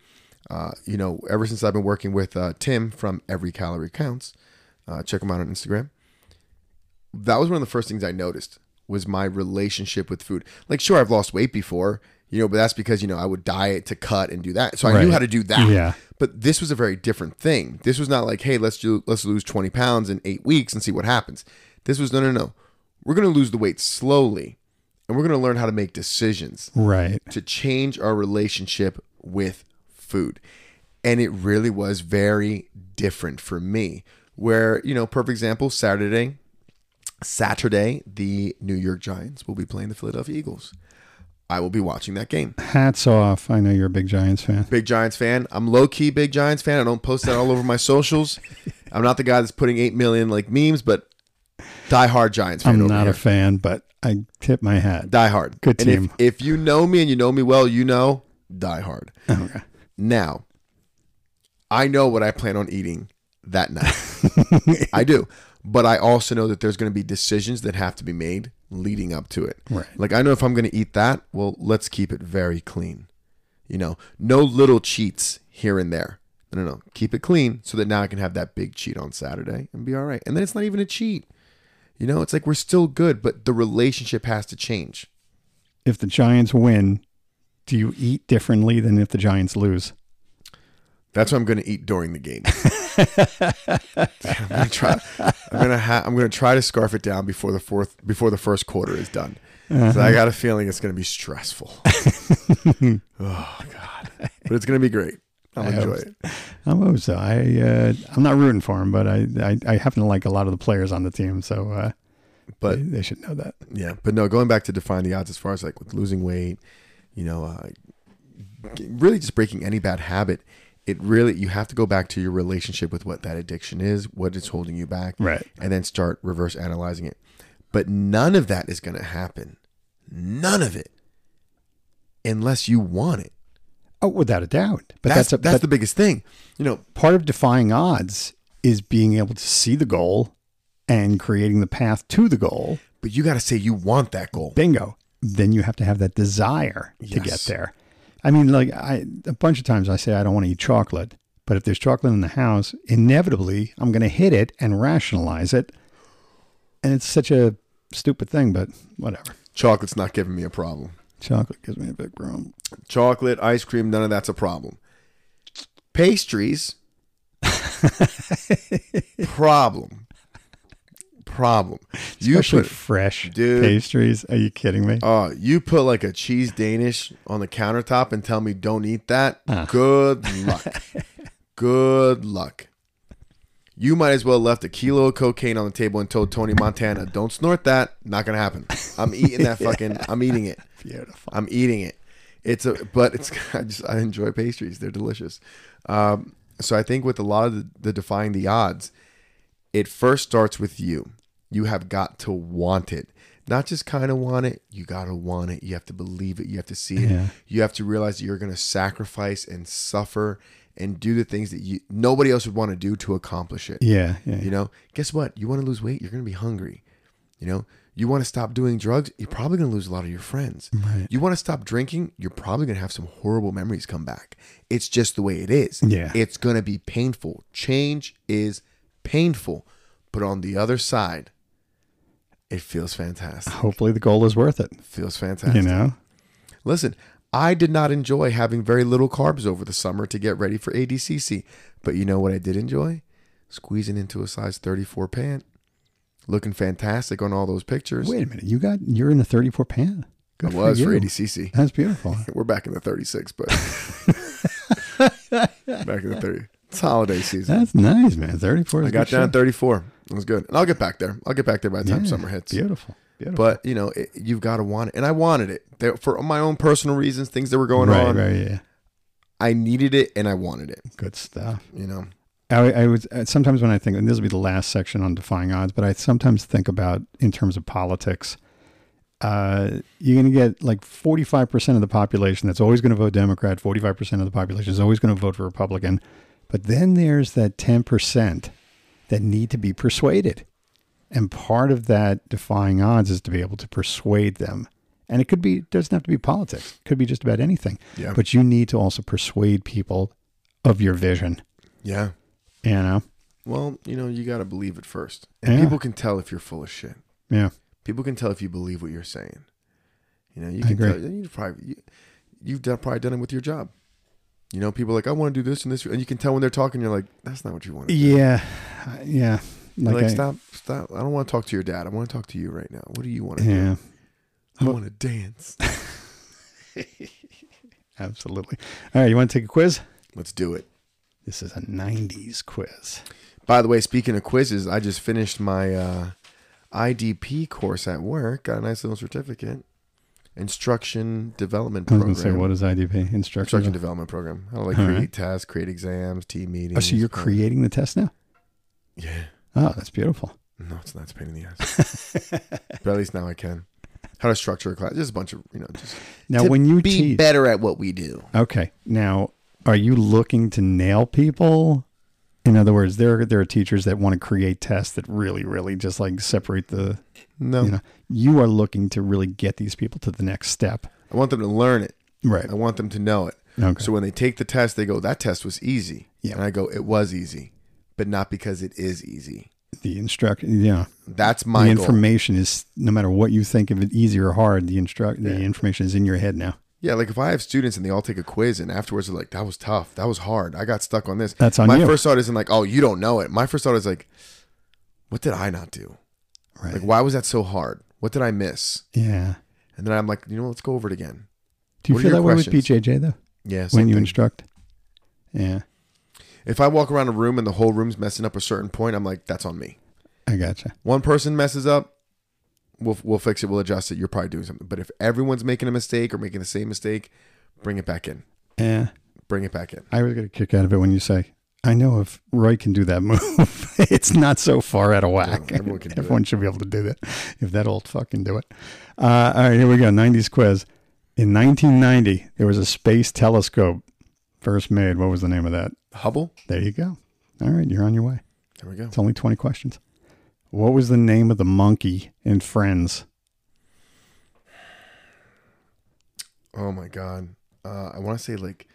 A: Uh, you know, ever since I've been working with uh, Tim from Every Calorie Counts, uh, check him out on Instagram that was one of the first things I noticed was my relationship with food. Like, sure, I've lost weight before, you know, but that's because you know I would diet to cut and do that, so I knew
B: Right.
A: how to do that.
B: Yeah.
A: But this was a very different thing. This was not like, hey, let's do let's lose twenty pounds in eight weeks and see what happens. This was no, no, no. We're gonna lose the weight slowly, and we're gonna learn how to make decisions
B: Right.
A: to change our relationship with food. And it really was very different for me. Where, you know, perfect example, Saturday, Saturday, the New York Giants will be playing the Philadelphia Eagles. I will be watching that game.
B: Hats off. I know you're a big Giants fan.
A: Big Giants fan. I'm low key big Giants fan. I don't post that all over my socials. I'm not the guy that's putting 8 million like memes, but die hard Giants fan.
B: I'm
A: over
B: not
A: here.
B: a fan, but I tip my hat.
A: Die Hard.
B: Good
A: And if-
B: team.
A: If, you know me and you know me well, you know Die Hard.
B: Okay.
A: Now, I know what I plan on eating that night. I do. But I also know that there's going to be decisions that have to be made leading up to it.
B: Right.
A: Like I know if I'm going to eat that, well, let's keep it very clean. You know, no little cheats here and there. No, no, no. Keep it clean so that now I can have that big cheat on Saturday and be all right. And then it's not even a cheat. You know, it's like we're still good, but the relationship has to change.
B: If the Giants win, do you eat differently than if the Giants lose?
A: That's what I'm going to eat during the game. I'm going to try. I'm going to. Ha- I'm going to try to scarf it down before the fourth. Before the first quarter is done. 'Cause I got a feeling it's going to be stressful. oh God! But it's going to be great. I'll enjoy it.
B: I'm hope so. I uh, I'm not rooting for them, but I, I I happen to like a lot of the players on the team, so uh,
A: But
B: they, they should know that.
A: yeah, but no. Going back to define the odds as far as like with losing weight, you know, uh, g- really just breaking any bad habit. It really you have to go back to your relationship with what that addiction is, what it's holding you back,
B: Right.
A: and then start reverse analyzing it. But none of that is going to happen. None of it. Unless you want it.
B: Oh, without a doubt. But
A: That's
B: that's
A: that's,
B: a,
A: the biggest thing. You know,
B: part of defying odds is being able to see the goal and creating the path to the goal.
A: but you got to say you want that goal.
B: Bingo. Then you have to have that desire to get
A: Yes.
B: there. I mean, like I a bunch of times I say I don't want to eat chocolate, but if there's chocolate in the house, inevitably I'm going to hit it and rationalize it. And it's such a stupid thing, but whatever.
A: Chocolate's not giving me a problem.
B: Chocolate gives me a big problem.
A: Chocolate, ice cream, none of that's a problem. Pastries problem. Problem. You
B: Especially
A: put
B: fresh
A: Dude.
B: pastries. Are you kidding me?
A: Oh, you put like a cheese Danish on the countertop and tell me don't eat that. Good luck. Good luck. You might as well left a kilo of cocaine on the table and told Tony Montana, "Don't snort that. Not gonna happen. I'm eating that fucking. I'm eating it.
B: Beautiful.
A: I'm eating it. It's a but it's I just I enjoy pastries. They're delicious. Um, so I think with a lot of the, the defying the odds, it first starts with you. You have got to want it. Not just kind of want it. You got to want it. You have to believe it. You have to see it.
B: Yeah.
A: You have to realize that you're going to sacrifice and suffer and do the things that you nobody else would want to do to accomplish it.
B: Yeah, yeah,
A: You know, guess what? You want to lose weight, you're going to be hungry. You know, you want to stop doing drugs, you're probably going to lose a lot of your friends.
B: Right.
A: You want to stop drinking, you're probably going to have some horrible memories come back. It's just the way it is.
B: Yeah.
A: It's going to be painful. Change is painful. But on the other side, it feels fantastic.
B: Hopefully, the goal is worth it.
A: Feels fantastic.
B: You know,
A: Listen, I did not enjoy having very little carbs over the summer to get ready for ADCC, but you know what I did enjoy? Squeezing into a size 34 pant, looking fantastic on all those pictures.
B: wait a minute. You got you're in a 34 pan.
A: I
B: Good
A: was for,
B: you.
A: ADCC.
B: That's beautiful.
A: We're back in the 36, but back in the 30. It's holiday season.
B: That's nice, man. 34. Is
A: I
B: good
A: got down
B: shit.
A: 34. It was good. And I'll get back there. I'll get back there by the time
B: Yeah,
A: summer hits.
B: Beautiful. Beautiful.
A: But, you know, it, you've got to want it. And I wanted it there, for my own personal reasons, things that were going
B: right,
A: on.
B: right, yeah.
A: I needed it and I wanted it,
B: Good stuff.
A: you know.
B: I, I was uh, sometimes when I think, and this will be the last section on defying odds, but I sometimes think about in terms of politics. Uh, you're going to get like 45% of the population that's always going to vote Democrat, 45% of the population is always going to vote for Republican. But then there's that 10% that need to be persuaded. And part of that defying odds is to be able to persuade them. And it could be, it doesn't have to be politics, it could be just about anything.
A: Yeah.
B: But you need to also persuade people of your vision,
A: Yeah.
B: you know?
A: Well, you know, you got to believe it first. And
B: Yeah.
A: people can tell if you're full of shit.
B: Yeah.
A: People can tell if you believe what you're saying. You know, you
B: I
A: can
B: agree.
A: tell. You probably you, you've done probably done it with your job. You know, people are like I want to do this and this, and you can tell when they're talking. You're like, that's not what you want. to do.
B: Yeah, I- yeah.
A: You're uh, Like,
B: I-
A: stop, stop. I don't want to talk to your dad. I want to talk to you right now. What do you want to
B: Yeah,
A: do? I want to dance.
B: absolutely. All right, you want to take a quiz?
A: Let's do it.
B: This is a '90s quiz.
A: By the way, speaking of quizzes, I just finished my uh, IDP course at work. Got a nice little certificate. Instruction development
B: I was
A: program.
B: going to say, what is IDP? Instruction.
A: instruction development program. How to like
B: All
A: create
B: right.
A: tasks, create exams, team meetings. uh,
B: oh, so you're creating the test now?
A: Yeah.
B: Oh, that's beautiful.
A: No, it's not. It's a pain in the ass. but at least now I can. How to structure a class. Just a bunch of you know. Just
B: Now,
A: To
B: when you
A: be
B: teach,
A: better at what we do.
B: okay. Now, are you looking to nail people? In other words, there there are teachers that want to create tests that really, really just like separate the.
A: No,
B: You know, you are looking to really get these people to the next step,
A: I want them to learn it.
B: right?
A: I want them to know it.
B: Okay.
A: So when they take the test, they go, "That test was easy."
B: Yeah.
A: And I go, "It was easy, but not because it is easy."
B: the instruction, yeah.
A: That's my
B: the
A: goal.
B: information is no matter what you think of it easy or hard the instruct the information is in your head now
A: Yeah, like if I have students and they all take a quiz and afterwards they're like, "That was tough. That was hard. I got stuck on this."
B: That's on
A: My
B: you.
A: first thought isn't like, "Oh, you don't know it." My first thought is like, "What did I not do?
B: right
A: Like, why was that so hard? What did I miss?"
B: yeah
A: And then I'm like, "You know, what? let's go over it again."
B: do you
A: What are
B: feel
A: your
B: that way with
A: questions?
B: bjj though
A: Yeah.
B: when you
A: something.
B: instruct yeah
A: if I walk around a room and the whole room's messing up a certain point, I'm like, "That's on me."
B: i gotcha
A: One person messes up, we'll we'll fix it. We'll adjust it. You're probably doing something. But if everyone's making a mistake or making the same mistake, bring it back in.
B: yeah
A: Bring it back in.
B: i was gonna kick out of it when you say i know if roy can do that move it's not so far out of whack
A: Yeah, everyone can do it.
B: everyone should be able to do that if that old fucking do it uh, all right here we go 90s quiz in 1990 there was a space telescope first made what was the name of that
A: Hubble.
B: there you go all right you're on your way
A: There we go.
B: It's only 20 questions. What was the name of the monkey in Friends?
A: Oh my god. Uh, I want to say like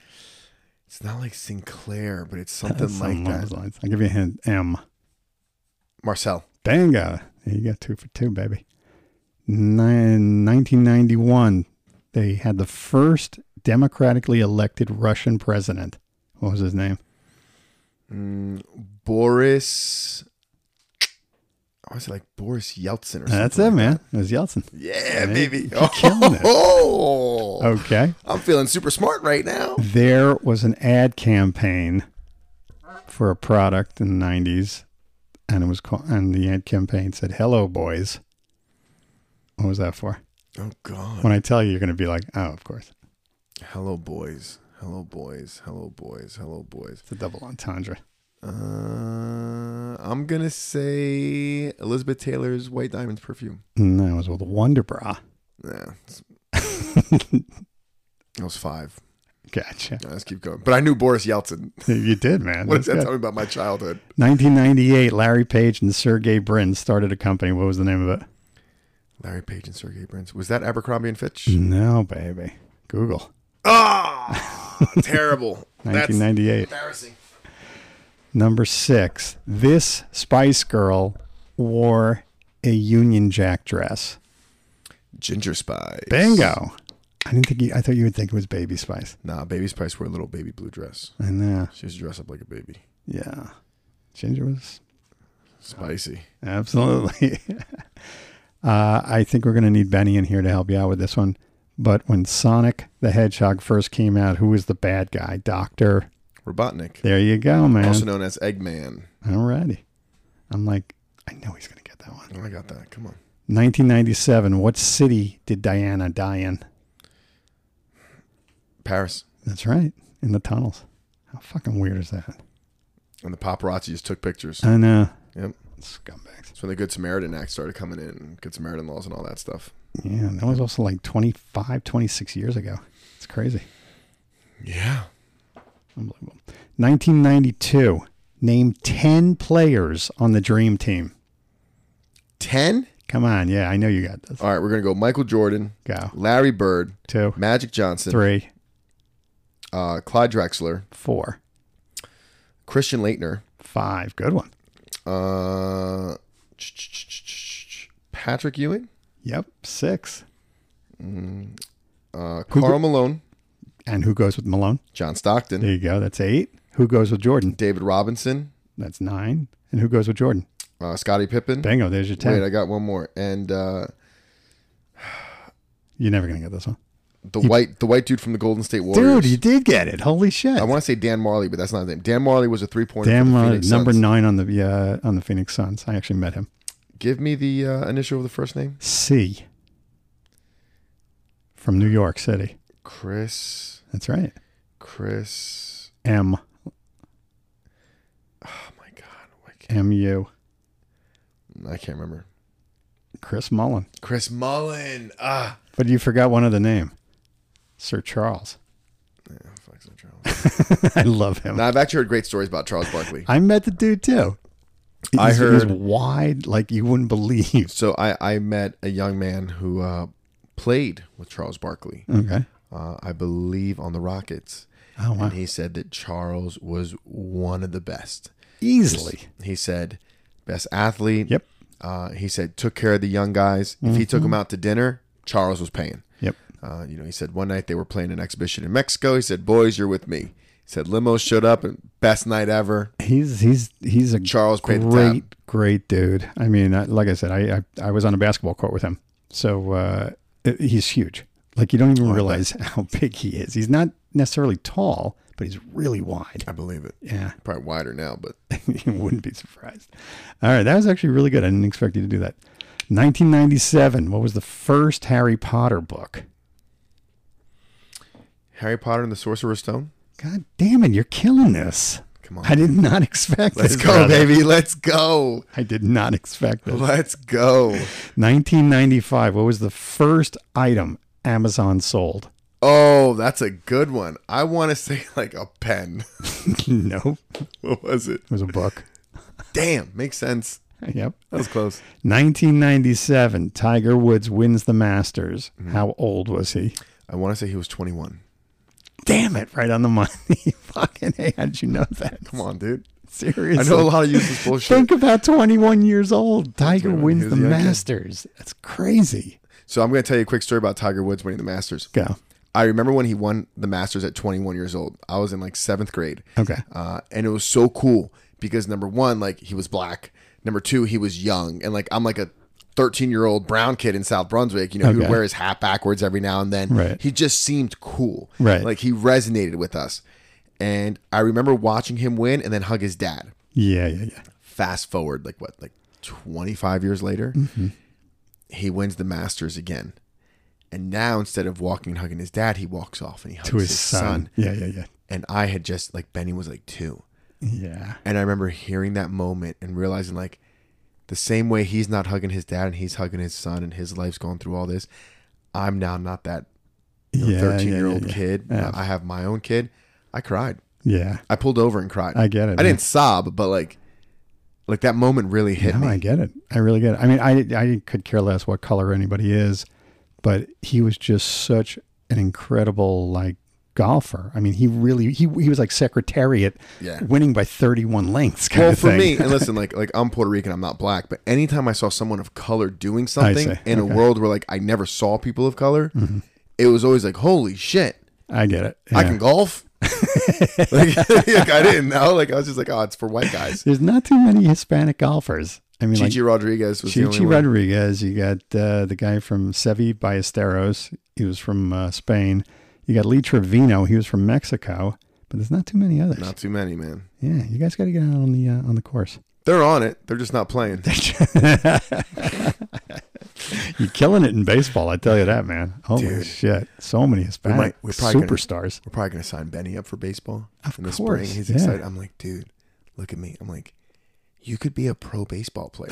A: it's not like Sinclair, but it's something
B: Something
A: like
B: along
A: that.
B: those lines. I'll give you a hint. M.
A: Marcel.
B: Danga. You got two for two, baby. Nine, 1991, they had the first democratically elected Russian president. What was his name?
A: Mm, Boris. I want to say like Boris Yeltsin or something.
B: That's it, man. It was Yeltsin.
A: Yeah,
B: Man,
A: baby.
B: Uh, you're killing it.
A: Oh,
B: Okay.
A: I'm feeling super smart right now.
B: there was an ad campaign for a product in the 90s and it was called and the ad campaign said hello boys what was that for
A: Oh god.
B: when i tell you you're going to be like oh of course
A: Hello boys. Hello boys. Hello boys. Hello boys.
B: it's a double entendre
A: Uh, I I'm gonna say Elizabeth Taylor's White Diamonds perfume.
B: And Mm, that was with Wonder Bra.
A: Yeah, it's- that was five.
B: Gotcha.
A: Yeah, let's keep going. But I knew Boris Yeltsin.
B: You did, man.
A: What does
B: That's
A: that
B: good.
A: tell me about my childhood?
B: 1998, Larry Page and Sergey Brin started a company. What was the name of it?
A: Larry Page and Sergey Brin. Was that Abercrombie and Fitch?
B: No, baby. Google.
A: Ah, terrible. That's
B: 1998.
A: embarrassing.
B: Number six. This Spice Girl wore a Union Jack dress.
A: Ginger Spice.
B: Bingo. I didn't think. You, I thought you would think it was Baby Spice.
A: Nah, Baby Spice wore a little baby blue dress.
B: I know.
A: She used to dress up like a baby.
B: Yeah. Ginger was
A: Spicy.
B: Absolutely. uh, I think we're going to need Benny in here to help you out with this one. But when Sonic the Hedgehog first came out, who was the bad guy? Doctor.
A: Robotnik,
B: There you go, man.
A: also known as Eggman.
B: Alrighty. I'm like, I know he's going to get that one.
A: Oh, I got that. Come on.
B: 1997. What city did Diana die in?
A: Paris.
B: That's right, in the tunnels. How fucking weird is that?
A: And the paparazzi just took pictures.
B: I know.
A: Yep.
B: Scumbags.
A: That's when the Good Samaritan Act started coming in, and Good Samaritan laws and all that stuff.
B: Yeah, and that was also like 25, 26 years ago. It's crazy.
A: Yeah.
B: Unbelievable. 1992. Name 10 players on the Dream Team.
A: 10?
B: Come on. Yeah, I know you got this.
A: All right, we're going to go Michael Jordan,
B: Go.
A: Larry Bird,
B: Two,
A: Magic Johnson,
B: three,
A: uh, Clyde Drexler,
B: four,
A: Christian Leitner,
B: five. Good one.
A: uh, Patrick Ewing,
B: Yep. Six.
A: uh,
B: Who-
A: Carl Malone,
B: And who goes with Malone?
A: John Stockton,
B: There you go. That's eight. Who goes with Jordan?
A: David Robinson,
B: That's nine. And who goes with Jordan?
A: uh, Scottie Pippen.
B: Bingo. There's your 10.
A: Wait, I got one more. And uh,
B: You're never going to get this one.
A: the white the white dude from the Golden State Warriors.
B: Dude, you did get it. Holy shit.
A: I want to say Dan Marley, but that's not his name. Dan Marley was a three pointer.
B: Damn, uh,
A: Phoenix
B: number
A: Suns.
B: nine on the yeah, on the Phoenix Suns. I actually met him.
A: Give me the uh, initial of the first name.
B: C from New York City.
A: Chris.
B: That's right.
A: Chris.
B: M
A: Oh my God. I can't,
B: M U.
A: I can't remember.
B: Chris Mullen.
A: Chris Mullen. Ah.
B: But you forgot one other name. Sir Charles.
A: Yeah, fuck Sir Charles.
B: I love him.
A: now, I've actually heard great stories about Charles Barkley.
B: I met the dude too.
A: I
B: He was
A: heard-
B: wide like you wouldn't believe.
A: So I, I met a young man who uh, played with Charles Barkley,
B: Okay.
A: uh, I believe, on the Rockets.
B: Oh wow.
A: And he said that Charles was one of the best.
B: Easily.
A: He said, best athlete.
B: Yep. Mm-hmm.
A: Uh, he said took care of the young guys. If he took them out to dinner, Charles was paying.
B: Yep.
A: Uh, you know, he said one night they were playing an exhibition in Mexico. He said, "Boys, you're with me." He said limo showed up and best night ever.
B: He's he's he's a
A: Charles paid the
B: great great dude. I mean, I- like I said, I, I I was on a basketball court with him, so uh, it- he's huge. Like you don't even realize how big he is. He's not necessarily tall, but he's really wide.
A: I believe it.
B: Yeah,
A: Probably wider now, but
B: you wouldn't be surprised. All right, that was actually really good. I didn't expect you to do that. 1997. What was the first Harry Potter book?
A: Harry Potter and the Sorcerer's Stone.
B: God damn it, you're killing this.
A: Come on,
B: I did not expect
A: let's
B: this.
A: go,
B: brother.
A: baby. Let's go.
B: I did not expect this.
A: Let's go.
B: 1995. What was the first item Amazon sold?
A: Oh, that's a good one. I want to say like a pen.
B: no, it
A: what was it?
B: was a book.
A: Damn, makes sense.
B: yep.
A: That was close.
B: 1997. Tiger Woods wins the Masters.
A: Mm.
B: How old was he?
A: I want to say he was 21.
B: Damn it! Right on the money. Fucking hey, how did you know that?
A: Come on, dude. I
B: Seriously.
A: know a lot of useless bullshit.
B: Think about 21 years old. Tiger
A: 21, he
B: wins
A: was
B: the
A: a young kid.
B: Masters. That's crazy.
A: So I'm going to tell you a quick story about Tiger Woods winning the Masters.
B: Go.
A: I remember when he won the Masters at 21 years old. I was in like seventh grade.
B: Okay.
A: Uh, and it was so cool because number one, like he was black. Number two, he was young. And like I'm like a 13 year old brown kid in South Brunswick. You know, he would
B: Okay.
A: wear his hat backwards every now and then.
B: Right.
A: He just seemed cool.
B: Right.
A: Like he resonated with us. And I remember watching him win and then hug his dad.
B: Yeah, yeah, yeah.
A: Fast forward, like what, like 25 years later,
B: Mm-hmm.
A: he wins the Masters again. And now instead of walking and hugging his dad, he walks off and he hugs
B: To his,
A: his
B: son.
A: son
B: Yeah, yeah, yeah.
A: and I had just like Benny was like two,
B: Yeah.
A: And I remember hearing that moment and realizing, like, the same way he's not hugging his dad and he's hugging his son and his life's going through all this, I'm now not that
B: Yeah.
A: 13 year
B: yeah,
A: old
B: yeah.
A: kid.
B: Yeah.
A: I have my own kid. I cried.
B: Yeah.
A: I pulled over and cried.
B: I get it.
A: I
B: man.
A: didn't sob, but like, like that moment really hit
B: No,
A: me.
B: I get it. I really get it. I mean, I I could care less what color anybody is, but he was just such an incredible like golfer. I mean, he really he he was like Secretariat,
A: Yeah.
B: winning by thirty one lengths. Kind
A: well,
B: of
A: for
B: thing.
A: me, and listen, like, like I'm Puerto Rican, I'm not black, but anytime I saw someone of color doing something
B: see.
A: in a
B: Okay. Mm-hmm.
A: world where like I never saw people of color, it was always like, holy shit,
B: I get it.
A: I
B: Yeah.
A: can golf. like, like, I didn't know. Like I was just like, oh, it's for white guys.
B: There's not too many Hispanic golfers. I mean, like
A: Gigi Rodriguez was the only
B: Chichi
A: one.
B: Rodriguez. You got uh, the guy from Sevi Ballesteros. He was from uh, Spain. You got Lee Trevino. He was from Mexico. But there's not too many others.
A: Not too many, man.
B: Yeah, you guys got to get out on the uh, on the course.
A: They're on it. They're just not playing.
B: You're killing it in baseball, I tell you that, man. Holy
A: Dude.
B: shit. So many Hispanic
A: might- we're probably gonna-
B: superstars.
A: We're probably gonna sign Benny up for baseball
B: Of
A: in the
B: course,
A: spring. He's
B: yeah.
A: excited. I'm like, dude, look at me. I'm like, you could be a pro baseball player.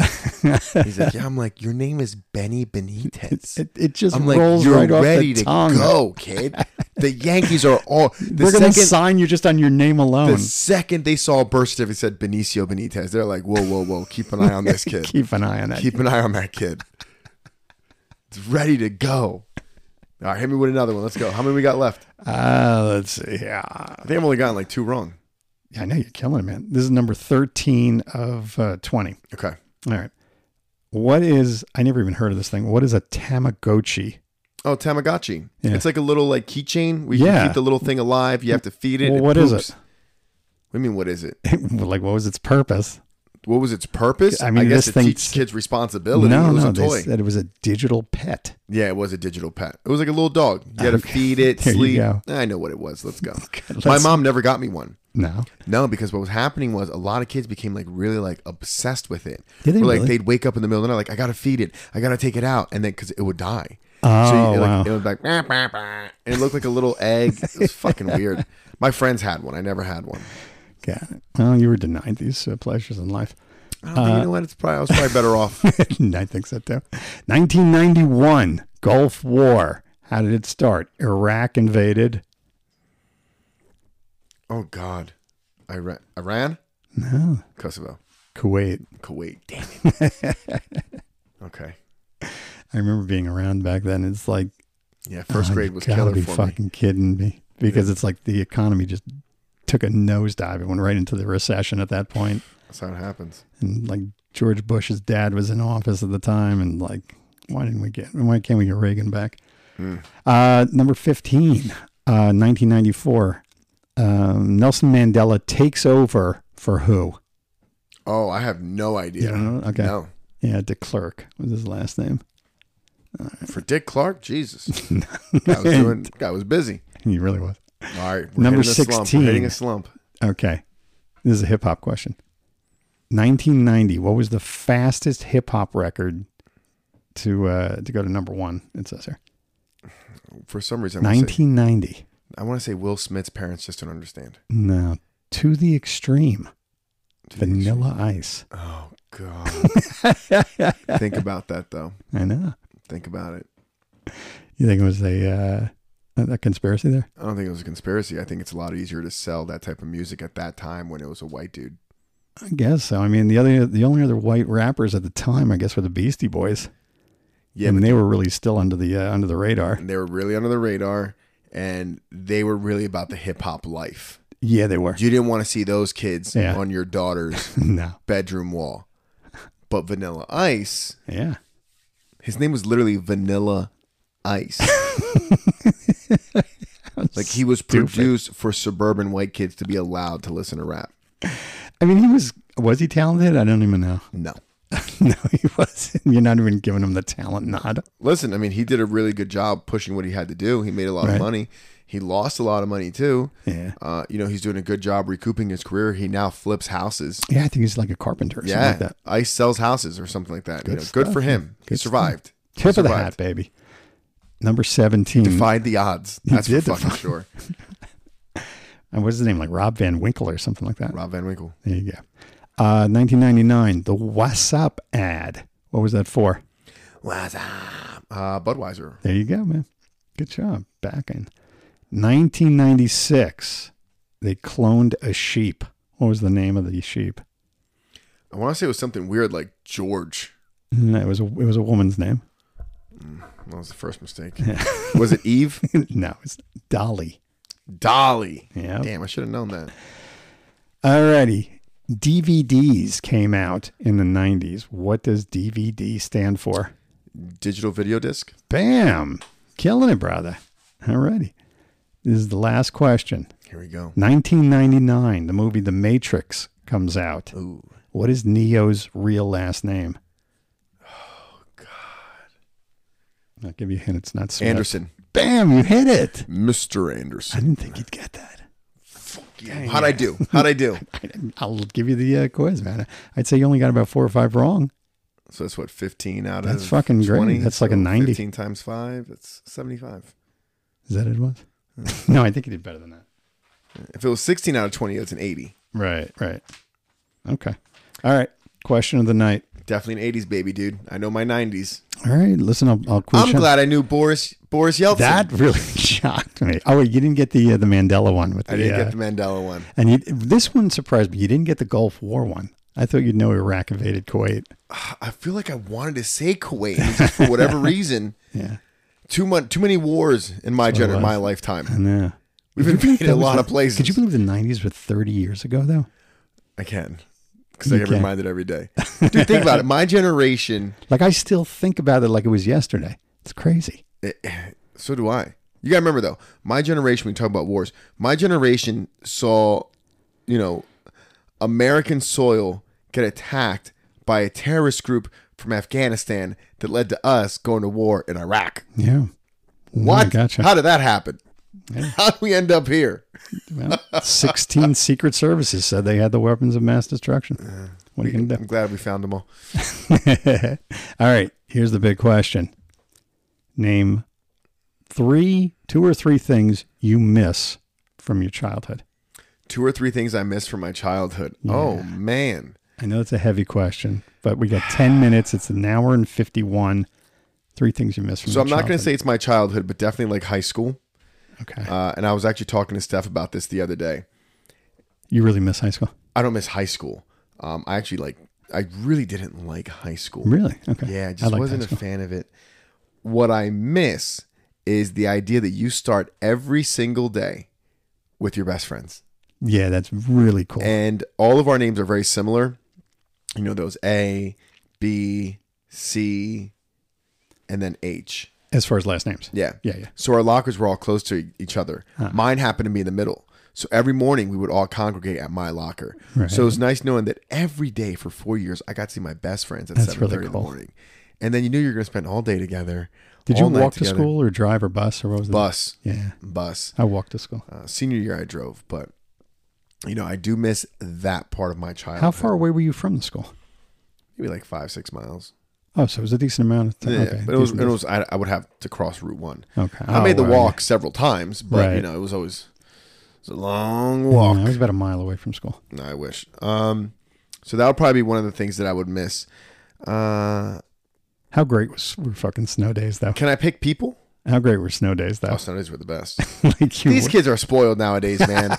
A: He's like, yeah. I'm like, your name is Benny Benitez.
B: It, it just
A: I'm like,
B: rolls
A: you're
B: right
A: ready
B: off the
A: to
B: tongue.
A: go, kid. The Yankees are all. The
B: We're going to
A: second,
B: sign you just on your name alone.
A: the second they saw a birth certificate said Benicio Benitez, they're like, whoa, whoa, whoa, keep an eye on this kid.
B: Keep an eye on that.
A: keep an eye on that kid. It's ready to go. All right, hit me with another one. Let's go. How many we got left?
B: Ah, let's see. Yeah.
A: I think I've only gotten like two wrong.
B: Yeah, I know you're killing it, man. This is number 13 of uh, 20.
A: Okay.
B: All right. What is, I never even heard of this thing. What is a Tamagotchi?
A: Oh, Tamagotchi.
B: Yeah.
A: It's like a little like keychain. We
B: Yeah.
A: keep the little thing alive. You have to feed it.
B: Well,
A: it
B: what is
A: poops.
B: it?
A: What do you mean? What is it?
B: like, what was its purpose?
A: What was its purpose?
B: I mean,
A: guess
B: this
A: to
B: thing's-
A: teach kids responsibility.
B: no,
A: Oh, it was
B: no,
A: a
B: they
A: toy.
B: said it was a digital pet.
A: Yeah, it was a digital pet. It was like a little dog. You had to
B: Okay.
A: feed it,
B: There you
A: sleep.
B: go.
A: I know what it was. Let's go. My
B: let's-
A: mom never got me one.
B: No.
A: No, because what was happening was a lot of kids became like really like obsessed with it.
B: Did they
A: Where, like
B: really?
A: they'd wake up in the middle of the night like I gotta feed it, I gotta take it out, and then because it would die.
B: Oh,
A: you, like,
B: wow.
A: it was like "Bah, bah, bah," and it looked like a little egg. It was fucking weird. My friends had one. I never had one.
B: Got it. Well, you were denied these uh, pleasures in life.
A: I don't
B: Uh-huh.
A: think, you know what? It's probably I was probably better off.
B: I think so too. 1991, Gulf War. How did it start? Iraq invaded.
A: Oh God, Iran, Iran,
B: No,
A: Kosovo,
B: Kuwait.
A: Kuwait. Damn it. okay.
B: I remember being around back then. It's like
A: Yeah, first
B: oh,
A: grade
B: you
A: was
B: gotta
A: killer
B: be
A: for me.
B: fucking kidding me because it's like the economy just took a nosedive. It went right into the recession at that point,
A: That's how it happens.
B: and like George Bush's dad was in office at the time, and like why didn't we get why can't we get Reagan back?
A: Hmm.
B: Uh, number 15, uh, 1994. Um, Nelson Mandela takes over for who?
A: Oh, I have no idea.
B: You don't know? Okay.
A: No,
B: Yeah, de Klerk was his last name.
A: for Dick Clark, Jesus, guy was doing. Guy was busy.
B: He really was.
A: All right, we're
B: Number
A: hitting a slump. We're hitting
B: 16.
A: a slump.
B: Okay. This is a hip hop question. 1990, what was the fastest hip hop record to uh, to go to number one? It says here.
A: For some reason, I want, to say,
B: 1990.
A: I want to say Will Smith's parents just don't understand.
B: No, to the extreme.
A: To the
B: Vanilla Ice.
A: Oh God. Think about that though.
B: I know.
A: Think about it.
B: You think it was a uh, a a conspiracy there?
A: I don't think it was a conspiracy. I think it's a lot easier to sell that type of music at that time when it was a white dude.
B: I guess so. I mean, the other the only other white rappers at the time, I guess, were the Beastie Boys,
A: Yeah,
B: and they were really still under the uh, under the radar.
A: and they were really under the radar, and they were really about the hip hop life.
B: Yeah, they were.
A: You didn't want to see those kids
B: Yeah.
A: on your daughter's
B: no.
A: bedroom wall. But Vanilla Ice,
B: Yeah.
A: his name was literally Vanilla Ice. like he was produced for suburban white kids to be allowed to listen to rap.
B: I mean, he was was he talented? I don't even know.
A: No.
B: no, he wasn't. You're not even giving him the talent nod.
A: Listen, I mean, he did a really good job pushing what he had to do. He made a lot of
B: Right.
A: money. He lost a lot of money too.
B: Yeah.
A: Uh, you know, he's doing a good job recouping his career. He now flips houses.
B: Yeah, I think he's like a carpenter or
A: yeah,
B: something like that.
A: Ice sells houses or something like that. Good, you know, good
B: stuff,
A: for
B: man.
A: him. he
B: Good stuff.
A: survived. He
B: Tip of the
A: survived.
B: hat, baby. Number 17.
A: Defied the odds. That's for
B: did
A: fucking
B: defy-
A: sure.
B: And what's his name? Like Rob Van Winkle or something like that.
A: Rob Van Winkle.
B: There you go. Uh, 1999, the WhatsApp ad. What was that for?
A: What's up? Uh, Budweiser.
B: There you go, man. Good job. Back in 1996, they cloned a sheep. What was the name of the sheep?
A: I want to say it was something weird like George.
B: No, Mm, it was a, it was a woman's name.
A: That was the first mistake. was it Eve?
B: no, it's Dolly.
A: Dolly.
B: Yeah.
A: Damn, I should have known that.
B: Alrighty. DVDs came out in the 90s. What does DVD stand for?
A: Digital video disc.
B: Bam! Killing it, brother. Alrighty. This is the last question.
A: Here we go.
B: 1999, the movie The Matrix comes out.
A: Ooh.
B: What is Neo's real last name? Oh, God. I'll give you a hint. It's not Smith.
A: Anderson.
B: Bam! You hit it.
A: Mr.
B: I
A: Anderson.
B: didn't think you'd get that.
A: How'd I do? How'd I do?
B: I'll give you the uh, quiz, man. I'd say you only got about four or five wrong.
A: So that's what, 15 out of
B: That's fucking great.
A: 20?
B: That's like a
A: So
B: 90.
A: 15 times 5, that's 75.
B: Is that it was? no, I think you did better than that.
A: If it was 16 out of 20, that's an 80.
B: Right, right. Okay. All right. Question of the night.
A: Definitely an 80s baby, dude. I know my 90s.
B: All right. Listen, I'll, I'll quiz
A: I'm
B: you.
A: glad I knew Boris Boris Yeltsin.
B: That really shocked me. Oh, wait, you didn't get the uh, the Mandela one with the.
A: I didn't
B: uh,
A: get the Mandela one.
B: and you, this one surprised me. You didn't get the Gulf War one. I thought you'd know Iraq invaded Kuwait.
A: I feel like I wanted to say Kuwait and just for whatever reason.
B: Yeah.
A: Too much, too many wars in my gener-
B: was.
A: my lifetime.
B: Yeah.
A: We've invaded a lot of places.
B: Could you believe the 90s were 30 years ago, though?
A: I can. Because I get
B: can.
A: reminded every day. Dude, think about it. My generation,
B: Like, I still think about it like it was yesterday. It's crazy.
A: so do I. You got to remember, though, my generation, we talk about wars, my generation saw, you know, American soil get attacked by a terrorist group from Afghanistan that led to us going to war in Iraq.
B: Yeah.
A: What?
B: I Mm, gotcha.
A: How did that happen? How'd we end up here?
B: Well, 16 Secret Services said they had the weapons of mass destruction. What are you going to do?
A: I'm glad we found them all.
B: all right, here's the big question. Name three, two or three things you miss from your childhood.
A: Two or three things I missed from my childhood. Oh, man.
B: I know it's a heavy question, but we got 10 minutes. It's an hour and 51. Three things you miss from
A: So
B: your
A: I'm not going to
B: childhood.
A: say it's my childhood, but definitely like high school.
B: Okay.
A: Uh, and I was actually talking to Steph about this the other day.
B: you really miss high school?
A: I don't miss high school. Um, I actually like. I really didn't like high school.
B: Really? Okay.
A: Yeah, I
B: I
A: just
B: liked
A: wasn't
B: high
A: a
B: school.
A: fan of it. What I miss is the idea that you start every single day with your best friends,
B: Yeah, that's really cool.
A: and all of our names are very similar. You know those A, B, C, and then H.
B: as far as last names.
A: Yeah.
B: Yeah, yeah.
A: So our lockers were all close to e- each other. Mine happened to be in the middle. So every morning we would all congregate at my locker. So it was nice knowing that every day for four years I got to see my best friends at
B: That's
A: seven
B: really
A: thirty in the
B: cool.
A: morning. And then you knew you were going to spend all day together.
B: Did
A: all
B: you
A: night
B: walk to
A: together.
B: school or drive or bus or what was it?
A: Bus,
B: Yeah,
A: bus.
B: I walked to school.
A: Uh, senior year I drove, but you know I do miss that part of my childhood.
B: How far away were you from the school?
A: Maybe like five, six miles.
B: Oh, so it was a decent amount of time.
A: Yeah,
B: okay,
A: but it was,
B: decent
A: it was I, I would have to cross Route One.
B: Okay.
A: I
B: Oh,
A: made the
B: wow, yeah.
A: walk several times, but you
B: Right.
A: know it was always it's a long walk.
B: Yeah, I was about a mile away from school.
A: No, I wish. Um, so that would probably be one of the things that I would miss. Uh,
B: How great was were fucking snow days though?
A: can I pick people?
B: How great were snow days
A: Oh,
B: though?
A: Sundays were the best.
B: like you,
A: These
B: were-
A: kids are spoiled nowadays, man.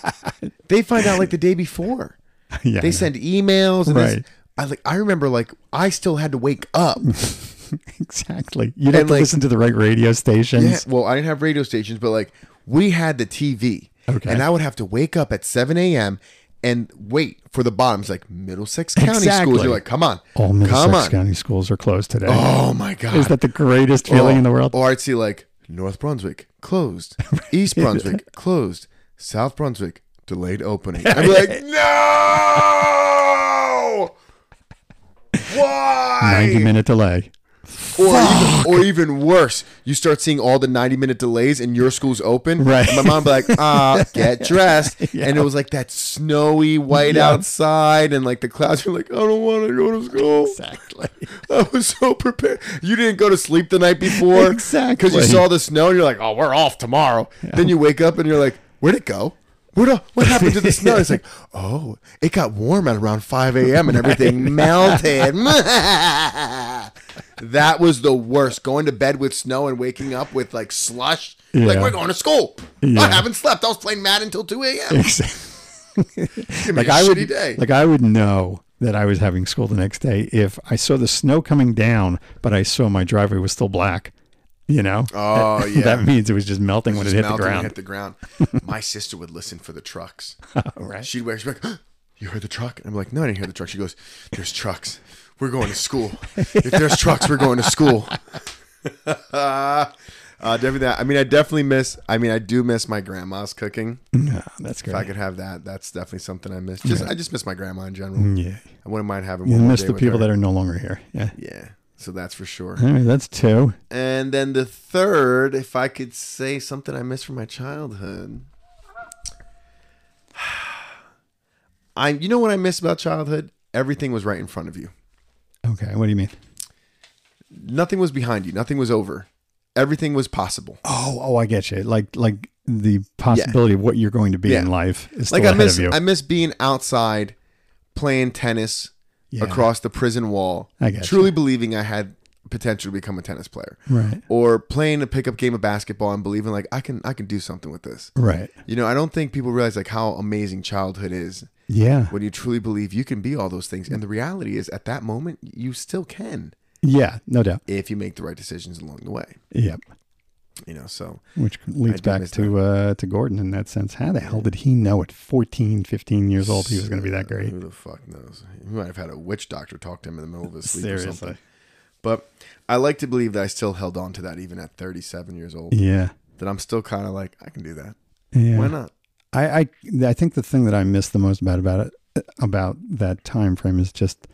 A: they find out like the day before.
B: yeah,
A: They
B: I
A: send emails. And
B: Right.
A: this. I like. I remember like I still had to wake up.
B: know. exactly. You have to
A: like-
B: listen to the right radio
A: Yeah,
B: stations.
A: well, I didn't have radio stations, but like we had the TV.
B: Okay.
A: And I would have to wake up at 7 a.m. and wait for the bombs, like Middlesex County schools.
B: Exactly.
A: You're like, come on,
B: All
A: come
B: Middlesex
A: on.
B: County schools are closed today.
A: Oh my god,
B: Is that the greatest feeling
A: Oh,
B: in the world?
A: Or I'd see like North Brunswick closed, East Brunswick closed, South Brunswick delayed opening. I'd be like, no,
B: Ninety
A: why?
B: minute delay.
A: Or even, or even worse, you start seeing all the ninety minute delays, and your school's open.
B: Right.
A: And my mom be like, ah, get dressed, and it was like that snowy white
B: Yeah.
A: outside, and like the clouds. You're like, I don't want to go to school.
B: Exactly.
A: I was so prepared. You didn't go to sleep the night before.
B: Exactly.
A: Because you saw the snow and you're like, oh, we're off tomorrow. Then you wake up and you're like, where'd it go? What, a- what happened to the snow? It's like, oh, it got warm at around 5 a.m. and everything melted. that was the worst. Going to bed with snow and waking up with like slush. Like,
B: Yeah.
A: we're going to school. I
B: Yeah.
A: haven't slept. I was playing Mad until 2 a.m. Give me
B: like
A: a
B: I would
A: shitty day.
B: like I would know that I was having school the next day if I saw the snow coming down, but I saw my driveway was still black. You know,
A: Oh,
B: that,
A: yeah.
B: that means it was just melting when
A: Just
B: it hit the
A: melted and
B: ground.
A: hit the ground. My sister would listen for the trucks.
B: Oh, right.
A: She'd wear. She'd be like, "Huh, "You heard the truck?" And I'm like, "No, I didn't hear the truck." She goes, "There's trucks. We're going to school. If there's trucks, we're going to school." uh, definitely that. I mean, I definitely miss. I mean, I do miss my grandma's cooking.
B: No, that's
A: If I
B: great.
A: could have that, that's definitely something I miss. Just, I just miss my grandma in general.
B: Yeah,
A: I wouldn't mind having
B: Mm-hmm. you
A: one more
B: miss
A: day
B: the
A: with
B: people
A: her.
B: that are no longer here. Yeah,
A: Yeah, so that's for sure.
B: all right, that's two.
A: And then the third, if I could say something I miss from my childhood. I you know what I miss about childhood? Everything was right in front of you.
B: Okay, what do you mean?
A: Nothing was behind you. Nothing was over. Everything was possible.
B: Oh, oh, I get you. Like, like the possibility of what you're going to be
A: Yeah.
B: in life is still
A: Like I
B: ahead
A: miss
B: of you.
A: I miss being outside playing tennis
B: Yeah.
A: across the prison wall.
B: I get
A: truly believing I had potential to become a tennis player.
B: right,
A: Or playing a pickup game of basketball and believing like I can I can do something with this.
B: right.
A: You know, I don't think people realize like how amazing childhood is
B: Yeah,
A: when you truly believe you can be all those things. And the reality is, at that moment, you still can
B: yeah, no doubt.
A: if you make the right decisions along the way.
B: Yep.
A: You know, so
B: Which leads
A: do
B: back
A: miss
B: to uh, to Gordon in that sense. How the hell did he know at 14, 15 years old he was going to be that great?
A: who the fuck knows? He might have had a witch doctor talk to him in the middle of his sleep or
B: Seriously.
A: something. But I like to believe that I still held on to that even at 37 years old.
B: Yeah.
A: That I'm still kind of like, I can do that.
B: Yeah.
A: Why not?
B: I, I I think the thing that I miss the most about about it about that time frame is just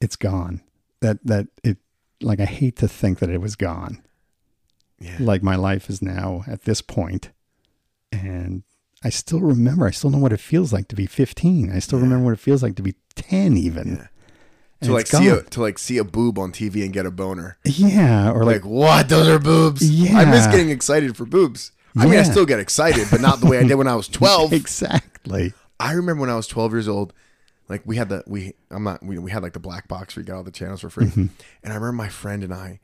B: it's gone. That that it like I hate to think that it was gone.
A: Yeah.
B: Like my life is now at this point, and I still remember. I still know what it feels like to be 15. I still remember what it feels like to be 10, even.
A: Yeah.
B: And
A: to like
B: it's
A: see a,
B: gone.
A: to like see a boob on TV and get a boner.
B: yeah, or like
A: Like what? Those are boobs. I miss
B: Yeah.
A: getting excited for boobs. I mean, I
B: Yeah.
A: still get excited, but not the way I did when I was 12.
B: exactly.
A: I remember when I was 12 years old, like we had the we I'm not we, we had like the black box where you got all the channels for free,
B: Mm-hmm.
A: and I remember my friend and I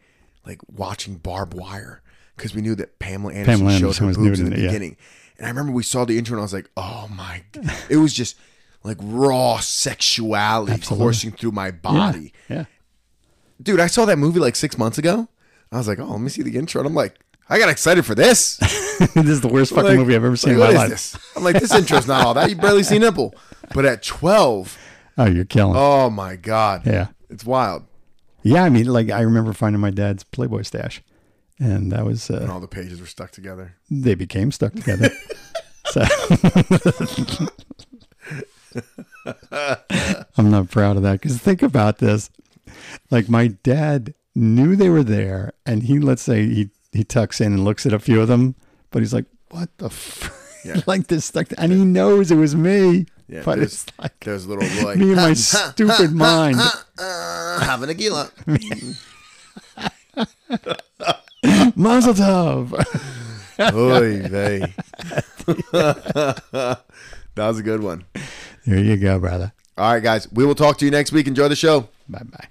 A: like watching Barb Wire because we knew that Pamela Anderson
B: Pamela
A: showed
B: Anderson
A: her
B: was
A: boobs
B: nude
A: in the
B: in it, yeah.
A: beginning, and I remember we saw the intro and I was like, oh my, g-" it was just like raw sexuality coursing through my body
B: Yeah.
A: dude, I saw that movie like six months ago. I was like, oh, let me see the intro. And I'm like, I got excited for this.
B: this is the worst fucking
A: Like,
B: movie I've ever seen
A: like,
B: in my
A: what is
B: life.
A: this? I'm like, this intro's not all that. You barely see nipple. But at 12,
B: Oh, you're killing.
A: oh my God.
B: Yeah.
A: It's wild.
B: Yeah, I mean, like I remember finding my dad's Playboy stash, and that was
A: And
B: uh,
A: all the pages were stuck together.
B: they became stuck together. so I'm not proud of that because think about this: like my dad knew they were there, and he let's say he he tucks in and looks at a few of them, but he's like, "What the." F-?
A: Yeah.
B: like this stuck, and he knows it was me.
A: Yeah,
B: but
A: there's-
B: it's like
A: There's a little like,
B: me and my stupid mind.
A: uh, having a gila.
B: Mazel tov.
A: Oy vey. that was a good one.
B: there you go, brother.
A: All right, guys. We will talk to you next week. Enjoy the show.
B: Bye bye.